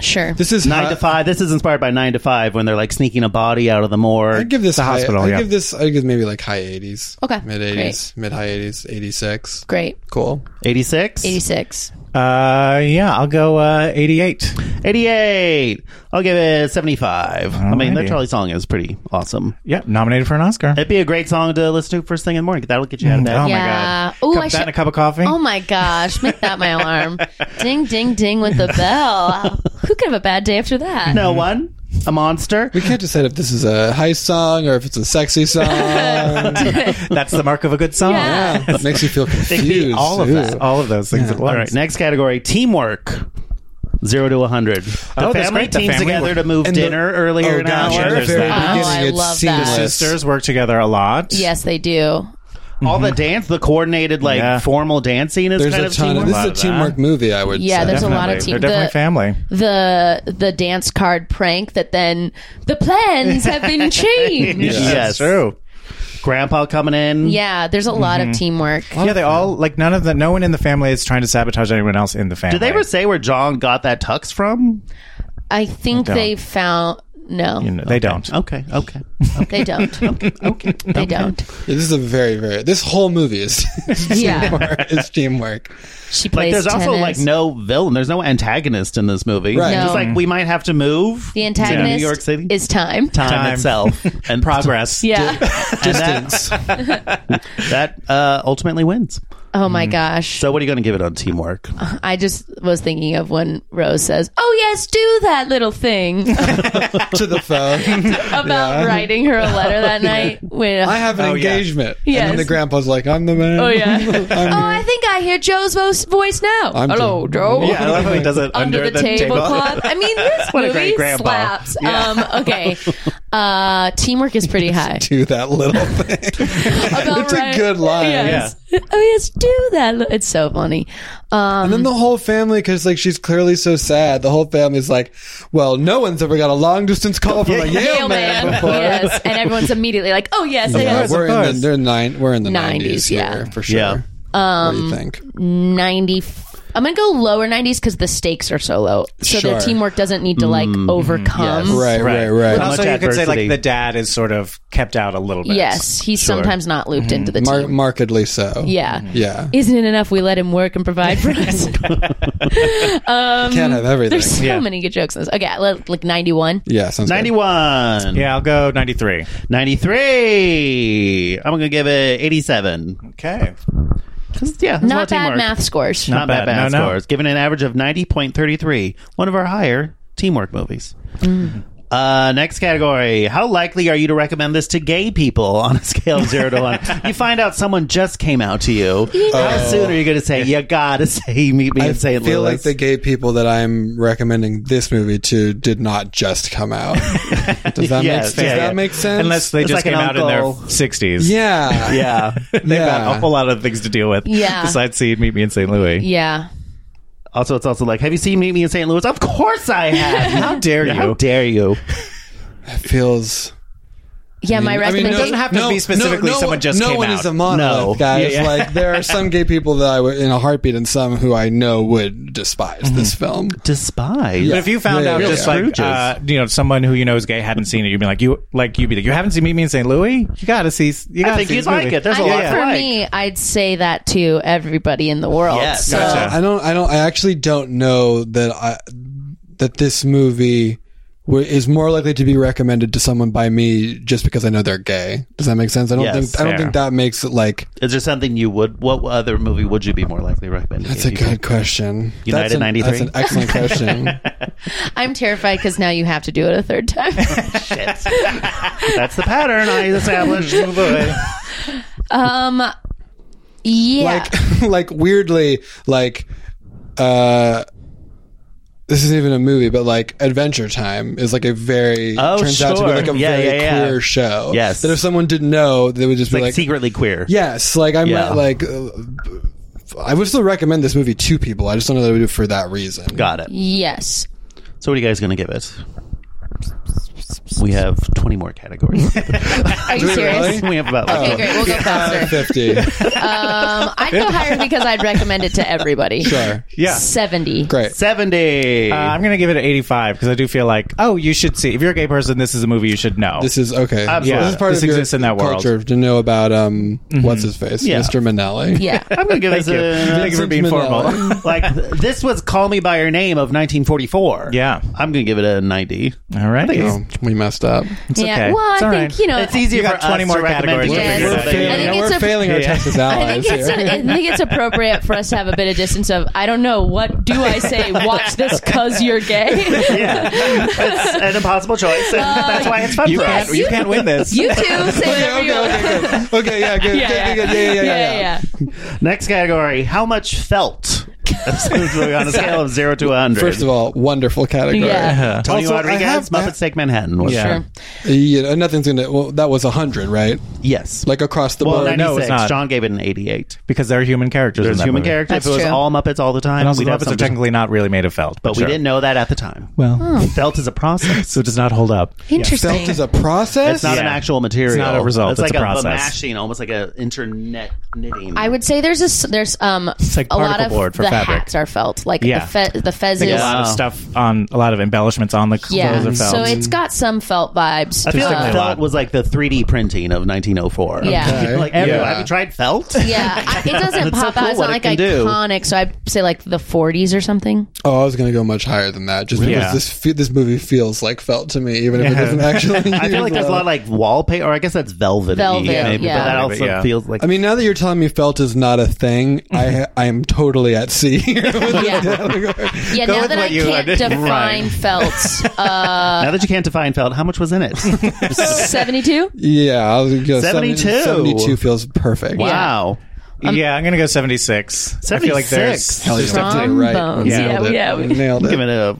[SPEAKER 7] Sure.
[SPEAKER 6] this is
[SPEAKER 3] Nine
[SPEAKER 6] high-
[SPEAKER 3] to Five. This is inspired by Nine to Five when they're like sneaking a body out of the
[SPEAKER 6] I
[SPEAKER 3] morgue.
[SPEAKER 6] give this high,
[SPEAKER 8] hospital,
[SPEAKER 6] I
[SPEAKER 8] yeah.
[SPEAKER 6] give this. I give maybe like high 80s.
[SPEAKER 7] Okay,
[SPEAKER 6] Mid 80s. Mid high 80s. 86.
[SPEAKER 7] Great.
[SPEAKER 6] Cool.
[SPEAKER 3] 86?
[SPEAKER 7] 86.
[SPEAKER 8] Uh, yeah, I'll go uh, 88.
[SPEAKER 3] 88. I'll give it 75. I mean, that
[SPEAKER 8] Alrighty.
[SPEAKER 3] Charlie song is pretty awesome.
[SPEAKER 8] Yeah, nominated for an Oscar.
[SPEAKER 3] It'd be a great song to listen to first thing in the morning. That'll get you out of bed.
[SPEAKER 8] Oh
[SPEAKER 7] Mm, Yeah.
[SPEAKER 8] my god.
[SPEAKER 7] Ooh,
[SPEAKER 8] cup,
[SPEAKER 7] I
[SPEAKER 8] that
[SPEAKER 7] should-
[SPEAKER 8] and a cup of coffee.
[SPEAKER 7] Oh my gosh, make that my alarm. ding, ding, ding with the bell. Who could have a bad day after that?
[SPEAKER 3] No one? A monster?
[SPEAKER 6] We can't decide if this is a high song or if it's a sexy song.
[SPEAKER 8] That's the mark of a good
[SPEAKER 2] Oh,
[SPEAKER 8] song.
[SPEAKER 7] Yeah.
[SPEAKER 6] it makes you feel confused.
[SPEAKER 8] All of
[SPEAKER 6] Ooh.
[SPEAKER 8] that. All of those things at once.
[SPEAKER 3] All right, next category teamwork. Zero to 100. The
[SPEAKER 8] Oh, that's
[SPEAKER 3] family
[SPEAKER 8] great. The
[SPEAKER 3] teams
[SPEAKER 8] family
[SPEAKER 3] together
[SPEAKER 8] work.
[SPEAKER 3] to move
[SPEAKER 6] And the-
[SPEAKER 3] dinner earlier
[SPEAKER 6] oh,
[SPEAKER 3] in an
[SPEAKER 6] gosh,
[SPEAKER 8] yeah,
[SPEAKER 3] hour.
[SPEAKER 6] at the
[SPEAKER 8] there's
[SPEAKER 6] very
[SPEAKER 8] that.
[SPEAKER 6] beginning,
[SPEAKER 7] Oh, I
[SPEAKER 6] it's
[SPEAKER 7] love that.
[SPEAKER 6] seamless.
[SPEAKER 8] Sisters work together a lot.
[SPEAKER 7] Yes, they do.
[SPEAKER 3] All the dance, the coordinated, like
[SPEAKER 8] Yeah.
[SPEAKER 3] formal dancing is
[SPEAKER 6] mm-hmm. There's
[SPEAKER 3] kind
[SPEAKER 6] a
[SPEAKER 3] of
[SPEAKER 6] ton
[SPEAKER 3] teamwork.
[SPEAKER 6] of. This is
[SPEAKER 8] lot
[SPEAKER 6] a
[SPEAKER 8] of that.
[SPEAKER 6] teamwork movie. I would.
[SPEAKER 7] Yeah,
[SPEAKER 6] say.
[SPEAKER 7] there's a lot of
[SPEAKER 8] Definitely.
[SPEAKER 7] team.
[SPEAKER 8] They're definitely
[SPEAKER 7] the,
[SPEAKER 8] family.
[SPEAKER 7] the the dance card prank that then the plans have been changed.
[SPEAKER 3] Yeah.
[SPEAKER 7] yeah.
[SPEAKER 3] Yes.
[SPEAKER 8] True.
[SPEAKER 3] Grandpa coming in.
[SPEAKER 7] there's a lot of teamwork.
[SPEAKER 8] Yeah, they all like none of the no one in the family is trying to sabotage anyone else in the family.
[SPEAKER 3] Did they ever say where John got that tux from?
[SPEAKER 7] I think
[SPEAKER 8] Don't.
[SPEAKER 7] they found no,
[SPEAKER 8] You know, they don't.
[SPEAKER 3] Okay, okay.
[SPEAKER 7] they don't. okay, they don't.
[SPEAKER 6] This is a very, very. This whole movie is
[SPEAKER 7] Yeah,
[SPEAKER 6] is teamwork.
[SPEAKER 7] she
[SPEAKER 3] Like,
[SPEAKER 7] plays.
[SPEAKER 3] there's also
[SPEAKER 7] tennis.
[SPEAKER 3] like no villain. There's no antagonist in this movie.
[SPEAKER 6] Right.
[SPEAKER 3] It's
[SPEAKER 7] No.
[SPEAKER 3] Just like we might have to move.
[SPEAKER 7] the
[SPEAKER 3] to
[SPEAKER 7] antagonist
[SPEAKER 3] New York City.
[SPEAKER 7] is time.
[SPEAKER 3] time,
[SPEAKER 8] Time.
[SPEAKER 3] itself and
[SPEAKER 8] Progress.
[SPEAKER 7] Yeah.
[SPEAKER 6] Distance.
[SPEAKER 3] That uh, ultimately wins.
[SPEAKER 7] oh my gosh.
[SPEAKER 3] So what are you going to give it on teamwork?
[SPEAKER 7] I just was thinking of when Rose says, "Oh yes, do that little thing."
[SPEAKER 6] to the phone.
[SPEAKER 7] about writing her a letter that night when
[SPEAKER 6] I have an
[SPEAKER 8] Oh, yeah.
[SPEAKER 6] engagement. And
[SPEAKER 7] Yes.
[SPEAKER 6] then the grandpa's like, "I'm the man."
[SPEAKER 7] oh yeah oh
[SPEAKER 6] I'm
[SPEAKER 7] I think I hear Joe's vo- voice now
[SPEAKER 6] I'm
[SPEAKER 7] hello Joe
[SPEAKER 8] Yeah, I love how he does it
[SPEAKER 7] under, the, tablecloth I mean this
[SPEAKER 8] What a
[SPEAKER 7] movie
[SPEAKER 8] great grandpa.
[SPEAKER 7] slaps um okay uh teamwork is pretty high
[SPEAKER 6] do that little thing.
[SPEAKER 7] About
[SPEAKER 6] it's a
[SPEAKER 7] right-
[SPEAKER 6] good line.
[SPEAKER 7] yes. oh yes do that li- it's so funny um
[SPEAKER 6] And then the whole family, because like she's clearly so sad. The whole family's like, "Well, no one's ever got a long distance call from a Yale,
[SPEAKER 7] Yale
[SPEAKER 6] man,
[SPEAKER 7] man
[SPEAKER 6] before."
[SPEAKER 7] yes and everyone's immediately like oh yes oh,
[SPEAKER 6] Yeah,
[SPEAKER 7] yes
[SPEAKER 6] we're
[SPEAKER 8] of
[SPEAKER 6] in
[SPEAKER 8] course.
[SPEAKER 6] the they're nine. We're in the
[SPEAKER 7] 90s,
[SPEAKER 6] nineties here
[SPEAKER 7] yeah.
[SPEAKER 6] for sure.
[SPEAKER 3] Yeah.
[SPEAKER 6] Um, what do you think?
[SPEAKER 7] 90 I'm gonna go lower 90s because the stakes are so low so their
[SPEAKER 6] Sure.
[SPEAKER 7] teamwork doesn't need to like overcome
[SPEAKER 6] Right, right,
[SPEAKER 8] But
[SPEAKER 6] right.
[SPEAKER 3] Much
[SPEAKER 8] also, you could say like
[SPEAKER 3] adversity.
[SPEAKER 8] the dad is sort of kept out a little bit.
[SPEAKER 7] Yes, he's sometimes not looped into the
[SPEAKER 6] Mm-hmm. Mar- mm-hmm.
[SPEAKER 7] team.
[SPEAKER 6] markedly so.
[SPEAKER 7] yeah.
[SPEAKER 6] yeah.
[SPEAKER 7] Isn't it enough we let him work and provide for us?
[SPEAKER 6] Can't have everything.
[SPEAKER 7] Um, There's so
[SPEAKER 8] Yeah.
[SPEAKER 7] many good jokes in this. Okay, like like 91.
[SPEAKER 6] Yeah, sounds good.
[SPEAKER 3] 91.
[SPEAKER 8] Yeah, I'll go 93.
[SPEAKER 3] 93. I'm going to give it 87.
[SPEAKER 8] Okay.
[SPEAKER 3] 'Cause, Yeah, that's a lot
[SPEAKER 7] Not
[SPEAKER 3] of
[SPEAKER 7] bad
[SPEAKER 3] teamwork.
[SPEAKER 7] math scores.
[SPEAKER 3] Not, bad,
[SPEAKER 8] bad,
[SPEAKER 3] math
[SPEAKER 8] no, no.
[SPEAKER 3] scores. Given an average of 90.33, one of our higher teamwork movies.
[SPEAKER 7] Mm.
[SPEAKER 3] Uh, next category. How likely are you to recommend this to gay people on a scale of zero to one? you find out someone just came out to you. How soon are you going to say, you gotta say, meet me
[SPEAKER 6] I
[SPEAKER 3] in St.
[SPEAKER 6] feel
[SPEAKER 3] Louis?
[SPEAKER 6] like the gay people that I'm recommending this movie to did not just come out. Does that,
[SPEAKER 3] Yes,
[SPEAKER 6] make, does
[SPEAKER 3] yeah,
[SPEAKER 6] that
[SPEAKER 3] yeah.
[SPEAKER 6] make sense?
[SPEAKER 8] Unless they
[SPEAKER 3] It's
[SPEAKER 8] just
[SPEAKER 3] like an
[SPEAKER 8] came out in their
[SPEAKER 3] uncle.
[SPEAKER 8] 60s.
[SPEAKER 6] yeah,
[SPEAKER 3] yeah.
[SPEAKER 8] They've got
[SPEAKER 6] Yeah.
[SPEAKER 8] a whole lot of things to deal with.
[SPEAKER 7] Yeah.
[SPEAKER 8] Besides seeing Meet Me in St. Louis.
[SPEAKER 7] Yeah.
[SPEAKER 3] Also, it's also like, have you seen Meet Me in St. Louis? Of course I have.
[SPEAKER 8] How dare you?
[SPEAKER 3] How dare you?
[SPEAKER 6] it feels.
[SPEAKER 7] Yeah, my
[SPEAKER 6] I mean,
[SPEAKER 7] recommendation.
[SPEAKER 8] It doesn't have to be specifically someone just
[SPEAKER 6] no
[SPEAKER 8] came
[SPEAKER 6] one
[SPEAKER 8] out.
[SPEAKER 6] is a monolith,
[SPEAKER 3] No.
[SPEAKER 6] guys.
[SPEAKER 3] Yeah, yeah.
[SPEAKER 6] Like there are some gay people that I would in a heartbeat, and some who I know would despise this
[SPEAKER 8] Mm-hmm.
[SPEAKER 6] film.
[SPEAKER 3] Despise.
[SPEAKER 8] But if you found
[SPEAKER 6] Yeah,
[SPEAKER 8] out
[SPEAKER 6] yeah,
[SPEAKER 8] just
[SPEAKER 6] yeah.
[SPEAKER 8] like uh, you know someone who you know is gay hadn't seen it, you'd be like you like you'd be like you haven't seen Meet Me in St. Louis. You gotta see. You gotta
[SPEAKER 3] I think
[SPEAKER 8] see
[SPEAKER 3] you'd
[SPEAKER 8] this
[SPEAKER 3] like
[SPEAKER 8] movie.
[SPEAKER 3] it. There's a
[SPEAKER 7] I
[SPEAKER 3] lot
[SPEAKER 7] think
[SPEAKER 3] to
[SPEAKER 7] for
[SPEAKER 3] like.
[SPEAKER 7] me, I'd say that to everybody in the world.
[SPEAKER 3] Yes.
[SPEAKER 7] So
[SPEAKER 8] Gotcha.
[SPEAKER 6] I don't. I don't. I actually don't know that. I that this movie w- is more likely to be recommended to someone by me just because I know they're gay. Does that make sense? I don't
[SPEAKER 3] Yes.
[SPEAKER 6] think I don't
[SPEAKER 8] Fair.
[SPEAKER 6] think that makes it like
[SPEAKER 3] Is there something you would? What other movie would you be more likely to recommend?
[SPEAKER 6] that's
[SPEAKER 3] if
[SPEAKER 6] a
[SPEAKER 3] you could?
[SPEAKER 6] good question.
[SPEAKER 3] United
[SPEAKER 6] That's an-
[SPEAKER 3] 93?
[SPEAKER 6] That's an excellent question.
[SPEAKER 7] I'm terrified because now you have to do it a third time.
[SPEAKER 3] That's the pattern I established.
[SPEAKER 7] um, yeah.
[SPEAKER 6] like like weirdly like uh this isn't even a movie but like adventure time is like a very
[SPEAKER 3] Oh,
[SPEAKER 6] turns out to be
[SPEAKER 3] sure.
[SPEAKER 6] like a
[SPEAKER 3] Yeah,
[SPEAKER 6] very
[SPEAKER 3] yeah, yeah.
[SPEAKER 6] queer show
[SPEAKER 3] Yes.
[SPEAKER 6] that if someone didn't know they would just
[SPEAKER 3] It's
[SPEAKER 6] be
[SPEAKER 3] like,
[SPEAKER 6] like
[SPEAKER 3] secretly queer.
[SPEAKER 6] yes like i'm
[SPEAKER 3] Yeah.
[SPEAKER 6] like uh, i would still recommend this movie to people i just don't know that I would do it for that reason
[SPEAKER 3] Got it.
[SPEAKER 7] Yes.
[SPEAKER 3] So, what are you guys going to give it? We have 20 more categories.
[SPEAKER 7] Are you
[SPEAKER 6] we
[SPEAKER 7] serious?
[SPEAKER 6] really?
[SPEAKER 3] we have about like,
[SPEAKER 6] Um,
[SPEAKER 7] Okay, great. We'll go
[SPEAKER 6] Uh,
[SPEAKER 7] faster.
[SPEAKER 6] 50
[SPEAKER 7] Um, I'd go higher because I'd recommend it to everybody.
[SPEAKER 6] sure
[SPEAKER 8] Yeah.
[SPEAKER 7] 70.
[SPEAKER 6] great
[SPEAKER 3] 70.
[SPEAKER 8] Uh, I'm gonna give it an 85 because I do feel like, oh, you should see if you're a gay person, this is a movie you should know.
[SPEAKER 6] this is okay
[SPEAKER 3] Absolutely.
[SPEAKER 6] this is part
[SPEAKER 8] This
[SPEAKER 6] of your
[SPEAKER 8] exists in that world.
[SPEAKER 6] culture to know about um what's his face
[SPEAKER 3] Yeah.
[SPEAKER 6] mr manelli
[SPEAKER 7] Yeah.
[SPEAKER 3] I'm going to give this
[SPEAKER 8] Thank you. Thank
[SPEAKER 3] a.
[SPEAKER 8] you for being
[SPEAKER 6] Manelli.
[SPEAKER 8] formal.
[SPEAKER 3] like, this was Call Me By Your Name of 1944.
[SPEAKER 8] Yeah.
[SPEAKER 3] I'm going to give it a 90.
[SPEAKER 8] All right.
[SPEAKER 6] oh, we messed up
[SPEAKER 7] yeah.
[SPEAKER 8] okay.
[SPEAKER 7] Well, I
[SPEAKER 8] It's all
[SPEAKER 7] think,
[SPEAKER 8] right.
[SPEAKER 7] you know.
[SPEAKER 3] It's easier
[SPEAKER 8] You got
[SPEAKER 3] for us
[SPEAKER 8] 20 more
[SPEAKER 3] to recommend
[SPEAKER 8] categories
[SPEAKER 3] it
[SPEAKER 7] to
[SPEAKER 3] to
[SPEAKER 7] figure
[SPEAKER 6] We're
[SPEAKER 7] out.
[SPEAKER 3] people
[SPEAKER 7] I think
[SPEAKER 6] failing, our-
[SPEAKER 7] it's
[SPEAKER 6] we're
[SPEAKER 7] a-
[SPEAKER 6] failing our
[SPEAKER 8] Yeah.
[SPEAKER 6] Texas
[SPEAKER 7] I think,
[SPEAKER 6] allies
[SPEAKER 7] it's
[SPEAKER 6] here.
[SPEAKER 7] I think it's appropriate for us to have a bit of distance of I don't know what do I say watch this cuz you're gay.
[SPEAKER 3] Yeah. it's an impossible choice. And that's why it's fun
[SPEAKER 8] You
[SPEAKER 3] for
[SPEAKER 8] can't.
[SPEAKER 3] us.
[SPEAKER 8] You can't win this.
[SPEAKER 7] You too say whatever
[SPEAKER 6] okay,
[SPEAKER 7] you want.
[SPEAKER 6] okay, good. Okay, yeah,
[SPEAKER 7] Yeah,
[SPEAKER 6] good. good,
[SPEAKER 7] yeah.
[SPEAKER 6] good, good, yeah, yeah, yeah,
[SPEAKER 7] Yeah,
[SPEAKER 6] yeah.
[SPEAKER 7] yeah.
[SPEAKER 3] Next category How much felt? That's really on a scale of 0 to 100.
[SPEAKER 6] First of all, wonderful category.
[SPEAKER 7] Yeah.
[SPEAKER 3] Tony
[SPEAKER 6] Also, I
[SPEAKER 3] Rodriguez,
[SPEAKER 6] have-
[SPEAKER 3] Muppets Take Manhattan. Was
[SPEAKER 8] Yeah.
[SPEAKER 3] yeah.
[SPEAKER 8] Oh, Sure.
[SPEAKER 6] Yeah, nothing's gonna. Well, that was hundred, right?
[SPEAKER 3] Yes.
[SPEAKER 6] Like across the
[SPEAKER 3] well,
[SPEAKER 6] board.
[SPEAKER 3] 96.
[SPEAKER 8] no, it's not.
[SPEAKER 3] John gave it an 88.
[SPEAKER 8] because they're human characters. in
[SPEAKER 3] There's
[SPEAKER 8] that
[SPEAKER 3] human
[SPEAKER 8] movie.
[SPEAKER 3] characters. If
[SPEAKER 7] That's
[SPEAKER 3] it was
[SPEAKER 7] true.
[SPEAKER 3] all Muppets all the time,
[SPEAKER 8] And also,
[SPEAKER 3] we'd
[SPEAKER 8] the
[SPEAKER 3] have
[SPEAKER 8] Muppets are
[SPEAKER 3] something-
[SPEAKER 8] technically not really made of felt,
[SPEAKER 3] But we
[SPEAKER 8] sure.
[SPEAKER 3] didn't know that at the time.
[SPEAKER 8] Well,
[SPEAKER 3] Felt is a process.
[SPEAKER 8] so it does not hold up.
[SPEAKER 7] Interesting.
[SPEAKER 6] Felt is a process.
[SPEAKER 3] It's not an
[SPEAKER 8] Yeah.
[SPEAKER 3] actual material.
[SPEAKER 8] It's not a result,
[SPEAKER 3] It's
[SPEAKER 8] it's
[SPEAKER 3] like
[SPEAKER 8] a
[SPEAKER 3] a,
[SPEAKER 8] process.
[SPEAKER 3] mashing, almost like a internet knitting.
[SPEAKER 7] I would say there's a s- there's um
[SPEAKER 8] like
[SPEAKER 7] a lot
[SPEAKER 8] particle
[SPEAKER 7] of
[SPEAKER 8] board for
[SPEAKER 7] the
[SPEAKER 8] fabric.
[SPEAKER 7] hats are felt like
[SPEAKER 8] Yeah.
[SPEAKER 7] the fe- the
[SPEAKER 8] I
[SPEAKER 7] fezzes.
[SPEAKER 8] think a lot of
[SPEAKER 3] Wow.
[SPEAKER 8] stuff on a lot of embellishments on the clothes
[SPEAKER 7] Yeah,
[SPEAKER 8] are felt.
[SPEAKER 7] so it's got some felt vibes.
[SPEAKER 3] I
[SPEAKER 7] Um,
[SPEAKER 3] feel
[SPEAKER 8] Just
[SPEAKER 3] like
[SPEAKER 8] like a
[SPEAKER 3] felt
[SPEAKER 8] lot.
[SPEAKER 3] was like the 3D printing of 1904.
[SPEAKER 7] Yeah.
[SPEAKER 6] Okay.
[SPEAKER 3] like everyone,
[SPEAKER 6] Yeah.
[SPEAKER 3] have you tried felt?
[SPEAKER 7] Yeah, I- it doesn't
[SPEAKER 3] It's so
[SPEAKER 7] pop
[SPEAKER 3] cool
[SPEAKER 7] out. It's
[SPEAKER 3] what
[SPEAKER 7] not
[SPEAKER 3] it can
[SPEAKER 7] like
[SPEAKER 3] do.
[SPEAKER 7] iconic. So I'd say like the 40s or something.
[SPEAKER 6] oh, I was gonna go much higher than that, just because
[SPEAKER 8] Yeah.
[SPEAKER 6] this fe- this movie feels like felt to me, even if it
[SPEAKER 8] Yeah.
[SPEAKER 6] doesn't actually.
[SPEAKER 3] I feel like there's a lot of like wallpaper, or I guess that's velvet.
[SPEAKER 7] Velvet,
[SPEAKER 3] maybe,
[SPEAKER 7] yeah. Uh,
[SPEAKER 3] But that also
[SPEAKER 8] Maybe, yeah.
[SPEAKER 3] feels like.
[SPEAKER 6] I mean, now that you're telling me felt is not a thing, I I am totally at sea. here.
[SPEAKER 7] Yeah, yeah. now
[SPEAKER 8] with
[SPEAKER 7] that
[SPEAKER 8] what
[SPEAKER 7] I
[SPEAKER 8] you
[SPEAKER 7] can't
[SPEAKER 8] had.
[SPEAKER 7] define
[SPEAKER 8] Right.
[SPEAKER 7] felts, uh,
[SPEAKER 3] now that you can't define felt, how much was in it?
[SPEAKER 7] 72.
[SPEAKER 6] yeah, I'll go
[SPEAKER 3] 72.
[SPEAKER 6] Seventy-two feels perfect.
[SPEAKER 3] wow.
[SPEAKER 7] um,
[SPEAKER 8] yeah, I'm gonna go 76. I feel like there's
[SPEAKER 3] 76.
[SPEAKER 6] Hell
[SPEAKER 8] there's
[SPEAKER 6] yeah.
[SPEAKER 8] stuff
[SPEAKER 7] Strong
[SPEAKER 8] to-
[SPEAKER 6] You're right.
[SPEAKER 7] bones.
[SPEAKER 6] We
[SPEAKER 8] Yeah.
[SPEAKER 6] nailed it.
[SPEAKER 7] Yeah, we-
[SPEAKER 6] We nailed it.
[SPEAKER 3] Give it a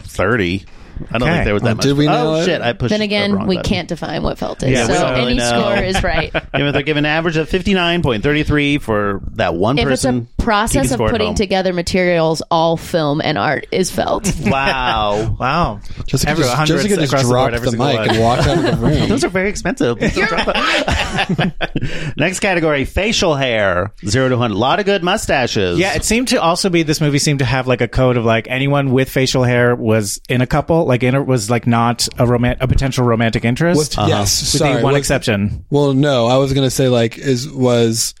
[SPEAKER 3] 30. I don't
[SPEAKER 8] Okay.
[SPEAKER 3] think there was that
[SPEAKER 6] Oh,
[SPEAKER 3] much.
[SPEAKER 6] did we know
[SPEAKER 3] oh,
[SPEAKER 6] it?
[SPEAKER 3] shit. I pushed
[SPEAKER 7] Then
[SPEAKER 3] the
[SPEAKER 7] again,
[SPEAKER 3] wrong
[SPEAKER 7] we
[SPEAKER 3] button.
[SPEAKER 7] can't define what felt is.
[SPEAKER 3] Yeah, we
[SPEAKER 7] so
[SPEAKER 3] don't really
[SPEAKER 7] any
[SPEAKER 3] know.
[SPEAKER 7] score is right.
[SPEAKER 3] Even if they're given an average of 59.33 for that one
[SPEAKER 7] If it's
[SPEAKER 3] person.
[SPEAKER 7] a process of putting
[SPEAKER 3] together.
[SPEAKER 7] together materials, all film and art is felt.
[SPEAKER 3] Wow.
[SPEAKER 8] Wow.
[SPEAKER 6] Jessica
[SPEAKER 8] Every-
[SPEAKER 6] just,
[SPEAKER 8] hundreds
[SPEAKER 6] Jessica
[SPEAKER 8] across
[SPEAKER 6] just
[SPEAKER 8] the board,
[SPEAKER 6] dropped
[SPEAKER 8] every
[SPEAKER 6] the,
[SPEAKER 8] single
[SPEAKER 6] mic
[SPEAKER 8] one.
[SPEAKER 6] and walked out of the room.
[SPEAKER 3] Those are very expensive. Please don't drop it. Next category facial hair. Zero to 100. A lot of good mustaches.
[SPEAKER 8] Yeah, it seemed to also be this movie seemed to have like a code of like anyone with facial hair was in a couple, like in a, was like not a romant a potential romantic interest. Uh-huh.
[SPEAKER 6] With- yes,
[SPEAKER 8] with
[SPEAKER 6] sorry,
[SPEAKER 8] the one
[SPEAKER 6] with-
[SPEAKER 8] exception.
[SPEAKER 6] Well, no, I was gonna say like is was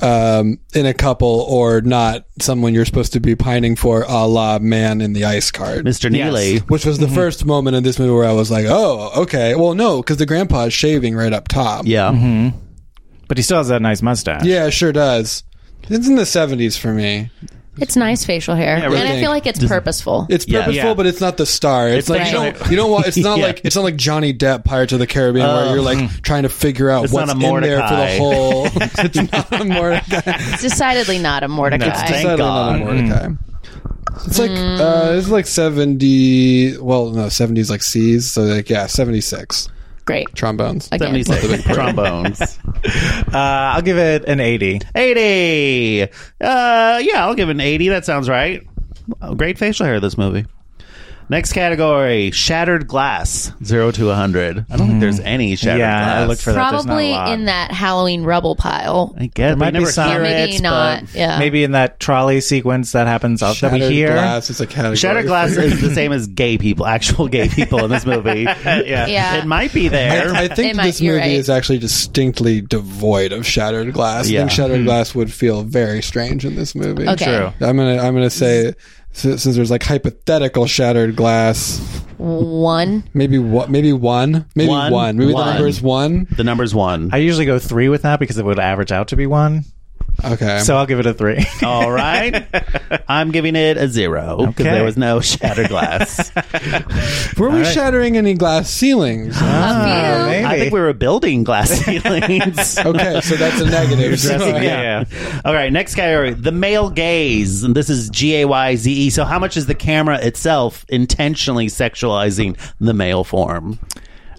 [SPEAKER 6] um, in a couple or not someone you're supposed to be pining for, a la man in the ice card,
[SPEAKER 3] Mr. Neely.
[SPEAKER 6] which was the
[SPEAKER 3] Mm-hmm.
[SPEAKER 6] first moment in this movie where I was like, oh, okay, well, no, because the grandpa is shaving right up top.
[SPEAKER 3] Yeah.
[SPEAKER 8] Mm-hmm. But he still has that nice mustache.
[SPEAKER 6] yeah, it sure does. It's in the seventies for me.
[SPEAKER 7] It's nice facial hair,
[SPEAKER 3] really.
[SPEAKER 7] and I feel like it's purposeful.
[SPEAKER 6] It's
[SPEAKER 3] Yeah.
[SPEAKER 6] purposeful,
[SPEAKER 8] Yeah.
[SPEAKER 6] but it's not the star. It's,
[SPEAKER 3] It's
[SPEAKER 6] like you
[SPEAKER 3] right.
[SPEAKER 6] don't, you don't want. It's not like it's not like Johnny Depp Pirates of the Caribbean where you're like trying to figure
[SPEAKER 3] Uh-huh.
[SPEAKER 6] out
[SPEAKER 3] It's not
[SPEAKER 6] what's
[SPEAKER 3] a
[SPEAKER 6] in there for
[SPEAKER 3] Mordecai.
[SPEAKER 6] the whole. it's not a Mordecai.
[SPEAKER 7] It's decidedly not a Mordecai.
[SPEAKER 3] Thank
[SPEAKER 6] Decidedly not
[SPEAKER 3] God.
[SPEAKER 6] a Mordecai. Mm. It's like uh, it's like seventy. Well, no, seventy is like C's. So like yeah, seventy six
[SPEAKER 7] Great.
[SPEAKER 6] trombones.
[SPEAKER 7] Again.
[SPEAKER 3] 76. Trombones.
[SPEAKER 8] Uh, I'll give it an eighty.
[SPEAKER 3] 80. Uh, yeah, I'll give it an 80. That sounds right. Oh, great facial hair, this movie. Next category shattered glass. Zero to 100. I don't think there's any
[SPEAKER 8] Mm-hmm.
[SPEAKER 3] shattered
[SPEAKER 8] Yeah,
[SPEAKER 3] glass.
[SPEAKER 8] I looked for that. There's not a
[SPEAKER 7] Probably
[SPEAKER 8] lot.
[SPEAKER 7] in that Halloween rubble pile.
[SPEAKER 3] I guess.
[SPEAKER 8] might
[SPEAKER 3] we
[SPEAKER 8] be
[SPEAKER 3] never
[SPEAKER 8] some.
[SPEAKER 3] hear
[SPEAKER 8] Or
[SPEAKER 7] Maybe
[SPEAKER 3] it,
[SPEAKER 7] not.
[SPEAKER 3] but-
[SPEAKER 7] Yeah.
[SPEAKER 8] Maybe in that trolley sequence that happens out that we
[SPEAKER 6] Shattered
[SPEAKER 8] hear.
[SPEAKER 6] glass is a category.
[SPEAKER 3] Shattered glass is the same as gay people, actual gay people in this movie. yeah.
[SPEAKER 7] Yeah.
[SPEAKER 3] It might be there.
[SPEAKER 6] I, I think
[SPEAKER 7] It might-
[SPEAKER 6] this
[SPEAKER 7] you're
[SPEAKER 6] movie
[SPEAKER 7] right.
[SPEAKER 6] is actually distinctly devoid of shattered glass. I
[SPEAKER 3] Yeah.
[SPEAKER 6] think shattered glass would feel very strange in this movie.
[SPEAKER 7] Okay. True.
[SPEAKER 6] I'm gonna I'm gonna say since, since there's like hypothetical shattered glass.
[SPEAKER 7] one.
[SPEAKER 6] Maybe what? Maybe one. Maybe
[SPEAKER 3] One.
[SPEAKER 6] one. Maybe
[SPEAKER 3] One.
[SPEAKER 6] the number is one.
[SPEAKER 3] The number's one.
[SPEAKER 2] I usually go three with that because it would average out to be one.
[SPEAKER 6] Okay.
[SPEAKER 2] So I'll give it a three.
[SPEAKER 3] All right. I'm giving it a zero because
[SPEAKER 2] Okay.
[SPEAKER 3] there was no shattered glass.
[SPEAKER 6] were we shattering any glass ceilings?
[SPEAKER 7] Few.
[SPEAKER 2] maybe.
[SPEAKER 3] I think we were building glass ceilings.
[SPEAKER 6] okay, so that's a negative.
[SPEAKER 2] dressing- yeah.
[SPEAKER 3] All right, next category, the male gaze. And This is G A Y Z E. So, how much is the camera itself intentionally sexualizing the male form?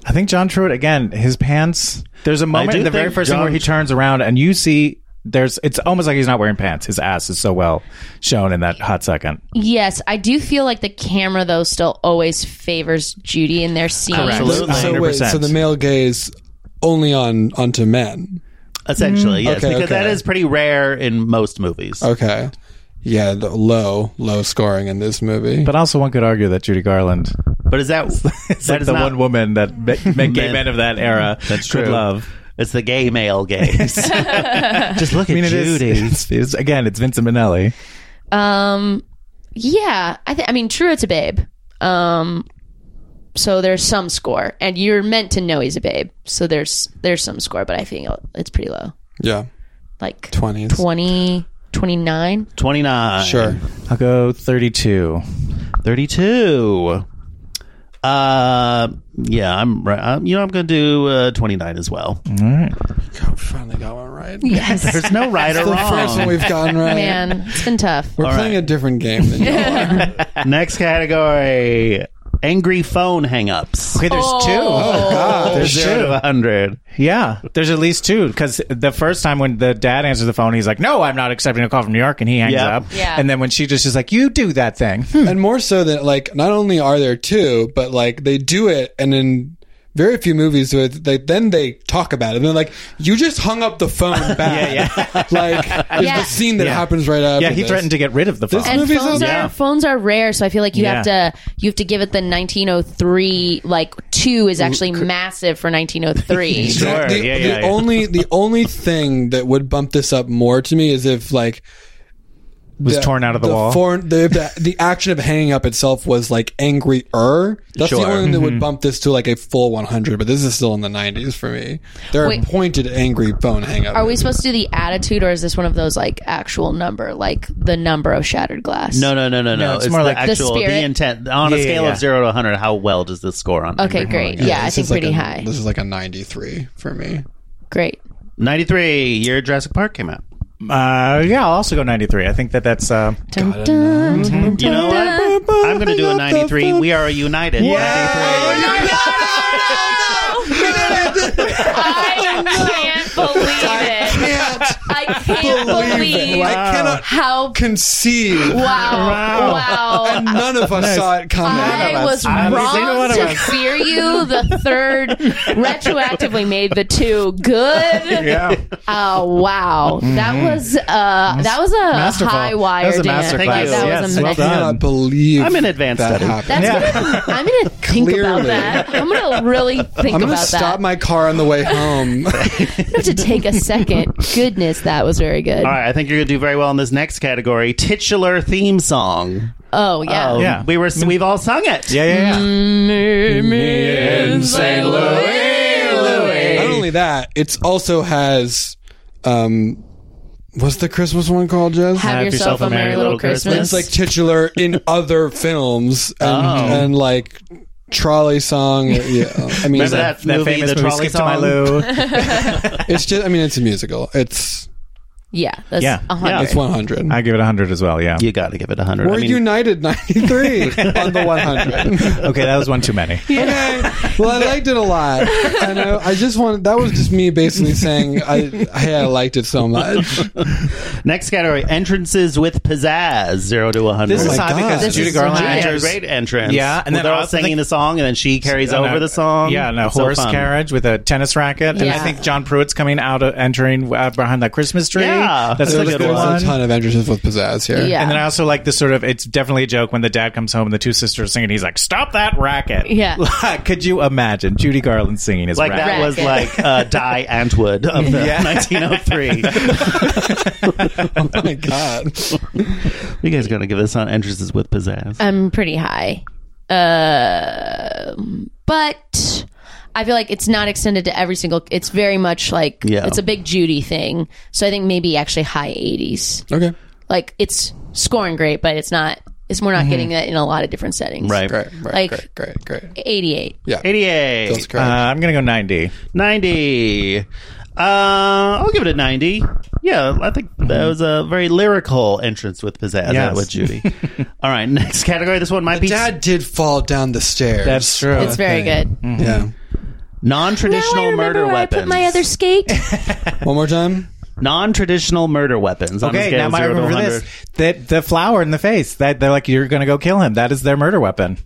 [SPEAKER 2] I think John Truitt again. His pants. There's a moment
[SPEAKER 3] do
[SPEAKER 2] in the very
[SPEAKER 3] think
[SPEAKER 2] first scene
[SPEAKER 3] John-
[SPEAKER 2] where he turns around and you see. There's. It's almost like he's not wearing pants. His ass is so well shown in that hot second.
[SPEAKER 7] Yes, I do feel like the camera though still always favors Judy in their scenes.
[SPEAKER 3] Absolutely.
[SPEAKER 6] So wait, so
[SPEAKER 2] 100%.
[SPEAKER 6] the male gaze only on onto men.
[SPEAKER 3] Essentially, yes,
[SPEAKER 6] Okay,
[SPEAKER 3] because
[SPEAKER 6] okay.
[SPEAKER 3] that is pretty rare in most movies.
[SPEAKER 6] Okay. Yeah, the low, low scoring in this movie.
[SPEAKER 2] But also, one could argue that Judy Garland
[SPEAKER 3] But is that
[SPEAKER 2] is
[SPEAKER 3] that
[SPEAKER 2] like
[SPEAKER 3] is
[SPEAKER 2] the
[SPEAKER 3] not-
[SPEAKER 2] one woman that ma- make gay men of that era.
[SPEAKER 3] That's
[SPEAKER 2] could
[SPEAKER 3] true.
[SPEAKER 2] Love.
[SPEAKER 3] It's the gay male gaze. Just look
[SPEAKER 2] I mean,
[SPEAKER 3] at
[SPEAKER 2] it is,
[SPEAKER 3] Judy.
[SPEAKER 2] it's, it's- again, it's Vincent Minnelli.
[SPEAKER 7] Um, yeah, I think. I mean, true, it's a babe. Um, so there's some score, and you're meant to know he's a babe. So there's there's some score, but I feel it's pretty low,
[SPEAKER 6] yeah,
[SPEAKER 7] like
[SPEAKER 6] 20s.
[SPEAKER 7] 20, 29.
[SPEAKER 3] 29.
[SPEAKER 6] Sure.
[SPEAKER 2] I'll go 32.
[SPEAKER 3] 32. Uh, yeah, I'm right. I'm, you know, I'm going to do uh, 29 as well.
[SPEAKER 6] Finally got one right.
[SPEAKER 7] Yes,
[SPEAKER 3] There's no right or
[SPEAKER 6] The first one
[SPEAKER 3] wrong.
[SPEAKER 6] we've gotten right.
[SPEAKER 7] man, it's been tough.
[SPEAKER 6] We're playing a different game than you are.
[SPEAKER 3] Next category angry phone hangups.
[SPEAKER 2] Okay, there's two.
[SPEAKER 3] Oh.
[SPEAKER 6] God,
[SPEAKER 3] There's zero to 100.
[SPEAKER 2] Yeah, there's at least two because the first time when the dad answers the phone, he's like, "No, I'm not accepting a call from New York," and he hangs
[SPEAKER 3] Yeah.
[SPEAKER 2] up.
[SPEAKER 7] Yeah.
[SPEAKER 2] And then when she just is like, "You do that thing," Hmm.
[SPEAKER 6] and more so than like not only are there two, but like they do it and in very few movies do it. They, then they talk about it. And they're like, "You just hung up the phone back." like there's
[SPEAKER 7] Yeah.
[SPEAKER 6] the scene that
[SPEAKER 2] Yeah.
[SPEAKER 6] happens right after.
[SPEAKER 2] yeah, he
[SPEAKER 6] this.
[SPEAKER 2] threatened to get rid of the phone.
[SPEAKER 6] This
[SPEAKER 7] and
[SPEAKER 6] movie's
[SPEAKER 7] phones
[SPEAKER 6] out-
[SPEAKER 7] are
[SPEAKER 6] Yeah.
[SPEAKER 7] phones are rare, so I feel like you have
[SPEAKER 2] Yeah.
[SPEAKER 7] to you have to give it the 1903. Like two is actually massive for 1903.
[SPEAKER 6] The-
[SPEAKER 2] Sure,
[SPEAKER 6] The,
[SPEAKER 2] yeah,
[SPEAKER 6] the
[SPEAKER 2] yeah, yeah.
[SPEAKER 6] only the only thing that would bump this up more to me is if like
[SPEAKER 2] was torn out of the, wall.
[SPEAKER 6] Foreign, the, the, the action of hanging up itself was like angry er. That's the
[SPEAKER 3] Sure.
[SPEAKER 6] only thing that
[SPEAKER 2] Mm-hmm.
[SPEAKER 6] would bump this to like a full 100, but this is still in the 90s for me. There are
[SPEAKER 7] Wait.
[SPEAKER 6] pointed angry phone hang up.
[SPEAKER 7] Are we supposed to do the attitude, or is this one of those like actual number, like the number of shattered glass?
[SPEAKER 3] No, no, no, no, no.
[SPEAKER 2] it's more
[SPEAKER 3] the
[SPEAKER 2] like- The
[SPEAKER 3] actual, the,
[SPEAKER 7] spirit.
[SPEAKER 3] intent. On a
[SPEAKER 2] Yeah, yeah,
[SPEAKER 3] scale
[SPEAKER 2] yeah.
[SPEAKER 3] of 0 to 100, how well does this score on
[SPEAKER 7] Okay,
[SPEAKER 3] angry
[SPEAKER 7] great.
[SPEAKER 3] phone
[SPEAKER 7] Yeah, I think pretty
[SPEAKER 6] like a,
[SPEAKER 7] high.
[SPEAKER 6] This is like a 93 for me.
[SPEAKER 7] Great.
[SPEAKER 3] hangups? 93, year Jurassic Park came out.
[SPEAKER 2] Uh, yeah, I'll also go 93. I think that that's. Uh,
[SPEAKER 7] Dun, dun, dun,
[SPEAKER 3] You know
[SPEAKER 7] dun, dun.
[SPEAKER 3] what? I'm going to do a 93. We are united. 93.
[SPEAKER 7] I can't believe it.
[SPEAKER 6] Can't
[SPEAKER 7] I can't believe
[SPEAKER 6] I cannot
[SPEAKER 7] how.
[SPEAKER 6] conceive.
[SPEAKER 7] Wow! Wow!
[SPEAKER 6] None of us saw it coming.
[SPEAKER 7] I was wrong to fear you. The third retroactively made the two good.
[SPEAKER 2] yeah.
[SPEAKER 7] Oh wow, that was uh, that was a
[SPEAKER 2] Masterful.
[SPEAKER 7] high wire.
[SPEAKER 2] That was a
[SPEAKER 7] Dan.
[SPEAKER 2] masterclass.
[SPEAKER 3] Thank you.
[SPEAKER 7] That
[SPEAKER 2] Yes,
[SPEAKER 7] was
[SPEAKER 2] well
[SPEAKER 7] amazing.
[SPEAKER 6] I
[SPEAKER 2] Done.
[SPEAKER 6] cannot believe
[SPEAKER 3] I'm an advanced
[SPEAKER 6] that
[SPEAKER 3] study.
[SPEAKER 6] happened.
[SPEAKER 7] That's gonna, I'm gonna think about
[SPEAKER 6] Clearly.
[SPEAKER 7] that. I'm gonna really think
[SPEAKER 6] I'm going to
[SPEAKER 7] about
[SPEAKER 6] stop
[SPEAKER 7] that.
[SPEAKER 6] my car on the way home.
[SPEAKER 7] I'm gonna have to take a second. Goodness, that was very good.
[SPEAKER 3] All right, I think you're going to do very well in this next category titular theme song.
[SPEAKER 7] Oh yeah.
[SPEAKER 3] Oh,
[SPEAKER 2] Yeah.
[SPEAKER 3] We were, we've all sung it.
[SPEAKER 2] Yeah, yeah,
[SPEAKER 7] Mm.
[SPEAKER 2] yeah.
[SPEAKER 7] Mm-hmm.
[SPEAKER 6] St. Not only that, it also has um what's the Christmas one called, Jez?
[SPEAKER 7] Have, yourself a merry little Christmas.
[SPEAKER 6] it's like titular in other films and,
[SPEAKER 3] Oh.
[SPEAKER 6] and like trolley song. Yeah, I mean,
[SPEAKER 3] Remember that,
[SPEAKER 2] That
[SPEAKER 3] movie,
[SPEAKER 2] famous
[SPEAKER 3] The
[SPEAKER 2] movie,
[SPEAKER 3] Trolley
[SPEAKER 2] Skip to My
[SPEAKER 3] Song?
[SPEAKER 2] Lou.
[SPEAKER 6] it's just. I mean, it's a musical. It's
[SPEAKER 7] yeah, that's
[SPEAKER 2] Yeah.
[SPEAKER 7] a hundred.
[SPEAKER 6] it's 100.
[SPEAKER 2] I give it 100 as well, yeah.
[SPEAKER 3] You got to give it 100.
[SPEAKER 6] We're
[SPEAKER 3] I mean,
[SPEAKER 6] united 93 on the 100.
[SPEAKER 2] Okay, that was one too many.
[SPEAKER 6] Okay. Well, I liked it a lot. I know. I just wanted. That was just me basically saying, I, "Hey, I liked it so much."
[SPEAKER 3] Next category entrances with pizzazz, 0 to 100.
[SPEAKER 2] This
[SPEAKER 6] Oh
[SPEAKER 2] is
[SPEAKER 6] my
[SPEAKER 2] high because
[SPEAKER 6] God. This
[SPEAKER 2] Judy
[SPEAKER 7] is so
[SPEAKER 2] Garland
[SPEAKER 7] high.
[SPEAKER 3] She had a
[SPEAKER 2] enters.
[SPEAKER 3] great entrance.
[SPEAKER 2] Yeah, and
[SPEAKER 3] and
[SPEAKER 2] then
[SPEAKER 3] they're
[SPEAKER 2] I
[SPEAKER 3] all
[SPEAKER 2] also think-
[SPEAKER 3] singing the song, and then she carries
[SPEAKER 2] on
[SPEAKER 3] over
[SPEAKER 2] a-
[SPEAKER 3] the song.
[SPEAKER 2] Yeah, and a
[SPEAKER 3] So
[SPEAKER 2] horse
[SPEAKER 3] fun.
[SPEAKER 2] carriage with a tennis racket. And I
[SPEAKER 7] Yeah.
[SPEAKER 2] think John Pruitt's coming out, of, entering uh, behind that Christmas tree.
[SPEAKER 3] Yeah.
[SPEAKER 2] that's
[SPEAKER 3] There
[SPEAKER 2] a
[SPEAKER 3] was-
[SPEAKER 6] There's,
[SPEAKER 2] good
[SPEAKER 6] there's
[SPEAKER 2] one.
[SPEAKER 6] a ton of entrances with pizzazz here.
[SPEAKER 7] Yeah.
[SPEAKER 2] And then I also like this sort of. It's definitely a joke when the dad comes home and the two sisters are singing. He's like, "Stop that racket!"
[SPEAKER 7] Yeah.
[SPEAKER 2] Like, could you imagine Judy Garland singing his
[SPEAKER 3] Like
[SPEAKER 2] racket?
[SPEAKER 3] that was
[SPEAKER 7] Racket.
[SPEAKER 3] like uh, Di Antwood of the
[SPEAKER 2] Yeah.
[SPEAKER 3] 1903.
[SPEAKER 6] Oh my god.
[SPEAKER 7] Uh,
[SPEAKER 3] you guys going to give this on entrances uh, with pizzazz?
[SPEAKER 7] I'm pretty high. Um, but I feel like it's not extended to every single. It's very much like
[SPEAKER 3] Yeah.
[SPEAKER 7] it's a big Judy thing. So I think maybe actually high eighties.
[SPEAKER 6] Okay.
[SPEAKER 7] Like it's scoring great, but it's not. It's we're not getting that in a lot of different settings.
[SPEAKER 3] Right.
[SPEAKER 6] Great, right,
[SPEAKER 7] Like-
[SPEAKER 6] great, great, great.
[SPEAKER 7] eighty-eight.
[SPEAKER 6] Yeah.
[SPEAKER 3] 88.
[SPEAKER 6] That's correct.
[SPEAKER 2] Uh, I'm gonna go 90.
[SPEAKER 3] 90. Uh, I'll give it a 90. Yeah, I think that was a very lyrical entrance with pizzazz
[SPEAKER 2] Mm-hmm.
[SPEAKER 3] uh,
[SPEAKER 2] Yes.
[SPEAKER 3] with Judy. All right, next category. This one might be
[SPEAKER 6] Dad did fall down the stairs.
[SPEAKER 2] That's true.
[SPEAKER 6] Oh,
[SPEAKER 2] Mm-hmm.
[SPEAKER 7] It's very good.
[SPEAKER 6] yeah.
[SPEAKER 3] non-traditional murder
[SPEAKER 7] where
[SPEAKER 3] weapons.
[SPEAKER 7] I put my other skate.
[SPEAKER 6] One more time.
[SPEAKER 3] non-traditional murder weapons. On a
[SPEAKER 2] Okay,
[SPEAKER 3] scale
[SPEAKER 2] now
[SPEAKER 3] of
[SPEAKER 2] I
[SPEAKER 3] zero to
[SPEAKER 2] remember
[SPEAKER 3] 100.
[SPEAKER 2] this. The, the flower in the face. That they're like, you're gonna go kill him. That is their murder weapon.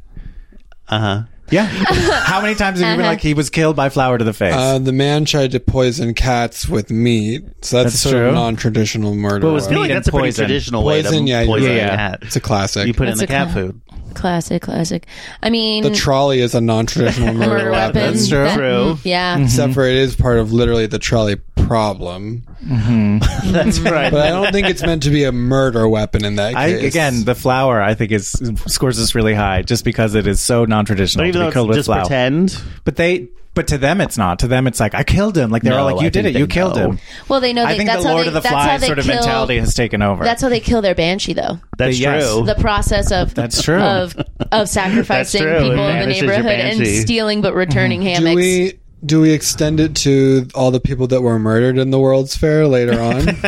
[SPEAKER 3] Uh-huh.
[SPEAKER 2] Yeah. How many times have you been
[SPEAKER 7] Uh-huh.
[SPEAKER 2] like, he was killed by flower to the face?
[SPEAKER 6] Uh, the man tried to poison cats with meat. So that's,
[SPEAKER 2] That's
[SPEAKER 6] sort
[SPEAKER 2] true.
[SPEAKER 6] of non-traditional murder.
[SPEAKER 2] But was
[SPEAKER 3] I feel
[SPEAKER 2] meat
[SPEAKER 3] like
[SPEAKER 2] and
[SPEAKER 3] that's a pretty
[SPEAKER 2] poison.
[SPEAKER 3] traditional way
[SPEAKER 6] Poison,
[SPEAKER 3] to
[SPEAKER 6] yeah,
[SPEAKER 3] poison
[SPEAKER 6] yeah,
[SPEAKER 3] a
[SPEAKER 6] yeah.
[SPEAKER 3] cat.
[SPEAKER 6] It's a classic.
[SPEAKER 3] You put in
[SPEAKER 7] That's
[SPEAKER 3] the
[SPEAKER 7] a
[SPEAKER 3] cat
[SPEAKER 7] cla-
[SPEAKER 3] food.
[SPEAKER 7] classic, classic. I mean,
[SPEAKER 6] the trolley is a non-traditional murder, Mm.
[SPEAKER 7] murder
[SPEAKER 6] weapon,
[SPEAKER 7] weapon.
[SPEAKER 3] Mm-hmm.
[SPEAKER 2] That's true.
[SPEAKER 7] That-
[SPEAKER 3] True.
[SPEAKER 7] Yeah.
[SPEAKER 6] except for it is part of literally the trolley problem.
[SPEAKER 3] Mm-hmm. That's
[SPEAKER 7] Mm-hmm.
[SPEAKER 3] right.
[SPEAKER 6] But I don't think it's meant to be a murder weapon in that
[SPEAKER 2] I,
[SPEAKER 6] case.
[SPEAKER 2] again, the flower I think is scores this really high just because it is so non-traditional.
[SPEAKER 3] But
[SPEAKER 2] to
[SPEAKER 3] even
[SPEAKER 2] be
[SPEAKER 3] though
[SPEAKER 2] killed
[SPEAKER 3] it's
[SPEAKER 2] with
[SPEAKER 3] just
[SPEAKER 2] flower.
[SPEAKER 3] pretend.
[SPEAKER 2] but they, but to them it's not. To them it's like I killed him. Like they're all
[SPEAKER 3] No,
[SPEAKER 2] like, you
[SPEAKER 3] I
[SPEAKER 2] did
[SPEAKER 3] think
[SPEAKER 2] it. You
[SPEAKER 3] they
[SPEAKER 2] killed
[SPEAKER 3] know.
[SPEAKER 2] him.
[SPEAKER 7] Well, they know.
[SPEAKER 2] I
[SPEAKER 7] they,
[SPEAKER 2] think
[SPEAKER 7] that's
[SPEAKER 2] the
[SPEAKER 7] how
[SPEAKER 2] Lord
[SPEAKER 7] they,
[SPEAKER 2] of the
[SPEAKER 7] that's how
[SPEAKER 2] Flies
[SPEAKER 7] they
[SPEAKER 2] sort of
[SPEAKER 7] kill,
[SPEAKER 2] mentality has taken over.
[SPEAKER 7] That's how they kill their banshee, though.
[SPEAKER 3] That's
[SPEAKER 2] yes.
[SPEAKER 3] true.
[SPEAKER 7] the process of
[SPEAKER 2] That's true.
[SPEAKER 7] of of sacrificing
[SPEAKER 3] That's true. It
[SPEAKER 7] people in the
[SPEAKER 3] vanishes your
[SPEAKER 7] neighborhood and
[SPEAKER 3] banshee.
[SPEAKER 7] stealing but returning hammocks.
[SPEAKER 6] Mm-hmm. do we do we extend it to all the people that were murdered in the World's Fair later on? That's,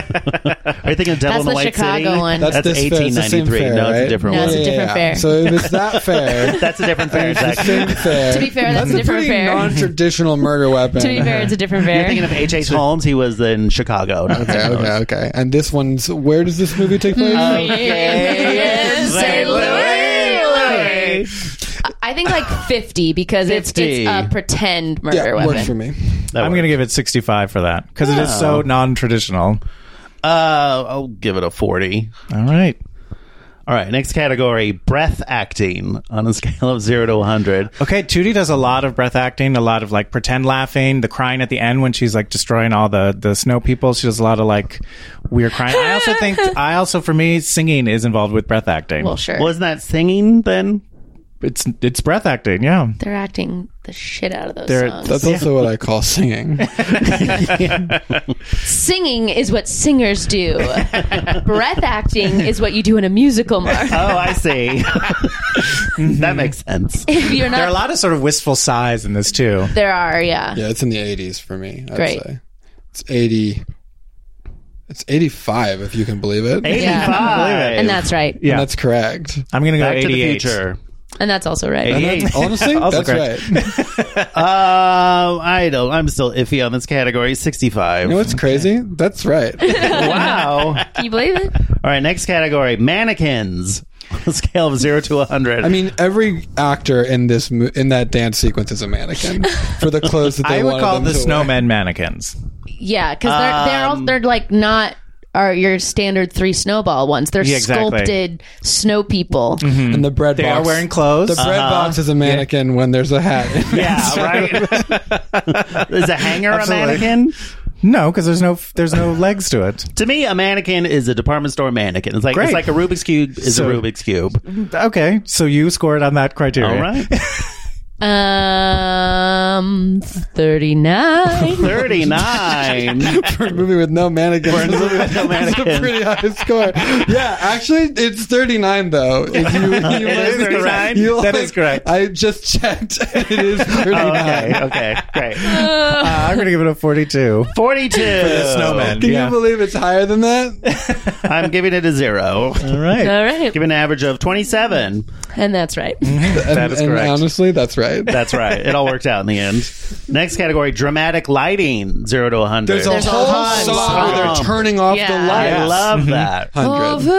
[SPEAKER 3] Are you thinking of Devil
[SPEAKER 7] That's
[SPEAKER 3] in the
[SPEAKER 7] the
[SPEAKER 3] White
[SPEAKER 7] Chicago
[SPEAKER 3] City?
[SPEAKER 7] one.
[SPEAKER 3] That's,
[SPEAKER 6] this fair. It's the same
[SPEAKER 3] 1893.
[SPEAKER 6] fair,
[SPEAKER 3] no, it's
[SPEAKER 6] right?
[SPEAKER 3] a different
[SPEAKER 7] No,
[SPEAKER 3] one.
[SPEAKER 7] it's a different fair.
[SPEAKER 6] So if it's that fair,
[SPEAKER 3] That's a different fair.
[SPEAKER 6] it's the
[SPEAKER 3] Exactly.
[SPEAKER 6] same fair.
[SPEAKER 7] To be fair, that's a
[SPEAKER 6] a
[SPEAKER 7] different
[SPEAKER 6] pretty
[SPEAKER 7] fair.
[SPEAKER 6] non-traditional murder weapon.
[SPEAKER 7] to be fair, it's a different
[SPEAKER 3] You're
[SPEAKER 7] bear.
[SPEAKER 3] thinking of H.H. Holmes. He was in Chicago. not
[SPEAKER 6] Okay,
[SPEAKER 3] St. Louis.
[SPEAKER 6] okay, okay. And this one's where does this movie
[SPEAKER 7] Mm-hmm.
[SPEAKER 6] take place?
[SPEAKER 7] Oh, Yes, St. Louis. I think like fifty because it's,
[SPEAKER 3] 50.
[SPEAKER 7] it's a pretend murder
[SPEAKER 6] yeah,
[SPEAKER 7] weapon.
[SPEAKER 6] works for me.
[SPEAKER 3] That
[SPEAKER 2] I'm
[SPEAKER 3] works.
[SPEAKER 2] going to give it 65 for that because it is so non-traditional.
[SPEAKER 3] Uh, I'll give it a 40.
[SPEAKER 2] All right.
[SPEAKER 3] All right, next category breath acting on a scale of 0 to 100.
[SPEAKER 2] Okay, Tootie does a lot of breath acting, a lot of like pretend laughing, the crying at the end when she's like destroying all the the snow people. She does a lot of like weird crying. I also think I also for me singing is involved with breath acting.
[SPEAKER 7] Well, sure.
[SPEAKER 3] Wasn't that singing then?
[SPEAKER 2] it's it's breath acting, yeah.
[SPEAKER 7] They're acting the shit out of those
[SPEAKER 2] They're-
[SPEAKER 7] songs.
[SPEAKER 6] That's also what I call singing.
[SPEAKER 7] Singing is what singers do. Breath acting is what you do in a musical. Mark.
[SPEAKER 3] Oh, I see. that makes sense.
[SPEAKER 7] If you're not,
[SPEAKER 2] There are a lot of sort of wistful sighs in this too.
[SPEAKER 7] There are, yeah.
[SPEAKER 6] Yeah, it's in the 80s for me. I'd
[SPEAKER 7] Great.
[SPEAKER 6] say it's 80. It's 85 if you can believe
[SPEAKER 3] 85.
[SPEAKER 6] it.
[SPEAKER 2] Uh,
[SPEAKER 7] And that's right.
[SPEAKER 2] Yeah.
[SPEAKER 6] And that's correct.
[SPEAKER 2] I'm going to go
[SPEAKER 3] Back to the
[SPEAKER 2] 88.
[SPEAKER 3] future.
[SPEAKER 7] And that's also right.
[SPEAKER 3] And that's-
[SPEAKER 6] Honestly,
[SPEAKER 2] Also
[SPEAKER 6] that's
[SPEAKER 2] correct.
[SPEAKER 6] right.
[SPEAKER 3] Um, I don't. I'm still iffy on this category. 65.
[SPEAKER 6] You know what's crazy? That's right.
[SPEAKER 3] wow. All
[SPEAKER 7] Can you believe it?
[SPEAKER 3] right, next category mannequins. On a scale of 0 to 100.
[SPEAKER 6] I mean, every actor in this mo- in that dance sequence is a mannequin for the clothes that they
[SPEAKER 2] I would
[SPEAKER 6] wanted
[SPEAKER 2] call
[SPEAKER 6] them
[SPEAKER 2] the
[SPEAKER 6] to wear.
[SPEAKER 2] snowmen mannequins.
[SPEAKER 7] Yeah, because they're they're
[SPEAKER 2] Um,
[SPEAKER 7] all they're like not are your standard three snowball ones. They're
[SPEAKER 2] Yeah, exactly. Mm-hmm.
[SPEAKER 7] sculpted snow people.
[SPEAKER 6] and the bread
[SPEAKER 2] They
[SPEAKER 6] box.
[SPEAKER 2] are wearing Uh-huh. clothes.
[SPEAKER 6] The bread box is a mannequin when there's a hat.
[SPEAKER 3] yeah, right. is a hanger a
[SPEAKER 2] Absolutely.
[SPEAKER 3] mannequin?
[SPEAKER 2] no, because there's no there's no legs to it.
[SPEAKER 3] To me, a mannequin is a department store mannequin. It's like
[SPEAKER 2] Great.
[SPEAKER 3] it's like a Rubik's cube is
[SPEAKER 2] So-
[SPEAKER 3] a Rubik's cube.
[SPEAKER 2] Okay, so you scored on that criteria.
[SPEAKER 3] All right,
[SPEAKER 7] Um, thirty nine.
[SPEAKER 3] thirty nine.
[SPEAKER 6] for a movie with no mannequins.
[SPEAKER 3] a movie with no
[SPEAKER 6] It's
[SPEAKER 3] mannequins.
[SPEAKER 6] a pretty high score. Yeah, actually, it's 39, though. If you, you
[SPEAKER 3] It is 39?
[SPEAKER 2] That is correct.
[SPEAKER 6] I just checked. It is 39.
[SPEAKER 3] Oh, okay, okay, great.
[SPEAKER 2] Uh, I'm going to give it a 42.
[SPEAKER 3] Forty two.
[SPEAKER 2] Snowman.
[SPEAKER 6] Can
[SPEAKER 2] yeah.
[SPEAKER 6] you believe it's higher than that?
[SPEAKER 3] I'm giving it a
[SPEAKER 2] All
[SPEAKER 3] zero.
[SPEAKER 2] right.
[SPEAKER 7] all right,
[SPEAKER 3] Give it an average of twenty seven.
[SPEAKER 7] and that's right.
[SPEAKER 6] that
[SPEAKER 2] is
[SPEAKER 6] and,
[SPEAKER 2] correct.
[SPEAKER 6] honestly, that's right.
[SPEAKER 3] That's right. It all worked out in the end. Next category: dramatic lighting, zero to hundred.
[SPEAKER 6] There's a
[SPEAKER 7] a
[SPEAKER 6] whole
[SPEAKER 7] whole
[SPEAKER 6] song
[SPEAKER 7] song.
[SPEAKER 6] where they're turning off
[SPEAKER 7] Yeah.
[SPEAKER 6] the lights.
[SPEAKER 3] I love
[SPEAKER 6] Mm-hmm.
[SPEAKER 3] that.
[SPEAKER 7] Mm-hmm.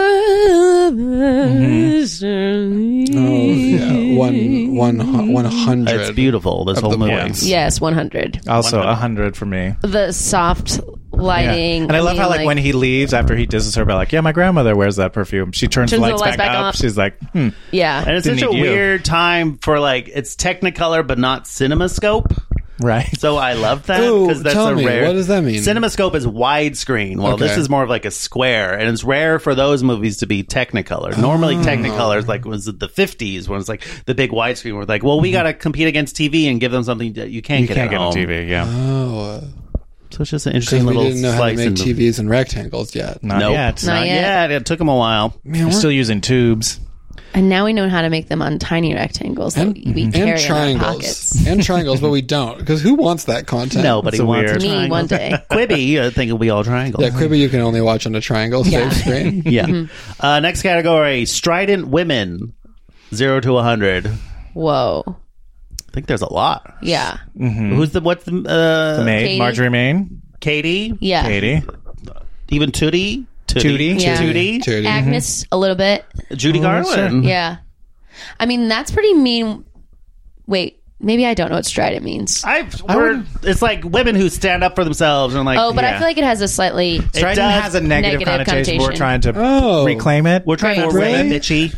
[SPEAKER 6] 100. Oh, yeah. One, one, hu- one hundred.
[SPEAKER 3] It's beautiful. This whole
[SPEAKER 6] the
[SPEAKER 3] movie.
[SPEAKER 6] points.
[SPEAKER 7] Yes, one hundred.
[SPEAKER 2] Also, 100 for me.
[SPEAKER 7] The soft
[SPEAKER 2] Yeah.
[SPEAKER 7] lighting,
[SPEAKER 2] And I love
[SPEAKER 7] mean,
[SPEAKER 2] how, like, when he leaves after he disses her by, like, yeah, my grandmother wears that perfume. She turns, the lights, back, up. She's like, hmm.
[SPEAKER 7] yeah,
[SPEAKER 3] And it's
[SPEAKER 2] Didn't
[SPEAKER 3] such a
[SPEAKER 2] need you.
[SPEAKER 3] weird time for like it's Technicolor but not CinemaScope.
[SPEAKER 9] Right.
[SPEAKER 3] So I love that
[SPEAKER 6] Ooh,
[SPEAKER 3] because that's
[SPEAKER 6] tell
[SPEAKER 3] a
[SPEAKER 6] me,
[SPEAKER 3] rare.
[SPEAKER 6] what does that mean?
[SPEAKER 3] CinemaScope is widescreen. Well, this
[SPEAKER 6] Okay.
[SPEAKER 3] is more of like a square, and it's rare for those movies to be Technicolor. Normally,
[SPEAKER 6] Oh.
[SPEAKER 3] Technicolor is like was it the fifties when it's like the big widescreen. We're like, well,
[SPEAKER 6] Mm-hmm.
[SPEAKER 3] we got to compete against TV and give them something that you can't
[SPEAKER 2] You
[SPEAKER 3] get
[SPEAKER 2] can't
[SPEAKER 3] at
[SPEAKER 2] get on
[SPEAKER 3] home.
[SPEAKER 2] TV. Yeah.
[SPEAKER 6] Oh,
[SPEAKER 3] So it's just an
[SPEAKER 6] because
[SPEAKER 3] interesting
[SPEAKER 6] we
[SPEAKER 3] little
[SPEAKER 6] didn't know how to
[SPEAKER 3] slice
[SPEAKER 6] make
[SPEAKER 3] into-
[SPEAKER 6] TVs in rectangles yet.
[SPEAKER 2] Not
[SPEAKER 3] Nope,
[SPEAKER 2] yet.
[SPEAKER 7] Not
[SPEAKER 3] not
[SPEAKER 7] yet.
[SPEAKER 3] yet. It took them a while.
[SPEAKER 2] We're still using tubes.
[SPEAKER 7] And now we know how to make them on tiny rectangles that we carry
[SPEAKER 6] And
[SPEAKER 7] in our
[SPEAKER 6] triangles.
[SPEAKER 7] pockets.
[SPEAKER 6] and triangles, but we don't. Because who wants that content?
[SPEAKER 3] Nobody
[SPEAKER 2] That's a
[SPEAKER 3] wants a
[SPEAKER 2] weird-
[SPEAKER 7] Me
[SPEAKER 3] triangle.
[SPEAKER 7] one day.
[SPEAKER 3] Quibi, I think it'll be all triangles.
[SPEAKER 6] Yeah, Quibi you can only watch on a triangle safe screen.
[SPEAKER 3] Yeah.
[SPEAKER 7] Mm-hmm.
[SPEAKER 3] Uh, next category: strident women, zero to a hundred. I
[SPEAKER 7] Whoa.
[SPEAKER 3] think there's a lot.
[SPEAKER 7] Yeah.
[SPEAKER 3] Who's the what's the uh,
[SPEAKER 2] May,
[SPEAKER 7] Katie.
[SPEAKER 2] Marjorie Main,
[SPEAKER 3] Katie?
[SPEAKER 7] Yeah.
[SPEAKER 2] Katie.
[SPEAKER 3] Even Tootie,
[SPEAKER 2] Tootie.
[SPEAKER 7] Yeah.
[SPEAKER 3] Tootie,
[SPEAKER 6] Tootie.
[SPEAKER 7] Agnes, a little bit.
[SPEAKER 3] Judy Garland.
[SPEAKER 7] Yeah. I mean, that's pretty mean. Wait, maybe I don't know what strident means.
[SPEAKER 3] I've heard it's like women who stand up for themselves and like.
[SPEAKER 7] oh, but I
[SPEAKER 3] yeah.
[SPEAKER 7] feel like it has a slightly.
[SPEAKER 2] Strident
[SPEAKER 3] does-
[SPEAKER 2] has a negative,
[SPEAKER 7] Negative
[SPEAKER 2] connotation.
[SPEAKER 7] connotation.
[SPEAKER 2] We're trying to
[SPEAKER 6] Oh.
[SPEAKER 2] reclaim it.
[SPEAKER 3] we're trying to
[SPEAKER 6] Right.
[SPEAKER 3] ram bitchy.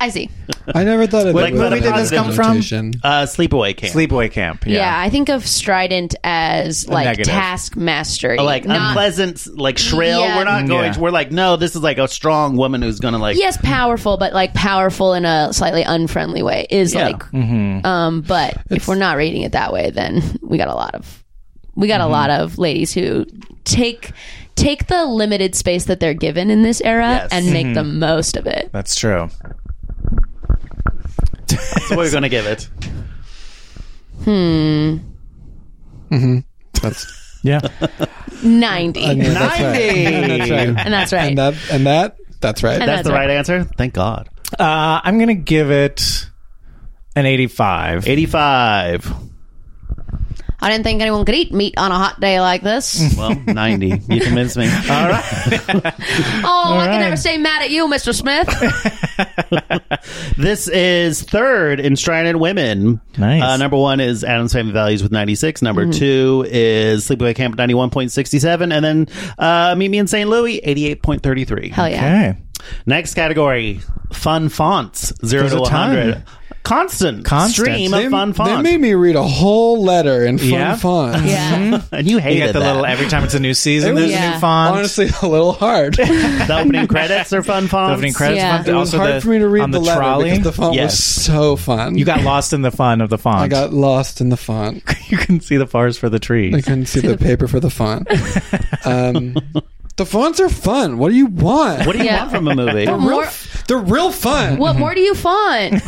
[SPEAKER 7] I see.
[SPEAKER 6] I never thought of
[SPEAKER 3] What
[SPEAKER 6] it.
[SPEAKER 3] movie did this come
[SPEAKER 2] from?
[SPEAKER 3] Uh, sleepaway camp.
[SPEAKER 2] Sleepaway Camp.
[SPEAKER 7] Yeah.
[SPEAKER 2] Yeah.
[SPEAKER 7] I think of strident as like
[SPEAKER 2] negative.
[SPEAKER 7] task mastery.
[SPEAKER 3] Like unpleasant, like shrill.
[SPEAKER 7] Yeah.
[SPEAKER 3] We're not going.
[SPEAKER 2] Yeah.
[SPEAKER 3] To, we're like, no, this is like a strong woman who's gonna like.
[SPEAKER 7] Yes, powerful, but like powerful in a slightly unfriendly way is
[SPEAKER 3] Yeah.
[SPEAKER 7] like.
[SPEAKER 6] Mm-hmm.
[SPEAKER 7] Um, but if we're not reading it that way, then we got a lot of we got
[SPEAKER 6] Mm-hmm.
[SPEAKER 7] a lot of ladies who take take the limited space that they're given in this era
[SPEAKER 3] Yes.
[SPEAKER 7] and
[SPEAKER 6] Mm-hmm.
[SPEAKER 7] make the most of it.
[SPEAKER 2] That's true.
[SPEAKER 3] That's what we're gonna give it.
[SPEAKER 6] That's,
[SPEAKER 2] Yeah.
[SPEAKER 7] Ninety,
[SPEAKER 6] I knew that's right. That's right.
[SPEAKER 7] and that's right.
[SPEAKER 6] And that, and that, that's right.
[SPEAKER 7] And
[SPEAKER 3] That's the right answer. Thank God.
[SPEAKER 2] Uh, I'm going to give it an 85.
[SPEAKER 3] Eighty-five.
[SPEAKER 7] I didn't think anyone could eat meat on a hot day like this.
[SPEAKER 3] Well, ninety. You convinced me. All right.
[SPEAKER 7] oh, I can never stay mad at you, Mister Smith.
[SPEAKER 3] This is third in Strident Women.
[SPEAKER 2] Nice. Mm-hmm.
[SPEAKER 3] Uh, number one is Adam's Family Values with 96. Number two is Sleepaway Camp 91.67. And then uh, Meet Me in St. Louis, 88.33.
[SPEAKER 7] Hell yeah.
[SPEAKER 2] Okay.
[SPEAKER 3] Next category, fun fonts, 0
[SPEAKER 2] There's
[SPEAKER 3] to
[SPEAKER 2] a ton.
[SPEAKER 3] 100. Constant,
[SPEAKER 2] Constant.
[SPEAKER 3] stream
[SPEAKER 6] They,
[SPEAKER 3] of fun
[SPEAKER 6] they
[SPEAKER 3] fonts.
[SPEAKER 6] made me read a whole letter in fun
[SPEAKER 2] Yeah.
[SPEAKER 6] font.
[SPEAKER 7] Yeah.
[SPEAKER 3] and you
[SPEAKER 2] You
[SPEAKER 3] hated
[SPEAKER 2] get the
[SPEAKER 3] that.
[SPEAKER 2] little, every time it's a new season,
[SPEAKER 6] It
[SPEAKER 2] there's
[SPEAKER 6] was-
[SPEAKER 2] a
[SPEAKER 7] Yeah.
[SPEAKER 2] new font.
[SPEAKER 6] Honestly, a little hard. It
[SPEAKER 3] the opening credits are fun fonts.
[SPEAKER 2] the opening credits
[SPEAKER 7] Yeah.
[SPEAKER 2] font.
[SPEAKER 7] It
[SPEAKER 6] was
[SPEAKER 2] also
[SPEAKER 6] hard
[SPEAKER 2] the,
[SPEAKER 6] for me to read
[SPEAKER 2] on
[SPEAKER 6] the,
[SPEAKER 2] the,
[SPEAKER 6] letter
[SPEAKER 2] trolley.
[SPEAKER 6] because the font
[SPEAKER 3] Yes.
[SPEAKER 6] was so fun.
[SPEAKER 2] you got lost in the fun of the font.
[SPEAKER 6] I got lost in the font.
[SPEAKER 2] you couldn't see the forest for the
[SPEAKER 6] I
[SPEAKER 2] trees.
[SPEAKER 6] couldn't see the paper for the font. Um, the fonts are fun. What do you want?
[SPEAKER 3] What do you
[SPEAKER 7] Yeah.
[SPEAKER 3] want from a movie?
[SPEAKER 7] More,
[SPEAKER 6] They're real fun.
[SPEAKER 7] what more do you font?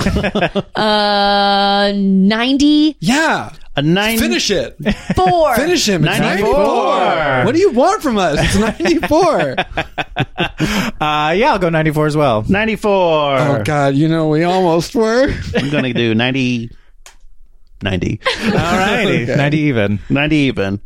[SPEAKER 7] uh, ninety
[SPEAKER 6] Yeah.
[SPEAKER 3] A nine.
[SPEAKER 2] Oh,
[SPEAKER 6] Finish it.
[SPEAKER 7] four.
[SPEAKER 6] Finish him. It's
[SPEAKER 3] 94.
[SPEAKER 6] 94. What do you want from us? It's 94.
[SPEAKER 2] Uh, yeah, I'll go 94 as well.
[SPEAKER 3] 94.
[SPEAKER 6] oh, God. You know, we almost were.
[SPEAKER 3] I'm going to do 90. 90.
[SPEAKER 2] All righty. 90 even.
[SPEAKER 3] 90 even.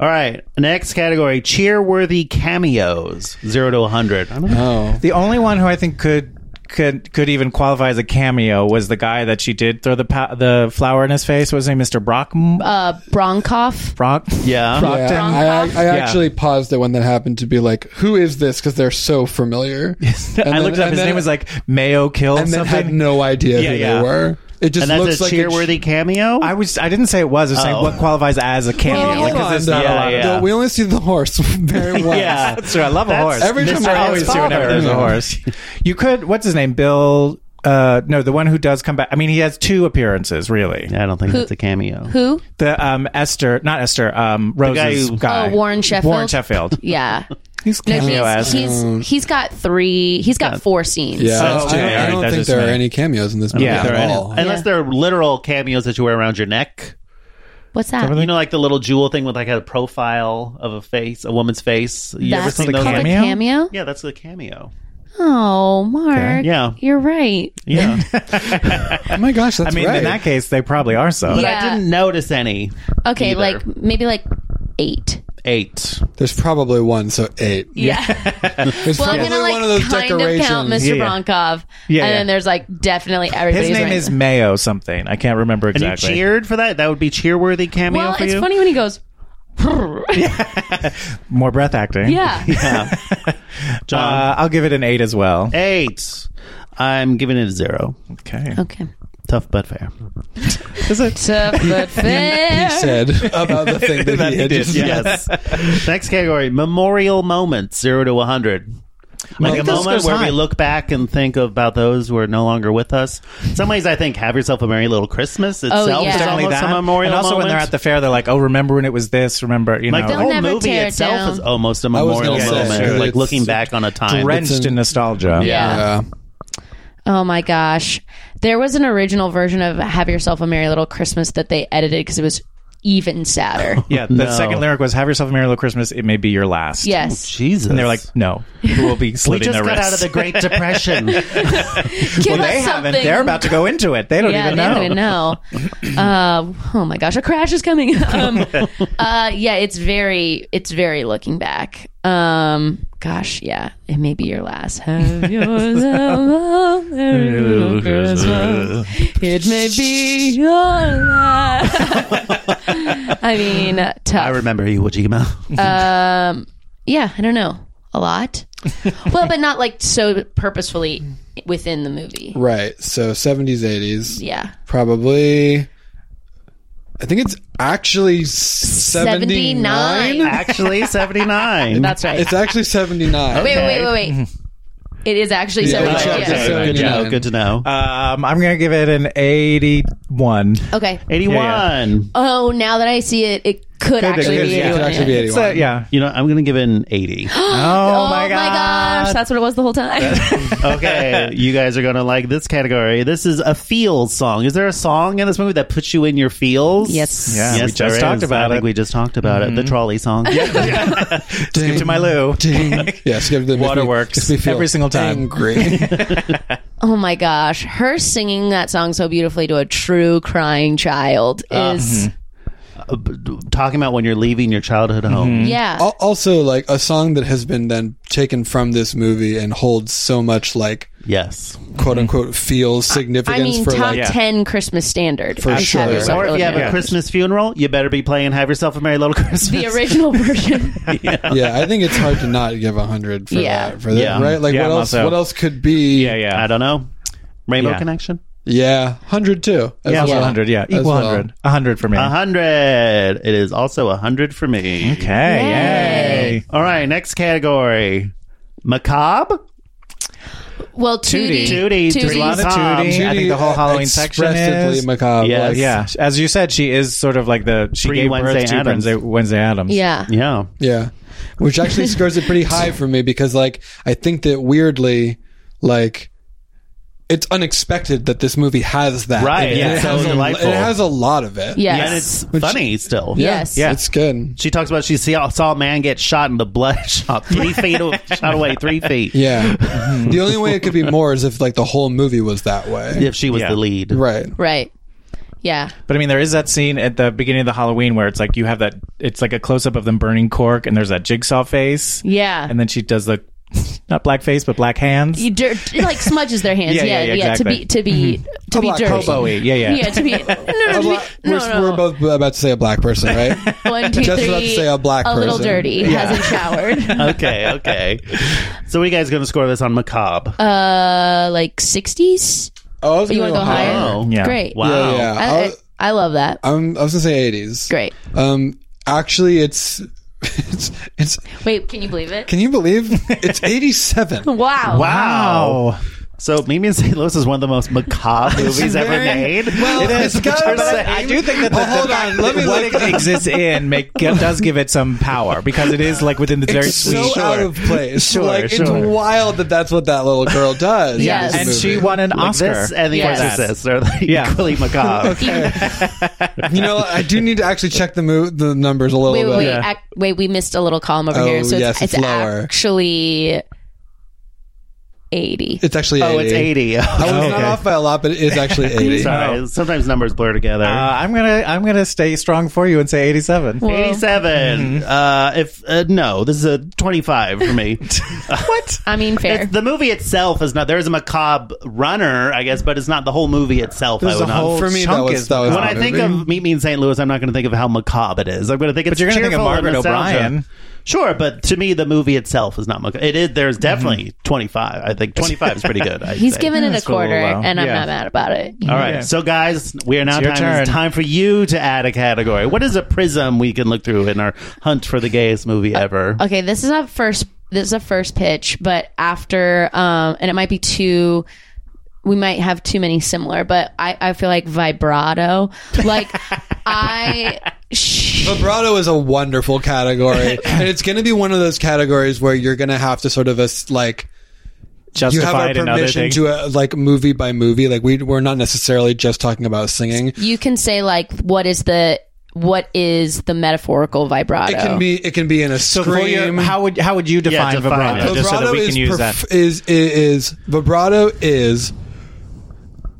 [SPEAKER 3] All right. Next category cheerworthy cameos, 0 to 100. I don't know.
[SPEAKER 6] Oh.
[SPEAKER 2] The only one who I think could could could even qualify as a cameo was the guy that she did throw the pa- the flower in his face. What was his name Mr. Brock?
[SPEAKER 7] Uh, Bronkoff.
[SPEAKER 2] Brock?
[SPEAKER 3] Yeah.
[SPEAKER 2] Brockton.
[SPEAKER 6] Yeah, I, I
[SPEAKER 2] Yeah.
[SPEAKER 6] actually paused it when that happened to be like, who is this? Because they're so familiar. Yes.
[SPEAKER 2] I looked it up. His name was like Mayo Kill
[SPEAKER 6] and then
[SPEAKER 2] something.
[SPEAKER 6] had no idea
[SPEAKER 2] Yeah,
[SPEAKER 6] who
[SPEAKER 2] yeah.
[SPEAKER 6] they were. It just
[SPEAKER 3] And that's
[SPEAKER 6] looks
[SPEAKER 3] a
[SPEAKER 6] like
[SPEAKER 3] cheerworthy cameo?
[SPEAKER 2] I was. I didn't say it was. I was saying
[SPEAKER 3] Oh.
[SPEAKER 2] what qualifies as a cameo.
[SPEAKER 6] Well,
[SPEAKER 2] like,
[SPEAKER 6] hold
[SPEAKER 2] 'cause there's
[SPEAKER 6] on,
[SPEAKER 2] not a
[SPEAKER 6] though.
[SPEAKER 2] lot.
[SPEAKER 3] Yeah,
[SPEAKER 2] Of,
[SPEAKER 3] yeah.
[SPEAKER 6] No, we only see the horse very well.
[SPEAKER 3] Yeah.
[SPEAKER 2] That's true. I love a
[SPEAKER 3] That's-
[SPEAKER 2] horse.
[SPEAKER 6] Every time
[SPEAKER 2] Mr.
[SPEAKER 6] I
[SPEAKER 2] I always
[SPEAKER 6] ask
[SPEAKER 2] do whenever
[SPEAKER 6] father.
[SPEAKER 2] there's a
[SPEAKER 6] Yeah.
[SPEAKER 2] horse. You could. What's his name? Bill. Uh, no, the one who does come back. I mean, he has two appearances really.
[SPEAKER 3] I don't think that's a cameo.
[SPEAKER 7] Who?
[SPEAKER 2] The um Esther, not Esther. Um, Rose's
[SPEAKER 3] who-
[SPEAKER 2] guy.
[SPEAKER 7] Oh, Warren Sheffield.
[SPEAKER 2] Warren Sheffield.
[SPEAKER 7] Yeah.
[SPEAKER 2] He's
[SPEAKER 7] No,
[SPEAKER 2] cameo
[SPEAKER 7] he's,
[SPEAKER 2] as.
[SPEAKER 7] he's he's got three. He's got four scenes.
[SPEAKER 6] Yeah,
[SPEAKER 2] That's
[SPEAKER 6] I
[SPEAKER 2] true.
[SPEAKER 6] don't, I
[SPEAKER 2] Alright,
[SPEAKER 6] don't
[SPEAKER 2] that's
[SPEAKER 6] think
[SPEAKER 2] just
[SPEAKER 6] there
[SPEAKER 2] me.
[SPEAKER 6] are any cameos in this movie
[SPEAKER 2] Yeah, there
[SPEAKER 6] at
[SPEAKER 2] aren't.
[SPEAKER 6] all.
[SPEAKER 3] Unless
[SPEAKER 7] Yeah.
[SPEAKER 3] they're literal cameos that you wear around your neck.
[SPEAKER 7] What's that?
[SPEAKER 3] You know, like the little jewel thing with like a profile of a face, a woman's face. You ever
[SPEAKER 7] That's
[SPEAKER 3] seen
[SPEAKER 2] the
[SPEAKER 3] those?
[SPEAKER 7] called
[SPEAKER 2] cameo?
[SPEAKER 7] a cameo.
[SPEAKER 3] Yeah, that's a cameo.
[SPEAKER 7] Oh, Mark.
[SPEAKER 3] Yeah.
[SPEAKER 7] You're right.
[SPEAKER 3] Yeah.
[SPEAKER 6] Oh my gosh,
[SPEAKER 2] I
[SPEAKER 6] that's
[SPEAKER 2] mean,
[SPEAKER 6] right.
[SPEAKER 2] in that case, they probably are so.
[SPEAKER 7] Yeah.
[SPEAKER 3] I didn't notice any.
[SPEAKER 7] Okay,
[SPEAKER 3] Either.
[SPEAKER 7] like maybe like eight.
[SPEAKER 3] Eight.
[SPEAKER 6] There's probably one, so eight.
[SPEAKER 7] Yeah.
[SPEAKER 6] There's
[SPEAKER 7] well, I'm
[SPEAKER 6] probably
[SPEAKER 7] gonna like
[SPEAKER 6] one of those
[SPEAKER 7] kind of count
[SPEAKER 6] decorations.
[SPEAKER 7] Mr.
[SPEAKER 2] Yeah, yeah.
[SPEAKER 7] Bronkov.
[SPEAKER 2] Yeah,
[SPEAKER 7] and
[SPEAKER 2] yeah.
[SPEAKER 7] then there's like definitely everybody's
[SPEAKER 2] His name
[SPEAKER 7] right.
[SPEAKER 2] is Mayo something. I can't remember
[SPEAKER 3] And
[SPEAKER 2] exactly.
[SPEAKER 3] you cheered for that? That would be cheerworthy cameo
[SPEAKER 7] Well,
[SPEAKER 3] for
[SPEAKER 7] it's
[SPEAKER 3] you?
[SPEAKER 7] funny when he goes. yeah.
[SPEAKER 2] More breath acting.
[SPEAKER 3] Yeah. John.
[SPEAKER 2] Uh, I'll give it an eight as well.
[SPEAKER 3] Eh. Eight. I'm giving it a zero.
[SPEAKER 2] Okay.
[SPEAKER 7] Okay.
[SPEAKER 3] Tough but fair.
[SPEAKER 2] Is it?
[SPEAKER 7] Tough but fair.
[SPEAKER 6] He said about the thing that, he, had just-
[SPEAKER 3] yes. Next category: memorial moments, zero to one hundred. Like a
[SPEAKER 2] this
[SPEAKER 3] moment
[SPEAKER 2] goes
[SPEAKER 3] where
[SPEAKER 2] high.
[SPEAKER 3] we look back and think about those who are no longer with us. In some ways, I think "Have Yourself a Merry Little Christmas" itself
[SPEAKER 7] Oh, yeah.
[SPEAKER 3] is
[SPEAKER 7] Definitely
[SPEAKER 3] almost a memorial.
[SPEAKER 2] and also
[SPEAKER 3] moment.
[SPEAKER 2] when they're at the fair, they're like, "Oh, remember when it was this? Remember, you
[SPEAKER 3] like the
[SPEAKER 7] They'll
[SPEAKER 3] whole
[SPEAKER 2] know,
[SPEAKER 7] never
[SPEAKER 3] movie
[SPEAKER 7] tear it
[SPEAKER 3] itself
[SPEAKER 7] down.
[SPEAKER 3] is almost a
[SPEAKER 6] was
[SPEAKER 3] memorial
[SPEAKER 6] gonna
[SPEAKER 3] moment.
[SPEAKER 6] say, sure.
[SPEAKER 3] Like
[SPEAKER 6] It's-
[SPEAKER 3] looking back on a time.
[SPEAKER 2] drenched in nostalgia."
[SPEAKER 7] Yeah.
[SPEAKER 6] Yeah.
[SPEAKER 7] Oh my gosh. There was an original version of Have Yourself a Merry Little Christmas that they edited because it was even sadder.
[SPEAKER 2] Yeah, the second lyric was "Have yourself a merry little Christmas. It may be your last."
[SPEAKER 7] yes.
[SPEAKER 3] Jesus,
[SPEAKER 2] and they're like, "No, we will be
[SPEAKER 3] "We
[SPEAKER 2] slitting
[SPEAKER 3] just
[SPEAKER 2] their
[SPEAKER 3] got
[SPEAKER 2] wrists."
[SPEAKER 3] out of the Great Depression."
[SPEAKER 7] Give us
[SPEAKER 2] they
[SPEAKER 7] something.
[SPEAKER 2] haven't. They're about to go into it. They don't
[SPEAKER 7] yeah,
[SPEAKER 2] even
[SPEAKER 7] they
[SPEAKER 2] know.
[SPEAKER 7] don't even know. Uh, oh my gosh, a crash is coming. Um, uh, yeah, it's very, it's very looking back. Um, gosh, yeah, it may be your last. Have yourself a merry little Christmas. It may be your last. I mean, tough.
[SPEAKER 3] I remember you, Wajima.
[SPEAKER 7] Um, yeah, I don't know. A lot. well, but not like so purposefully within the movie.
[SPEAKER 6] Right. So 70s, 80s.
[SPEAKER 7] Yeah.
[SPEAKER 6] Probably. I think it's actually 79.
[SPEAKER 3] Actually, seventy nine.
[SPEAKER 7] That's right. Oh,
[SPEAKER 6] It's actually 79.
[SPEAKER 7] wait, wait, wait, wait, wait. It is actually
[SPEAKER 6] Yeah,
[SPEAKER 7] seventy.
[SPEAKER 6] it's
[SPEAKER 7] yeah.
[SPEAKER 6] actually
[SPEAKER 7] Okay.
[SPEAKER 6] seventy.
[SPEAKER 3] good to know. Good to know.
[SPEAKER 2] Um, I'm gonna give it an 81.
[SPEAKER 3] Eighty one.
[SPEAKER 7] Oh, now that I see it, it could, actually
[SPEAKER 6] It
[SPEAKER 7] be
[SPEAKER 6] could
[SPEAKER 7] anyone.
[SPEAKER 6] actually be 81.
[SPEAKER 2] So, yeah.
[SPEAKER 3] You know, I'm gonna give it an eighty.
[SPEAKER 2] Oh,
[SPEAKER 7] Oh my, gosh, that's what it was the whole time.
[SPEAKER 3] okay, you guys are gonna like this category. This is a feels song. Is there a song in this movie that puts you in your feels?
[SPEAKER 7] Yes.
[SPEAKER 2] Yeah, we just
[SPEAKER 3] there is.
[SPEAKER 2] talked about
[SPEAKER 3] I think
[SPEAKER 2] it. Mm-hmm.
[SPEAKER 3] we just talked about it. The trolley song.
[SPEAKER 2] Skip to my Lou.
[SPEAKER 6] Ding. Yes, give them
[SPEAKER 2] Waterworks.
[SPEAKER 6] makes me feel
[SPEAKER 2] Every single time.
[SPEAKER 6] Angry.
[SPEAKER 7] oh my gosh, her singing that song so beautifully to a true crying child
[SPEAKER 6] Uh,
[SPEAKER 7] is
[SPEAKER 6] mm-hmm.
[SPEAKER 3] Talking about when you're leaving your childhood
[SPEAKER 2] Mm-hmm.
[SPEAKER 3] home.
[SPEAKER 7] yeah.
[SPEAKER 6] Al- also, like a song that has been then taken from this movie and holds so much like
[SPEAKER 3] Yes.
[SPEAKER 6] quote unquote feels significance
[SPEAKER 7] I mean,
[SPEAKER 6] for
[SPEAKER 7] top
[SPEAKER 6] like
[SPEAKER 7] ten Christmas standard
[SPEAKER 6] For
[SPEAKER 7] is Have
[SPEAKER 6] sure.
[SPEAKER 7] Yourself
[SPEAKER 3] Or
[SPEAKER 7] a
[SPEAKER 3] if you have
[SPEAKER 7] Little
[SPEAKER 3] a Christmas funeral, you better be playing "Have Yourself a Merry Little Christmas."
[SPEAKER 7] the original version.
[SPEAKER 6] yeah. I think it's hard to not give a hundred for
[SPEAKER 7] Yeah.
[SPEAKER 6] that. For that,
[SPEAKER 3] Yeah.
[SPEAKER 6] right? Like
[SPEAKER 2] Yeah,
[SPEAKER 6] what
[SPEAKER 2] I'm
[SPEAKER 6] else?
[SPEAKER 2] also-
[SPEAKER 6] What else could be?
[SPEAKER 2] Yeah, yeah.
[SPEAKER 3] I don't know. Rainbow
[SPEAKER 2] Yeah.
[SPEAKER 3] Connection.
[SPEAKER 6] yeah, hundred too. as
[SPEAKER 2] yeah,
[SPEAKER 6] well.
[SPEAKER 2] 100. Yeah, equal
[SPEAKER 6] well.
[SPEAKER 2] 100. 100 for me.
[SPEAKER 3] A hundred. It is also a hundred for me.
[SPEAKER 2] Okay, yay.
[SPEAKER 3] All right. Next category. Macabre.
[SPEAKER 7] Well, Tootie,
[SPEAKER 2] Tootie.
[SPEAKER 3] Tootie. There's a lot of
[SPEAKER 2] Tootie.
[SPEAKER 3] Tootie.
[SPEAKER 2] I think the whole Halloween section
[SPEAKER 6] expressively
[SPEAKER 2] is-
[SPEAKER 6] macabre.
[SPEAKER 3] Yes.
[SPEAKER 6] Like,
[SPEAKER 2] Yeah, as you said, she is sort of like the she
[SPEAKER 3] Free
[SPEAKER 2] gave
[SPEAKER 3] Wednesday
[SPEAKER 2] birth to
[SPEAKER 3] Addams.
[SPEAKER 2] Wednesday, Wednesday Adams.
[SPEAKER 7] Yeah.
[SPEAKER 3] Yeah.
[SPEAKER 6] Yeah. Which actually scores it pretty high for me because like I think that weirdly like it's unexpected that this movie has that.
[SPEAKER 3] Right,
[SPEAKER 6] And
[SPEAKER 3] yeah,
[SPEAKER 6] It,
[SPEAKER 3] it's so
[SPEAKER 6] has a,
[SPEAKER 3] delightful.
[SPEAKER 6] it has a lot of it.
[SPEAKER 7] Yes.
[SPEAKER 3] And it's funny still.
[SPEAKER 7] Yes.
[SPEAKER 6] Yeah. It's good.
[SPEAKER 3] She talks about she saw, saw a man get shot and the blood shot three feet away, shot away three feet.
[SPEAKER 6] Yeah. the only way it could be more is if like the whole movie was that way.
[SPEAKER 3] If she was
[SPEAKER 2] Yeah.
[SPEAKER 3] the lead.
[SPEAKER 6] Right.
[SPEAKER 7] Right. Yeah.
[SPEAKER 2] But I mean, there is that scene at the beginning of the Halloween where it's like you have that. It's like a close up of them burning cork, and there's that jigsaw face.
[SPEAKER 7] Yeah.
[SPEAKER 2] and then she does the not black face, but black hands.
[SPEAKER 7] You dirt, it, like smudges their hands. Yeah,
[SPEAKER 2] Yeah,
[SPEAKER 7] yeah,
[SPEAKER 2] yeah, yeah, exactly.
[SPEAKER 7] To be to be to be
[SPEAKER 6] black
[SPEAKER 7] dirty.
[SPEAKER 2] Hobo-y. Oh, Yeah, yeah.
[SPEAKER 7] Yeah, to be no, no,
[SPEAKER 6] A
[SPEAKER 7] to
[SPEAKER 6] bla-
[SPEAKER 7] be, no,
[SPEAKER 6] we're,
[SPEAKER 7] no.
[SPEAKER 6] we're both about to say a black person, right?
[SPEAKER 7] One, two,
[SPEAKER 6] just
[SPEAKER 7] three,
[SPEAKER 6] about to say a black
[SPEAKER 7] little
[SPEAKER 6] person.
[SPEAKER 7] dirty. Hasn't showered.
[SPEAKER 3] Okay, okay. so what are you guys going to score this on Macabre?
[SPEAKER 7] Uh, like sixties.
[SPEAKER 6] oh, I was
[SPEAKER 7] You
[SPEAKER 6] gonna
[SPEAKER 7] want to go higher?
[SPEAKER 3] higher.
[SPEAKER 2] Yeah.
[SPEAKER 7] Great.
[SPEAKER 3] Oh. Wow.
[SPEAKER 6] Yeah, yeah.
[SPEAKER 7] I, I, I love that.
[SPEAKER 6] I, am I was gonna say 80s.
[SPEAKER 7] Great.
[SPEAKER 6] Um, actually, it's it's it's.
[SPEAKER 7] Wait, can you believe it?
[SPEAKER 6] Can you believe it's 87?
[SPEAKER 2] Oh
[SPEAKER 7] wow.
[SPEAKER 3] Wow. So Mimi in St. Louis is one of the most macabre movies ever made.
[SPEAKER 6] Well, it's
[SPEAKER 3] what
[SPEAKER 6] gotta
[SPEAKER 3] you're
[SPEAKER 6] be-
[SPEAKER 3] saying.
[SPEAKER 2] I do think that the,
[SPEAKER 6] Well, hold
[SPEAKER 2] the fact
[SPEAKER 6] on,
[SPEAKER 2] that
[SPEAKER 6] let me
[SPEAKER 2] what
[SPEAKER 6] look-
[SPEAKER 2] it exists in make, does give it some power because it is like within the very
[SPEAKER 6] it's
[SPEAKER 2] sweet.
[SPEAKER 6] so out of place.
[SPEAKER 2] Sure,
[SPEAKER 6] like
[SPEAKER 2] sure.
[SPEAKER 6] it's wild that that's what that little girl does. in
[SPEAKER 7] Yes.
[SPEAKER 6] this
[SPEAKER 2] and she
[SPEAKER 6] movie.
[SPEAKER 2] won an
[SPEAKER 3] Like
[SPEAKER 2] Oscar.
[SPEAKER 3] This and The
[SPEAKER 7] Yes.
[SPEAKER 3] Exorcist are like
[SPEAKER 2] Yeah.
[SPEAKER 3] equally macabre.
[SPEAKER 6] You know, I do need to actually check the mo- the numbers a little
[SPEAKER 7] Wait, wait,
[SPEAKER 6] bit.
[SPEAKER 7] wait, ac- wait. We missed a little column over
[SPEAKER 6] Oh,
[SPEAKER 7] here, so
[SPEAKER 6] yes,
[SPEAKER 7] it's,
[SPEAKER 6] it's lower.
[SPEAKER 7] actually eighty.
[SPEAKER 6] It's actually 80.
[SPEAKER 3] Oh, it's 80.
[SPEAKER 6] I was not
[SPEAKER 2] Oh, Okay.
[SPEAKER 6] off by a lot, but it is actually 80.
[SPEAKER 3] Sorry. Sometimes numbers blur together.
[SPEAKER 2] uh, I'm gonna I'm gonna stay strong for you and say 87.
[SPEAKER 7] Well,
[SPEAKER 3] 87. Uh, if uh, no, this is a 25 for me. what?
[SPEAKER 7] I mean, fair.
[SPEAKER 3] the movie itself is not. There is a macabre runner, I guess, but it's not the whole movie itself. I
[SPEAKER 2] There's
[SPEAKER 3] would
[SPEAKER 2] a
[SPEAKER 3] not-
[SPEAKER 2] whole
[SPEAKER 6] For me, that
[SPEAKER 2] chunk
[SPEAKER 6] was-
[SPEAKER 2] is
[SPEAKER 6] that was
[SPEAKER 3] When I
[SPEAKER 6] Macabre
[SPEAKER 3] think
[SPEAKER 6] movie.
[SPEAKER 3] of Meet Me in St. Louis, I'm not going to think of how macabre it is. I'm going to think it's
[SPEAKER 2] But you're gonna think of
[SPEAKER 3] cheerful and
[SPEAKER 2] Margaret
[SPEAKER 3] nostalgia.
[SPEAKER 2] O'Brien.
[SPEAKER 3] Sure, but to me, the movie itself is not much. It is. There's definitely
[SPEAKER 2] Mm-hmm.
[SPEAKER 3] 25. I think 25 is pretty good. I'd
[SPEAKER 7] He's
[SPEAKER 3] say.
[SPEAKER 7] giving it a
[SPEAKER 8] that's a little
[SPEAKER 7] quarter,
[SPEAKER 8] low.
[SPEAKER 7] and I'm
[SPEAKER 8] Yeah.
[SPEAKER 7] not mad about it.
[SPEAKER 3] All right, so guys, we are now
[SPEAKER 8] your
[SPEAKER 3] time. It's
[SPEAKER 8] turn.
[SPEAKER 3] time for you to add a category. What is a prism we can look through in our hunt for the gayest movie ever?
[SPEAKER 7] Okay, this is a first. This is a first pitch, but after, um, and it might be too. We might have too many similar, but I, I feel like vibrato. Like I, sh-
[SPEAKER 6] Vibrato is a wonderful category, and it's going to be one of those categories where you're going to have to sort of as like you have our
[SPEAKER 8] Justified and other
[SPEAKER 6] permission
[SPEAKER 8] things.
[SPEAKER 6] to uh like movie by movie. Like we we're not necessarily just talking about singing.
[SPEAKER 7] you can say like, what is the what is the metaphorical vibrato?
[SPEAKER 6] It can be it can be in a
[SPEAKER 8] So for your-
[SPEAKER 6] scream.
[SPEAKER 8] how would how would you define
[SPEAKER 3] define
[SPEAKER 8] vibrato?
[SPEAKER 3] it.
[SPEAKER 8] Just so that we can
[SPEAKER 6] is
[SPEAKER 8] use
[SPEAKER 6] perf-
[SPEAKER 8] that.
[SPEAKER 6] is i- is vibrato is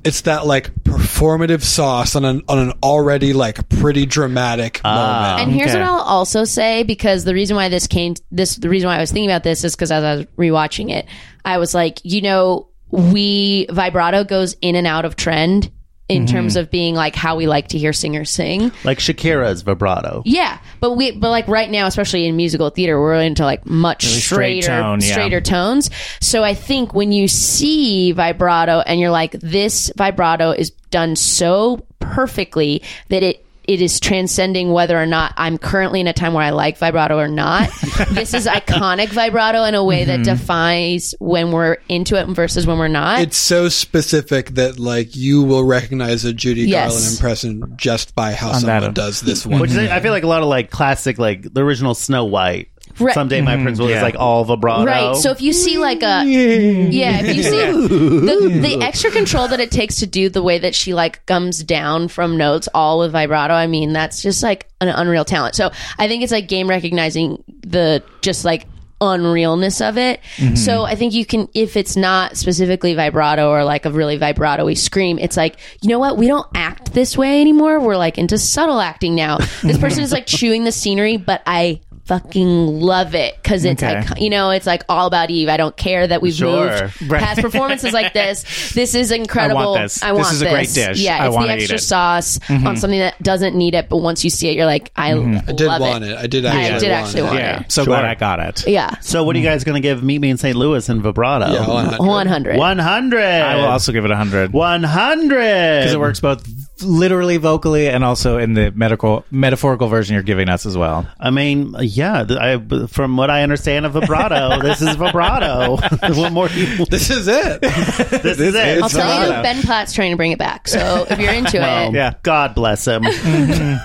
[SPEAKER 6] it's that like performative sauce on an on an already like pretty dramatic
[SPEAKER 8] Ah.
[SPEAKER 6] moment.
[SPEAKER 7] And here's
[SPEAKER 3] Okay.
[SPEAKER 7] what I'll also say because the reason why this came this the reason why I was thinking about this is because as I was rewatching it, I was like, you know, we vibrato goes in and out of trend in terms of being like how we like to hear singers sing.
[SPEAKER 3] Like Shakira's vibrato.
[SPEAKER 7] Yeah, but we but like right now, especially in musical theater, we're into like much
[SPEAKER 8] straight
[SPEAKER 7] straighter
[SPEAKER 8] tone, yeah.
[SPEAKER 7] straighter tones. So I think when you see vibrato and you're like, this vibrato is done so perfectly that it it is transcending whether or not I'm currently in a time where I like vibrato or not. this is iconic vibrato in a way
[SPEAKER 8] Mm-hmm.
[SPEAKER 7] that defies when we're into it versus when we're not.
[SPEAKER 6] it's so specific that like you will recognize a Judy
[SPEAKER 7] Yes.
[SPEAKER 6] Garland impression just by how someone
[SPEAKER 8] that-
[SPEAKER 6] does this one.
[SPEAKER 3] Which is, I feel like a lot of like classic, like the original Snow White.
[SPEAKER 7] Right.
[SPEAKER 3] Someday my principal
[SPEAKER 8] Mm-hmm.
[SPEAKER 3] is like all vibrato.
[SPEAKER 7] Right. So if you see like a yeah, if you see the, the extra control that it takes to do the way that she like comes down from notes all with vibrato, I mean that's just like an unreal talent. So I think it's like game recognizing the just like unrealness of it. So I think you can if it's not specifically vibrato or like a really vibrato y scream, it's like, you know what, we don't act this way anymore. We're like into subtle acting now. This person is like chewing the scenery, but I fucking love it because it's
[SPEAKER 8] Okay.
[SPEAKER 7] like you know it's like all about eve i don't care that we've
[SPEAKER 3] Sure.
[SPEAKER 7] moved past performances like this this is incredible
[SPEAKER 8] I want this.
[SPEAKER 7] I want
[SPEAKER 8] This is a great dish.
[SPEAKER 7] yeah
[SPEAKER 8] I
[SPEAKER 7] it's the
[SPEAKER 8] wanna eat
[SPEAKER 7] extra
[SPEAKER 8] it. Mm-hmm.
[SPEAKER 7] sauce on something that doesn't need it but once you see it you're like i,
[SPEAKER 6] I did
[SPEAKER 7] love
[SPEAKER 6] want it. I did actually.
[SPEAKER 7] did
[SPEAKER 6] want
[SPEAKER 7] actually
[SPEAKER 6] it.
[SPEAKER 7] want
[SPEAKER 8] Yeah. So glad I got it.
[SPEAKER 7] yeah
[SPEAKER 3] So what are you guys going to give Meet Me in St. Louis in vibrato?
[SPEAKER 6] Yeah, 100.
[SPEAKER 7] 100
[SPEAKER 3] 100.
[SPEAKER 8] I will also give it a hundred.
[SPEAKER 3] 100.
[SPEAKER 8] Because it works both literally vocally and also in the medical metaphorical version you're giving us as well.
[SPEAKER 3] I mean, yeah, th- I, from what I understand of vibrato, this is vibrato. what more do you,
[SPEAKER 6] This is it.
[SPEAKER 3] this is it.
[SPEAKER 7] i'll tell you ben platt's trying to bring it back so if you're into it
[SPEAKER 3] Yeah. God bless him.
[SPEAKER 8] Mm-hmm.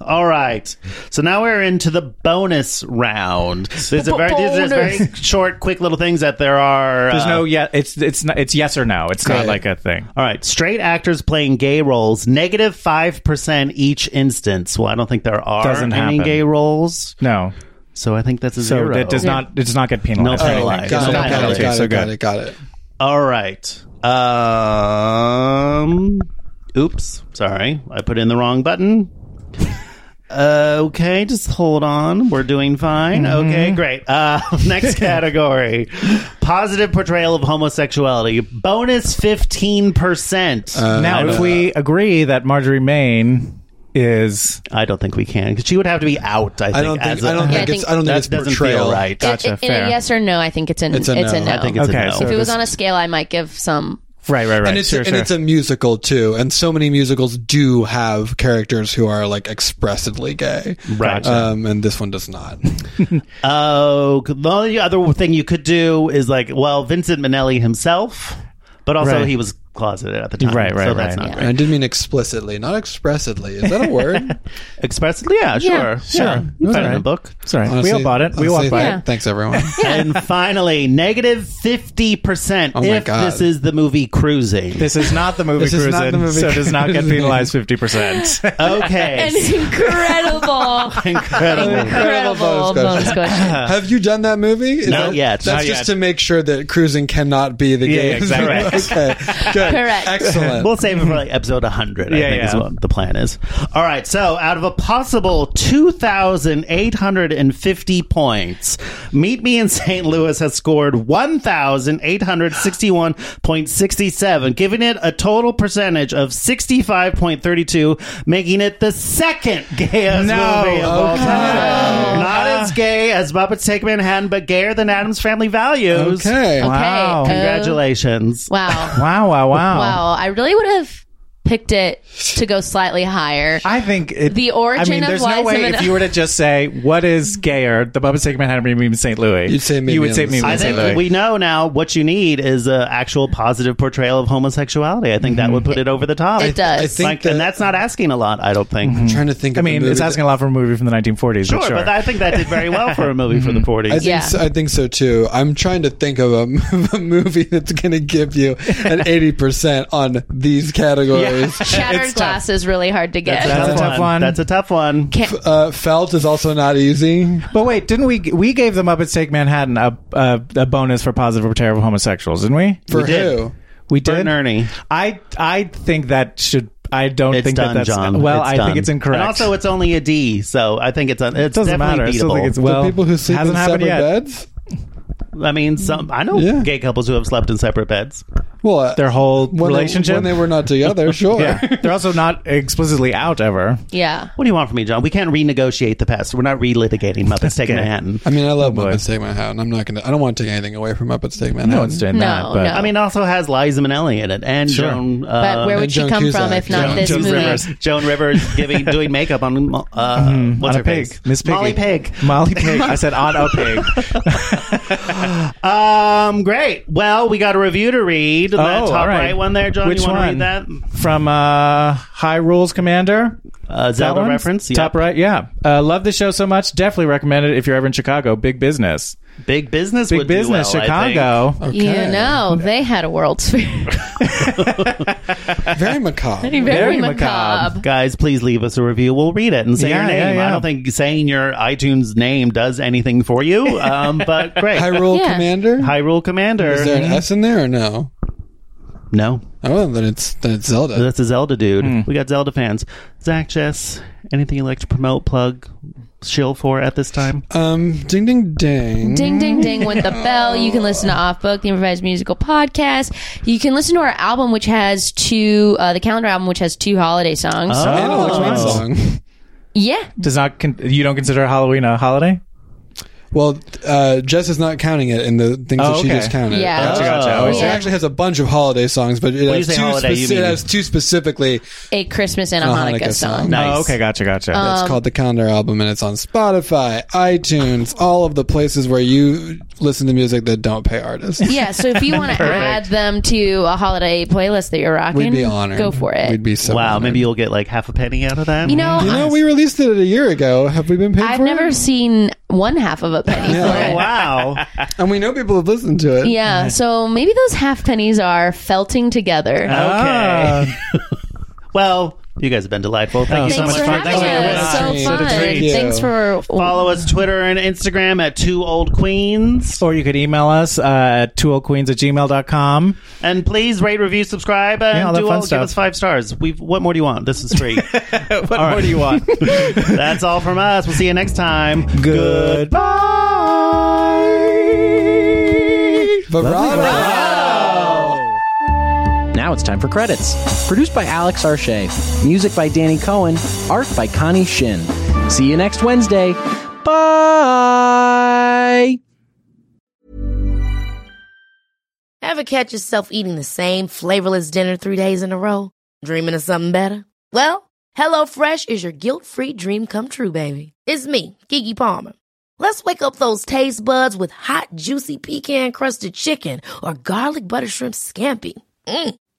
[SPEAKER 3] All right. So now we're into the bonus round. There's a very, these are
[SPEAKER 7] Bonus.
[SPEAKER 3] very short, quick little things that there are.
[SPEAKER 8] There's
[SPEAKER 3] uh,
[SPEAKER 8] no yeah. It's it's not, it's yes or no. It's not
[SPEAKER 6] Great.
[SPEAKER 8] like a thing.
[SPEAKER 3] All right, straight actors playing gay roles, negative five percent each instance. Well, I don't think there are
[SPEAKER 8] Doesn't
[SPEAKER 3] any
[SPEAKER 8] happen.
[SPEAKER 3] gay roles,
[SPEAKER 8] No.
[SPEAKER 3] so I think that's a
[SPEAKER 8] So
[SPEAKER 3] zero.
[SPEAKER 8] it does not it does not get
[SPEAKER 3] No
[SPEAKER 8] penalized. or anything. There's
[SPEAKER 3] penalized.
[SPEAKER 6] Got it.
[SPEAKER 8] no
[SPEAKER 3] Okay.
[SPEAKER 6] Got it.
[SPEAKER 8] penalty.
[SPEAKER 6] Got
[SPEAKER 8] So
[SPEAKER 6] it. Got
[SPEAKER 8] good.
[SPEAKER 6] it. Got it.
[SPEAKER 3] All right. Um. Oops. Sorry, I put in the wrong button. Uh, okay, just hold on. We're doing fine.
[SPEAKER 8] Mm-hmm.
[SPEAKER 3] Okay, great. Uh, next category: positive portrayal of homosexuality. Bonus fifteen percent.
[SPEAKER 6] Uh,
[SPEAKER 8] Now, if we agree that Marjorie Main is
[SPEAKER 3] I don't think we can. 'cause She would have to be out. I think.
[SPEAKER 6] I don't
[SPEAKER 3] as
[SPEAKER 6] think.
[SPEAKER 3] a-
[SPEAKER 6] I don't
[SPEAKER 7] Yeah, I
[SPEAKER 6] think it's.
[SPEAKER 7] think-
[SPEAKER 6] I don't think
[SPEAKER 3] that
[SPEAKER 6] it's
[SPEAKER 3] doesn't
[SPEAKER 6] portrayal.
[SPEAKER 3] feel right.
[SPEAKER 7] It- it- in a yes or no i think it's an
[SPEAKER 6] It's a no. I
[SPEAKER 3] I think it's
[SPEAKER 8] Okay,
[SPEAKER 3] a no.
[SPEAKER 8] so
[SPEAKER 7] if it was on a scale i might give some
[SPEAKER 8] right, right, right.
[SPEAKER 6] And it's,
[SPEAKER 8] sure,
[SPEAKER 6] and
[SPEAKER 8] sure.
[SPEAKER 6] it's a musical too, and so many musicals do have characters who are like expressively gay,
[SPEAKER 3] Right.
[SPEAKER 6] Um, and this one does not.
[SPEAKER 3] Oh, the only other thing you could do is like, well, Vincent Minnelli himself, but also
[SPEAKER 8] Right.
[SPEAKER 3] he was closeted at the time,
[SPEAKER 8] Right, right,
[SPEAKER 3] So that's
[SPEAKER 8] right.
[SPEAKER 3] not
[SPEAKER 7] Yeah.
[SPEAKER 3] great.
[SPEAKER 6] And I did mean explicitly, not expressively. Is that a word?
[SPEAKER 3] Expressly, yeah, sure,
[SPEAKER 7] Yeah.
[SPEAKER 3] sure.
[SPEAKER 8] Yeah.
[SPEAKER 3] You
[SPEAKER 8] It's
[SPEAKER 3] put it in
[SPEAKER 8] all
[SPEAKER 3] a
[SPEAKER 8] right.
[SPEAKER 3] book.
[SPEAKER 8] Sorry,
[SPEAKER 6] Honestly-
[SPEAKER 8] we all bought it. We all
[SPEAKER 6] honestly,
[SPEAKER 8] bought
[SPEAKER 6] thank-
[SPEAKER 8] it.
[SPEAKER 6] Thanks everyone.
[SPEAKER 3] And finally, negative fifty percent.
[SPEAKER 6] Oh my
[SPEAKER 3] if
[SPEAKER 6] God.
[SPEAKER 3] this is the movie Cruising,
[SPEAKER 8] This is not the movie
[SPEAKER 6] This is
[SPEAKER 8] cruising,
[SPEAKER 6] not the movie
[SPEAKER 8] so it does not get
[SPEAKER 6] Cruising.
[SPEAKER 8] penalized fifty percent.
[SPEAKER 3] okay,
[SPEAKER 7] incredible
[SPEAKER 3] incredible.
[SPEAKER 7] incredible bonus
[SPEAKER 6] bonus
[SPEAKER 7] question
[SPEAKER 6] Have you done that movie? Is
[SPEAKER 3] Not
[SPEAKER 6] that-
[SPEAKER 3] yet.
[SPEAKER 6] That's
[SPEAKER 3] Not yet.
[SPEAKER 6] just to make sure that cruising cannot be the
[SPEAKER 8] Yeah,
[SPEAKER 6] game.
[SPEAKER 8] exactly.
[SPEAKER 6] okay. Good.
[SPEAKER 7] Correct.
[SPEAKER 6] Excellent.
[SPEAKER 3] We'll save it for like episode 100, I
[SPEAKER 8] Yeah,
[SPEAKER 3] think is
[SPEAKER 8] yeah.
[SPEAKER 3] what the plan is. All right, so out of a possible 2,850 points, Meet Me in St. Louis has scored 1,861.67, giving it a total percentage of 65.32, making it the second gayest
[SPEAKER 8] No.
[SPEAKER 3] movie of all
[SPEAKER 8] Okay. Uh.
[SPEAKER 3] time. Not Muppets gay as Muppets Take Manhattan, but gayer than Adam's Family Values.
[SPEAKER 6] Okay.
[SPEAKER 7] Okay.
[SPEAKER 2] Wow.
[SPEAKER 7] oh,
[SPEAKER 3] Congratulations.
[SPEAKER 7] Wow.
[SPEAKER 2] Wow, wow, wow.
[SPEAKER 7] Wow. I really would have picked it to go slightly higher.
[SPEAKER 2] I think it,
[SPEAKER 7] The origin
[SPEAKER 2] I mean,
[SPEAKER 7] of
[SPEAKER 2] there's
[SPEAKER 7] why
[SPEAKER 2] no way
[SPEAKER 7] someone-
[SPEAKER 2] if you were to just say what is gayer, the Bubba Steak Manhattan Premium in St. Louis.
[SPEAKER 6] You'd say
[SPEAKER 2] you would say
[SPEAKER 6] maybe
[SPEAKER 2] maybe
[SPEAKER 6] on
[SPEAKER 3] I
[SPEAKER 2] in St.
[SPEAKER 3] think
[SPEAKER 2] Louis.
[SPEAKER 3] we know now what you need is an actual positive portrayal of homosexuality. I think that would put it over the top.
[SPEAKER 7] It does.
[SPEAKER 6] I think
[SPEAKER 3] Like,
[SPEAKER 6] that,
[SPEAKER 3] and that's not asking a lot, I don't think.
[SPEAKER 6] I'm trying to think.
[SPEAKER 2] I
[SPEAKER 6] Of a
[SPEAKER 2] mean,
[SPEAKER 6] movie
[SPEAKER 2] it's
[SPEAKER 6] that-
[SPEAKER 2] asking a lot for a movie from the 1940s. Mm-hmm. sure.
[SPEAKER 3] Sure,
[SPEAKER 2] Mm-hmm.
[SPEAKER 3] but I think that did very well for a movie for the 40s.
[SPEAKER 6] I think,
[SPEAKER 7] Yeah.
[SPEAKER 6] so, I think so too. I'm trying to think of a, a movie that's going to give you an 80% on these categories.
[SPEAKER 7] Shattered glass is really hard to get.
[SPEAKER 2] That's a tough one.
[SPEAKER 3] That's a tough one.
[SPEAKER 7] Can't-
[SPEAKER 6] Uh, Felt is also not easy.
[SPEAKER 2] But wait, didn't we we gave the Muppets Take Manhattan a, a a bonus for positive portrayal of homosexuals, didn't we?
[SPEAKER 6] For
[SPEAKER 3] did.
[SPEAKER 6] who?
[SPEAKER 2] We
[SPEAKER 3] Bert
[SPEAKER 2] did.
[SPEAKER 3] and Ernie.
[SPEAKER 2] I I think that should. I don't
[SPEAKER 3] It's
[SPEAKER 2] think
[SPEAKER 3] done,
[SPEAKER 2] that that's
[SPEAKER 3] John.
[SPEAKER 2] well. I
[SPEAKER 3] done.
[SPEAKER 2] think it's incorrect.
[SPEAKER 3] And also, it's only a D, so I think it's un-
[SPEAKER 2] it
[SPEAKER 3] it's
[SPEAKER 2] doesn't
[SPEAKER 3] definitely
[SPEAKER 2] matter. I still
[SPEAKER 3] beatable.
[SPEAKER 2] think it's well.
[SPEAKER 6] the people who sleep in
[SPEAKER 2] hasn't
[SPEAKER 6] separate
[SPEAKER 2] happened yet.
[SPEAKER 6] beds?
[SPEAKER 3] I mean, some I know
[SPEAKER 6] Yeah.
[SPEAKER 3] gay couples who have slept in separate beds.
[SPEAKER 6] Well, uh,
[SPEAKER 2] Their whole
[SPEAKER 6] when
[SPEAKER 2] relationship.
[SPEAKER 6] They, when they were not together, sure.
[SPEAKER 2] yeah, they're also not explicitly out ever.
[SPEAKER 7] yeah.
[SPEAKER 3] What do you want from me, John? We can't renegotiate the past. We're not relitigating Muppets Take Manhattan.
[SPEAKER 6] I mean, I love
[SPEAKER 2] Oh, boy.
[SPEAKER 6] Muppets Take Manhattan. I'm not going to, I don't want to take anything away from Muppets Take Manhattan.
[SPEAKER 2] No one's doing
[SPEAKER 7] No,
[SPEAKER 2] that. But
[SPEAKER 7] no.
[SPEAKER 3] I mean, it also has Liza Minnelli in it, and
[SPEAKER 2] Sure.
[SPEAKER 3] Joan.
[SPEAKER 2] Um,
[SPEAKER 3] Uh,
[SPEAKER 7] But where would
[SPEAKER 6] and
[SPEAKER 7] she
[SPEAKER 6] Joan
[SPEAKER 7] come
[SPEAKER 6] Cusack.
[SPEAKER 7] from if not
[SPEAKER 6] Joan-
[SPEAKER 7] this
[SPEAKER 3] Joan
[SPEAKER 7] movie?
[SPEAKER 3] Rivers, Joan Rivers giving doing makeup on uh, what's
[SPEAKER 2] Mm-hmm. on
[SPEAKER 3] her
[SPEAKER 2] a pig,
[SPEAKER 3] face?
[SPEAKER 2] Miss Piggy.
[SPEAKER 3] Molly Pig.
[SPEAKER 2] Molly Pig. I said on a pig.
[SPEAKER 3] Um, great. Well, we got a review to read. That
[SPEAKER 2] Oh,
[SPEAKER 3] top
[SPEAKER 2] all right.
[SPEAKER 3] right. one there, John.
[SPEAKER 2] Which
[SPEAKER 3] you want to
[SPEAKER 2] one?
[SPEAKER 3] read that?
[SPEAKER 2] From uh, High Rules Commander.
[SPEAKER 3] Uh,
[SPEAKER 2] That
[SPEAKER 3] Zelda
[SPEAKER 2] one?
[SPEAKER 3] reference. Yep.
[SPEAKER 2] Top right, yeah. Uh, love the show so much. Definitely recommend it if you're ever in Chicago. Big business.
[SPEAKER 3] Big business.
[SPEAKER 2] Big
[SPEAKER 3] would do
[SPEAKER 2] business,
[SPEAKER 3] well, I think.
[SPEAKER 2] Chicago.
[SPEAKER 7] You know, they had a World's Fair.
[SPEAKER 6] Very macabre.
[SPEAKER 7] Very,
[SPEAKER 2] Very macabre.
[SPEAKER 7] macabre.
[SPEAKER 3] Guys, please leave us a review. We'll read it and say
[SPEAKER 2] Yeah,
[SPEAKER 3] your name.
[SPEAKER 2] yeah, yeah.
[SPEAKER 3] I don't think saying your iTunes name does anything for you, um, but great.
[SPEAKER 6] Hyrule
[SPEAKER 7] Yeah.
[SPEAKER 6] Commander?
[SPEAKER 3] Hyrule Commander.
[SPEAKER 6] Is there an S in there or no?
[SPEAKER 3] no,
[SPEAKER 6] Oh, then it's, then it's Zelda.
[SPEAKER 3] that's a Zelda dude. We got Zelda fans. Zach, Jess, anything you'd like to promote, plug, shill for at this time?
[SPEAKER 6] Um, ding, ding, ding.
[SPEAKER 7] Ding, ding, ding with the bell. You can listen to Off Book, the improvised musical podcast. You can listen to our album, which has two, uh, the calendar album, which has two holiday songs.
[SPEAKER 2] Oh.
[SPEAKER 6] And a
[SPEAKER 3] Oh,
[SPEAKER 6] Halloween song.
[SPEAKER 7] Yeah.
[SPEAKER 2] Does not con- you don't consider Halloween a holiday?
[SPEAKER 6] Well, uh, Jess is not counting it in the things
[SPEAKER 2] Oh,
[SPEAKER 6] that she
[SPEAKER 2] okay.
[SPEAKER 6] just counted.
[SPEAKER 7] Yeah.
[SPEAKER 2] Gotcha, gotcha.
[SPEAKER 6] Oh,
[SPEAKER 2] Oh,
[SPEAKER 6] It
[SPEAKER 7] Yeah.
[SPEAKER 6] actually has a bunch of holiday songs, but it,
[SPEAKER 3] you
[SPEAKER 6] has two,
[SPEAKER 3] say holiday, you
[SPEAKER 6] speci- it
[SPEAKER 3] mean-
[SPEAKER 6] has two specifically.
[SPEAKER 7] A Christmas and a,
[SPEAKER 6] A
[SPEAKER 7] Hanukkah,
[SPEAKER 6] Hanukkah
[SPEAKER 7] song.
[SPEAKER 6] song.
[SPEAKER 3] Nice.
[SPEAKER 2] Oh, okay, gotcha, gotcha.
[SPEAKER 6] It's
[SPEAKER 7] Um,
[SPEAKER 6] called the Calendar Album, and it's on Spotify, iTunes, all of the places where you listen to music that don't pay artists.
[SPEAKER 7] Yeah, so if you want to add them to a holiday playlist that you're rocking,
[SPEAKER 6] We'd be honored.
[SPEAKER 7] go for it.
[SPEAKER 6] We'd be so
[SPEAKER 3] wow,
[SPEAKER 6] honored.
[SPEAKER 3] maybe you'll get like half a penny out of that.
[SPEAKER 7] you know,
[SPEAKER 6] You know, we released it a year ago. Have we been paid
[SPEAKER 7] I've
[SPEAKER 6] for
[SPEAKER 7] never
[SPEAKER 6] it?
[SPEAKER 7] seen one half of a penny for it.
[SPEAKER 3] wow.
[SPEAKER 6] And we know people have listened to it.
[SPEAKER 7] Yeah, so maybe those half pennies are felting together.
[SPEAKER 3] Okay. well, you guys have been delightful. Thank you so
[SPEAKER 7] Thanks
[SPEAKER 3] much
[SPEAKER 7] for having
[SPEAKER 3] thank you.
[SPEAKER 7] us.
[SPEAKER 6] Thank you.
[SPEAKER 7] So fun.
[SPEAKER 6] Thank you.
[SPEAKER 7] Thanks for
[SPEAKER 3] Follow us Twitter and Instagram at Two Old Queens.
[SPEAKER 2] or you could email us uh, at toolqueens at gmail.com.
[SPEAKER 3] And please rate, review, subscribe, and
[SPEAKER 2] Yeah, all that
[SPEAKER 3] do
[SPEAKER 2] fun
[SPEAKER 3] all,
[SPEAKER 2] stuff.
[SPEAKER 3] give us five stars. We've, what more do you want? This is free.
[SPEAKER 2] What more do you want?
[SPEAKER 3] That's all from us. We'll see you next time.
[SPEAKER 2] Goodbye.
[SPEAKER 6] Vibrato.
[SPEAKER 10] Now it's time for credits. Produced by Alex Arshay. Music by Danny Cohen. Art by Connie Shin. See you next Wednesday. Bye.
[SPEAKER 11] Ever catch yourself eating the same flavorless dinner three days in a row? Dreaming of something better? Well, HelloFresh is your guilt free dream come true, baby. It's me, Kiki Palmer. Let's wake up those taste buds with hot, juicy pecan crusted chicken or garlic butter shrimp scampi. Mm.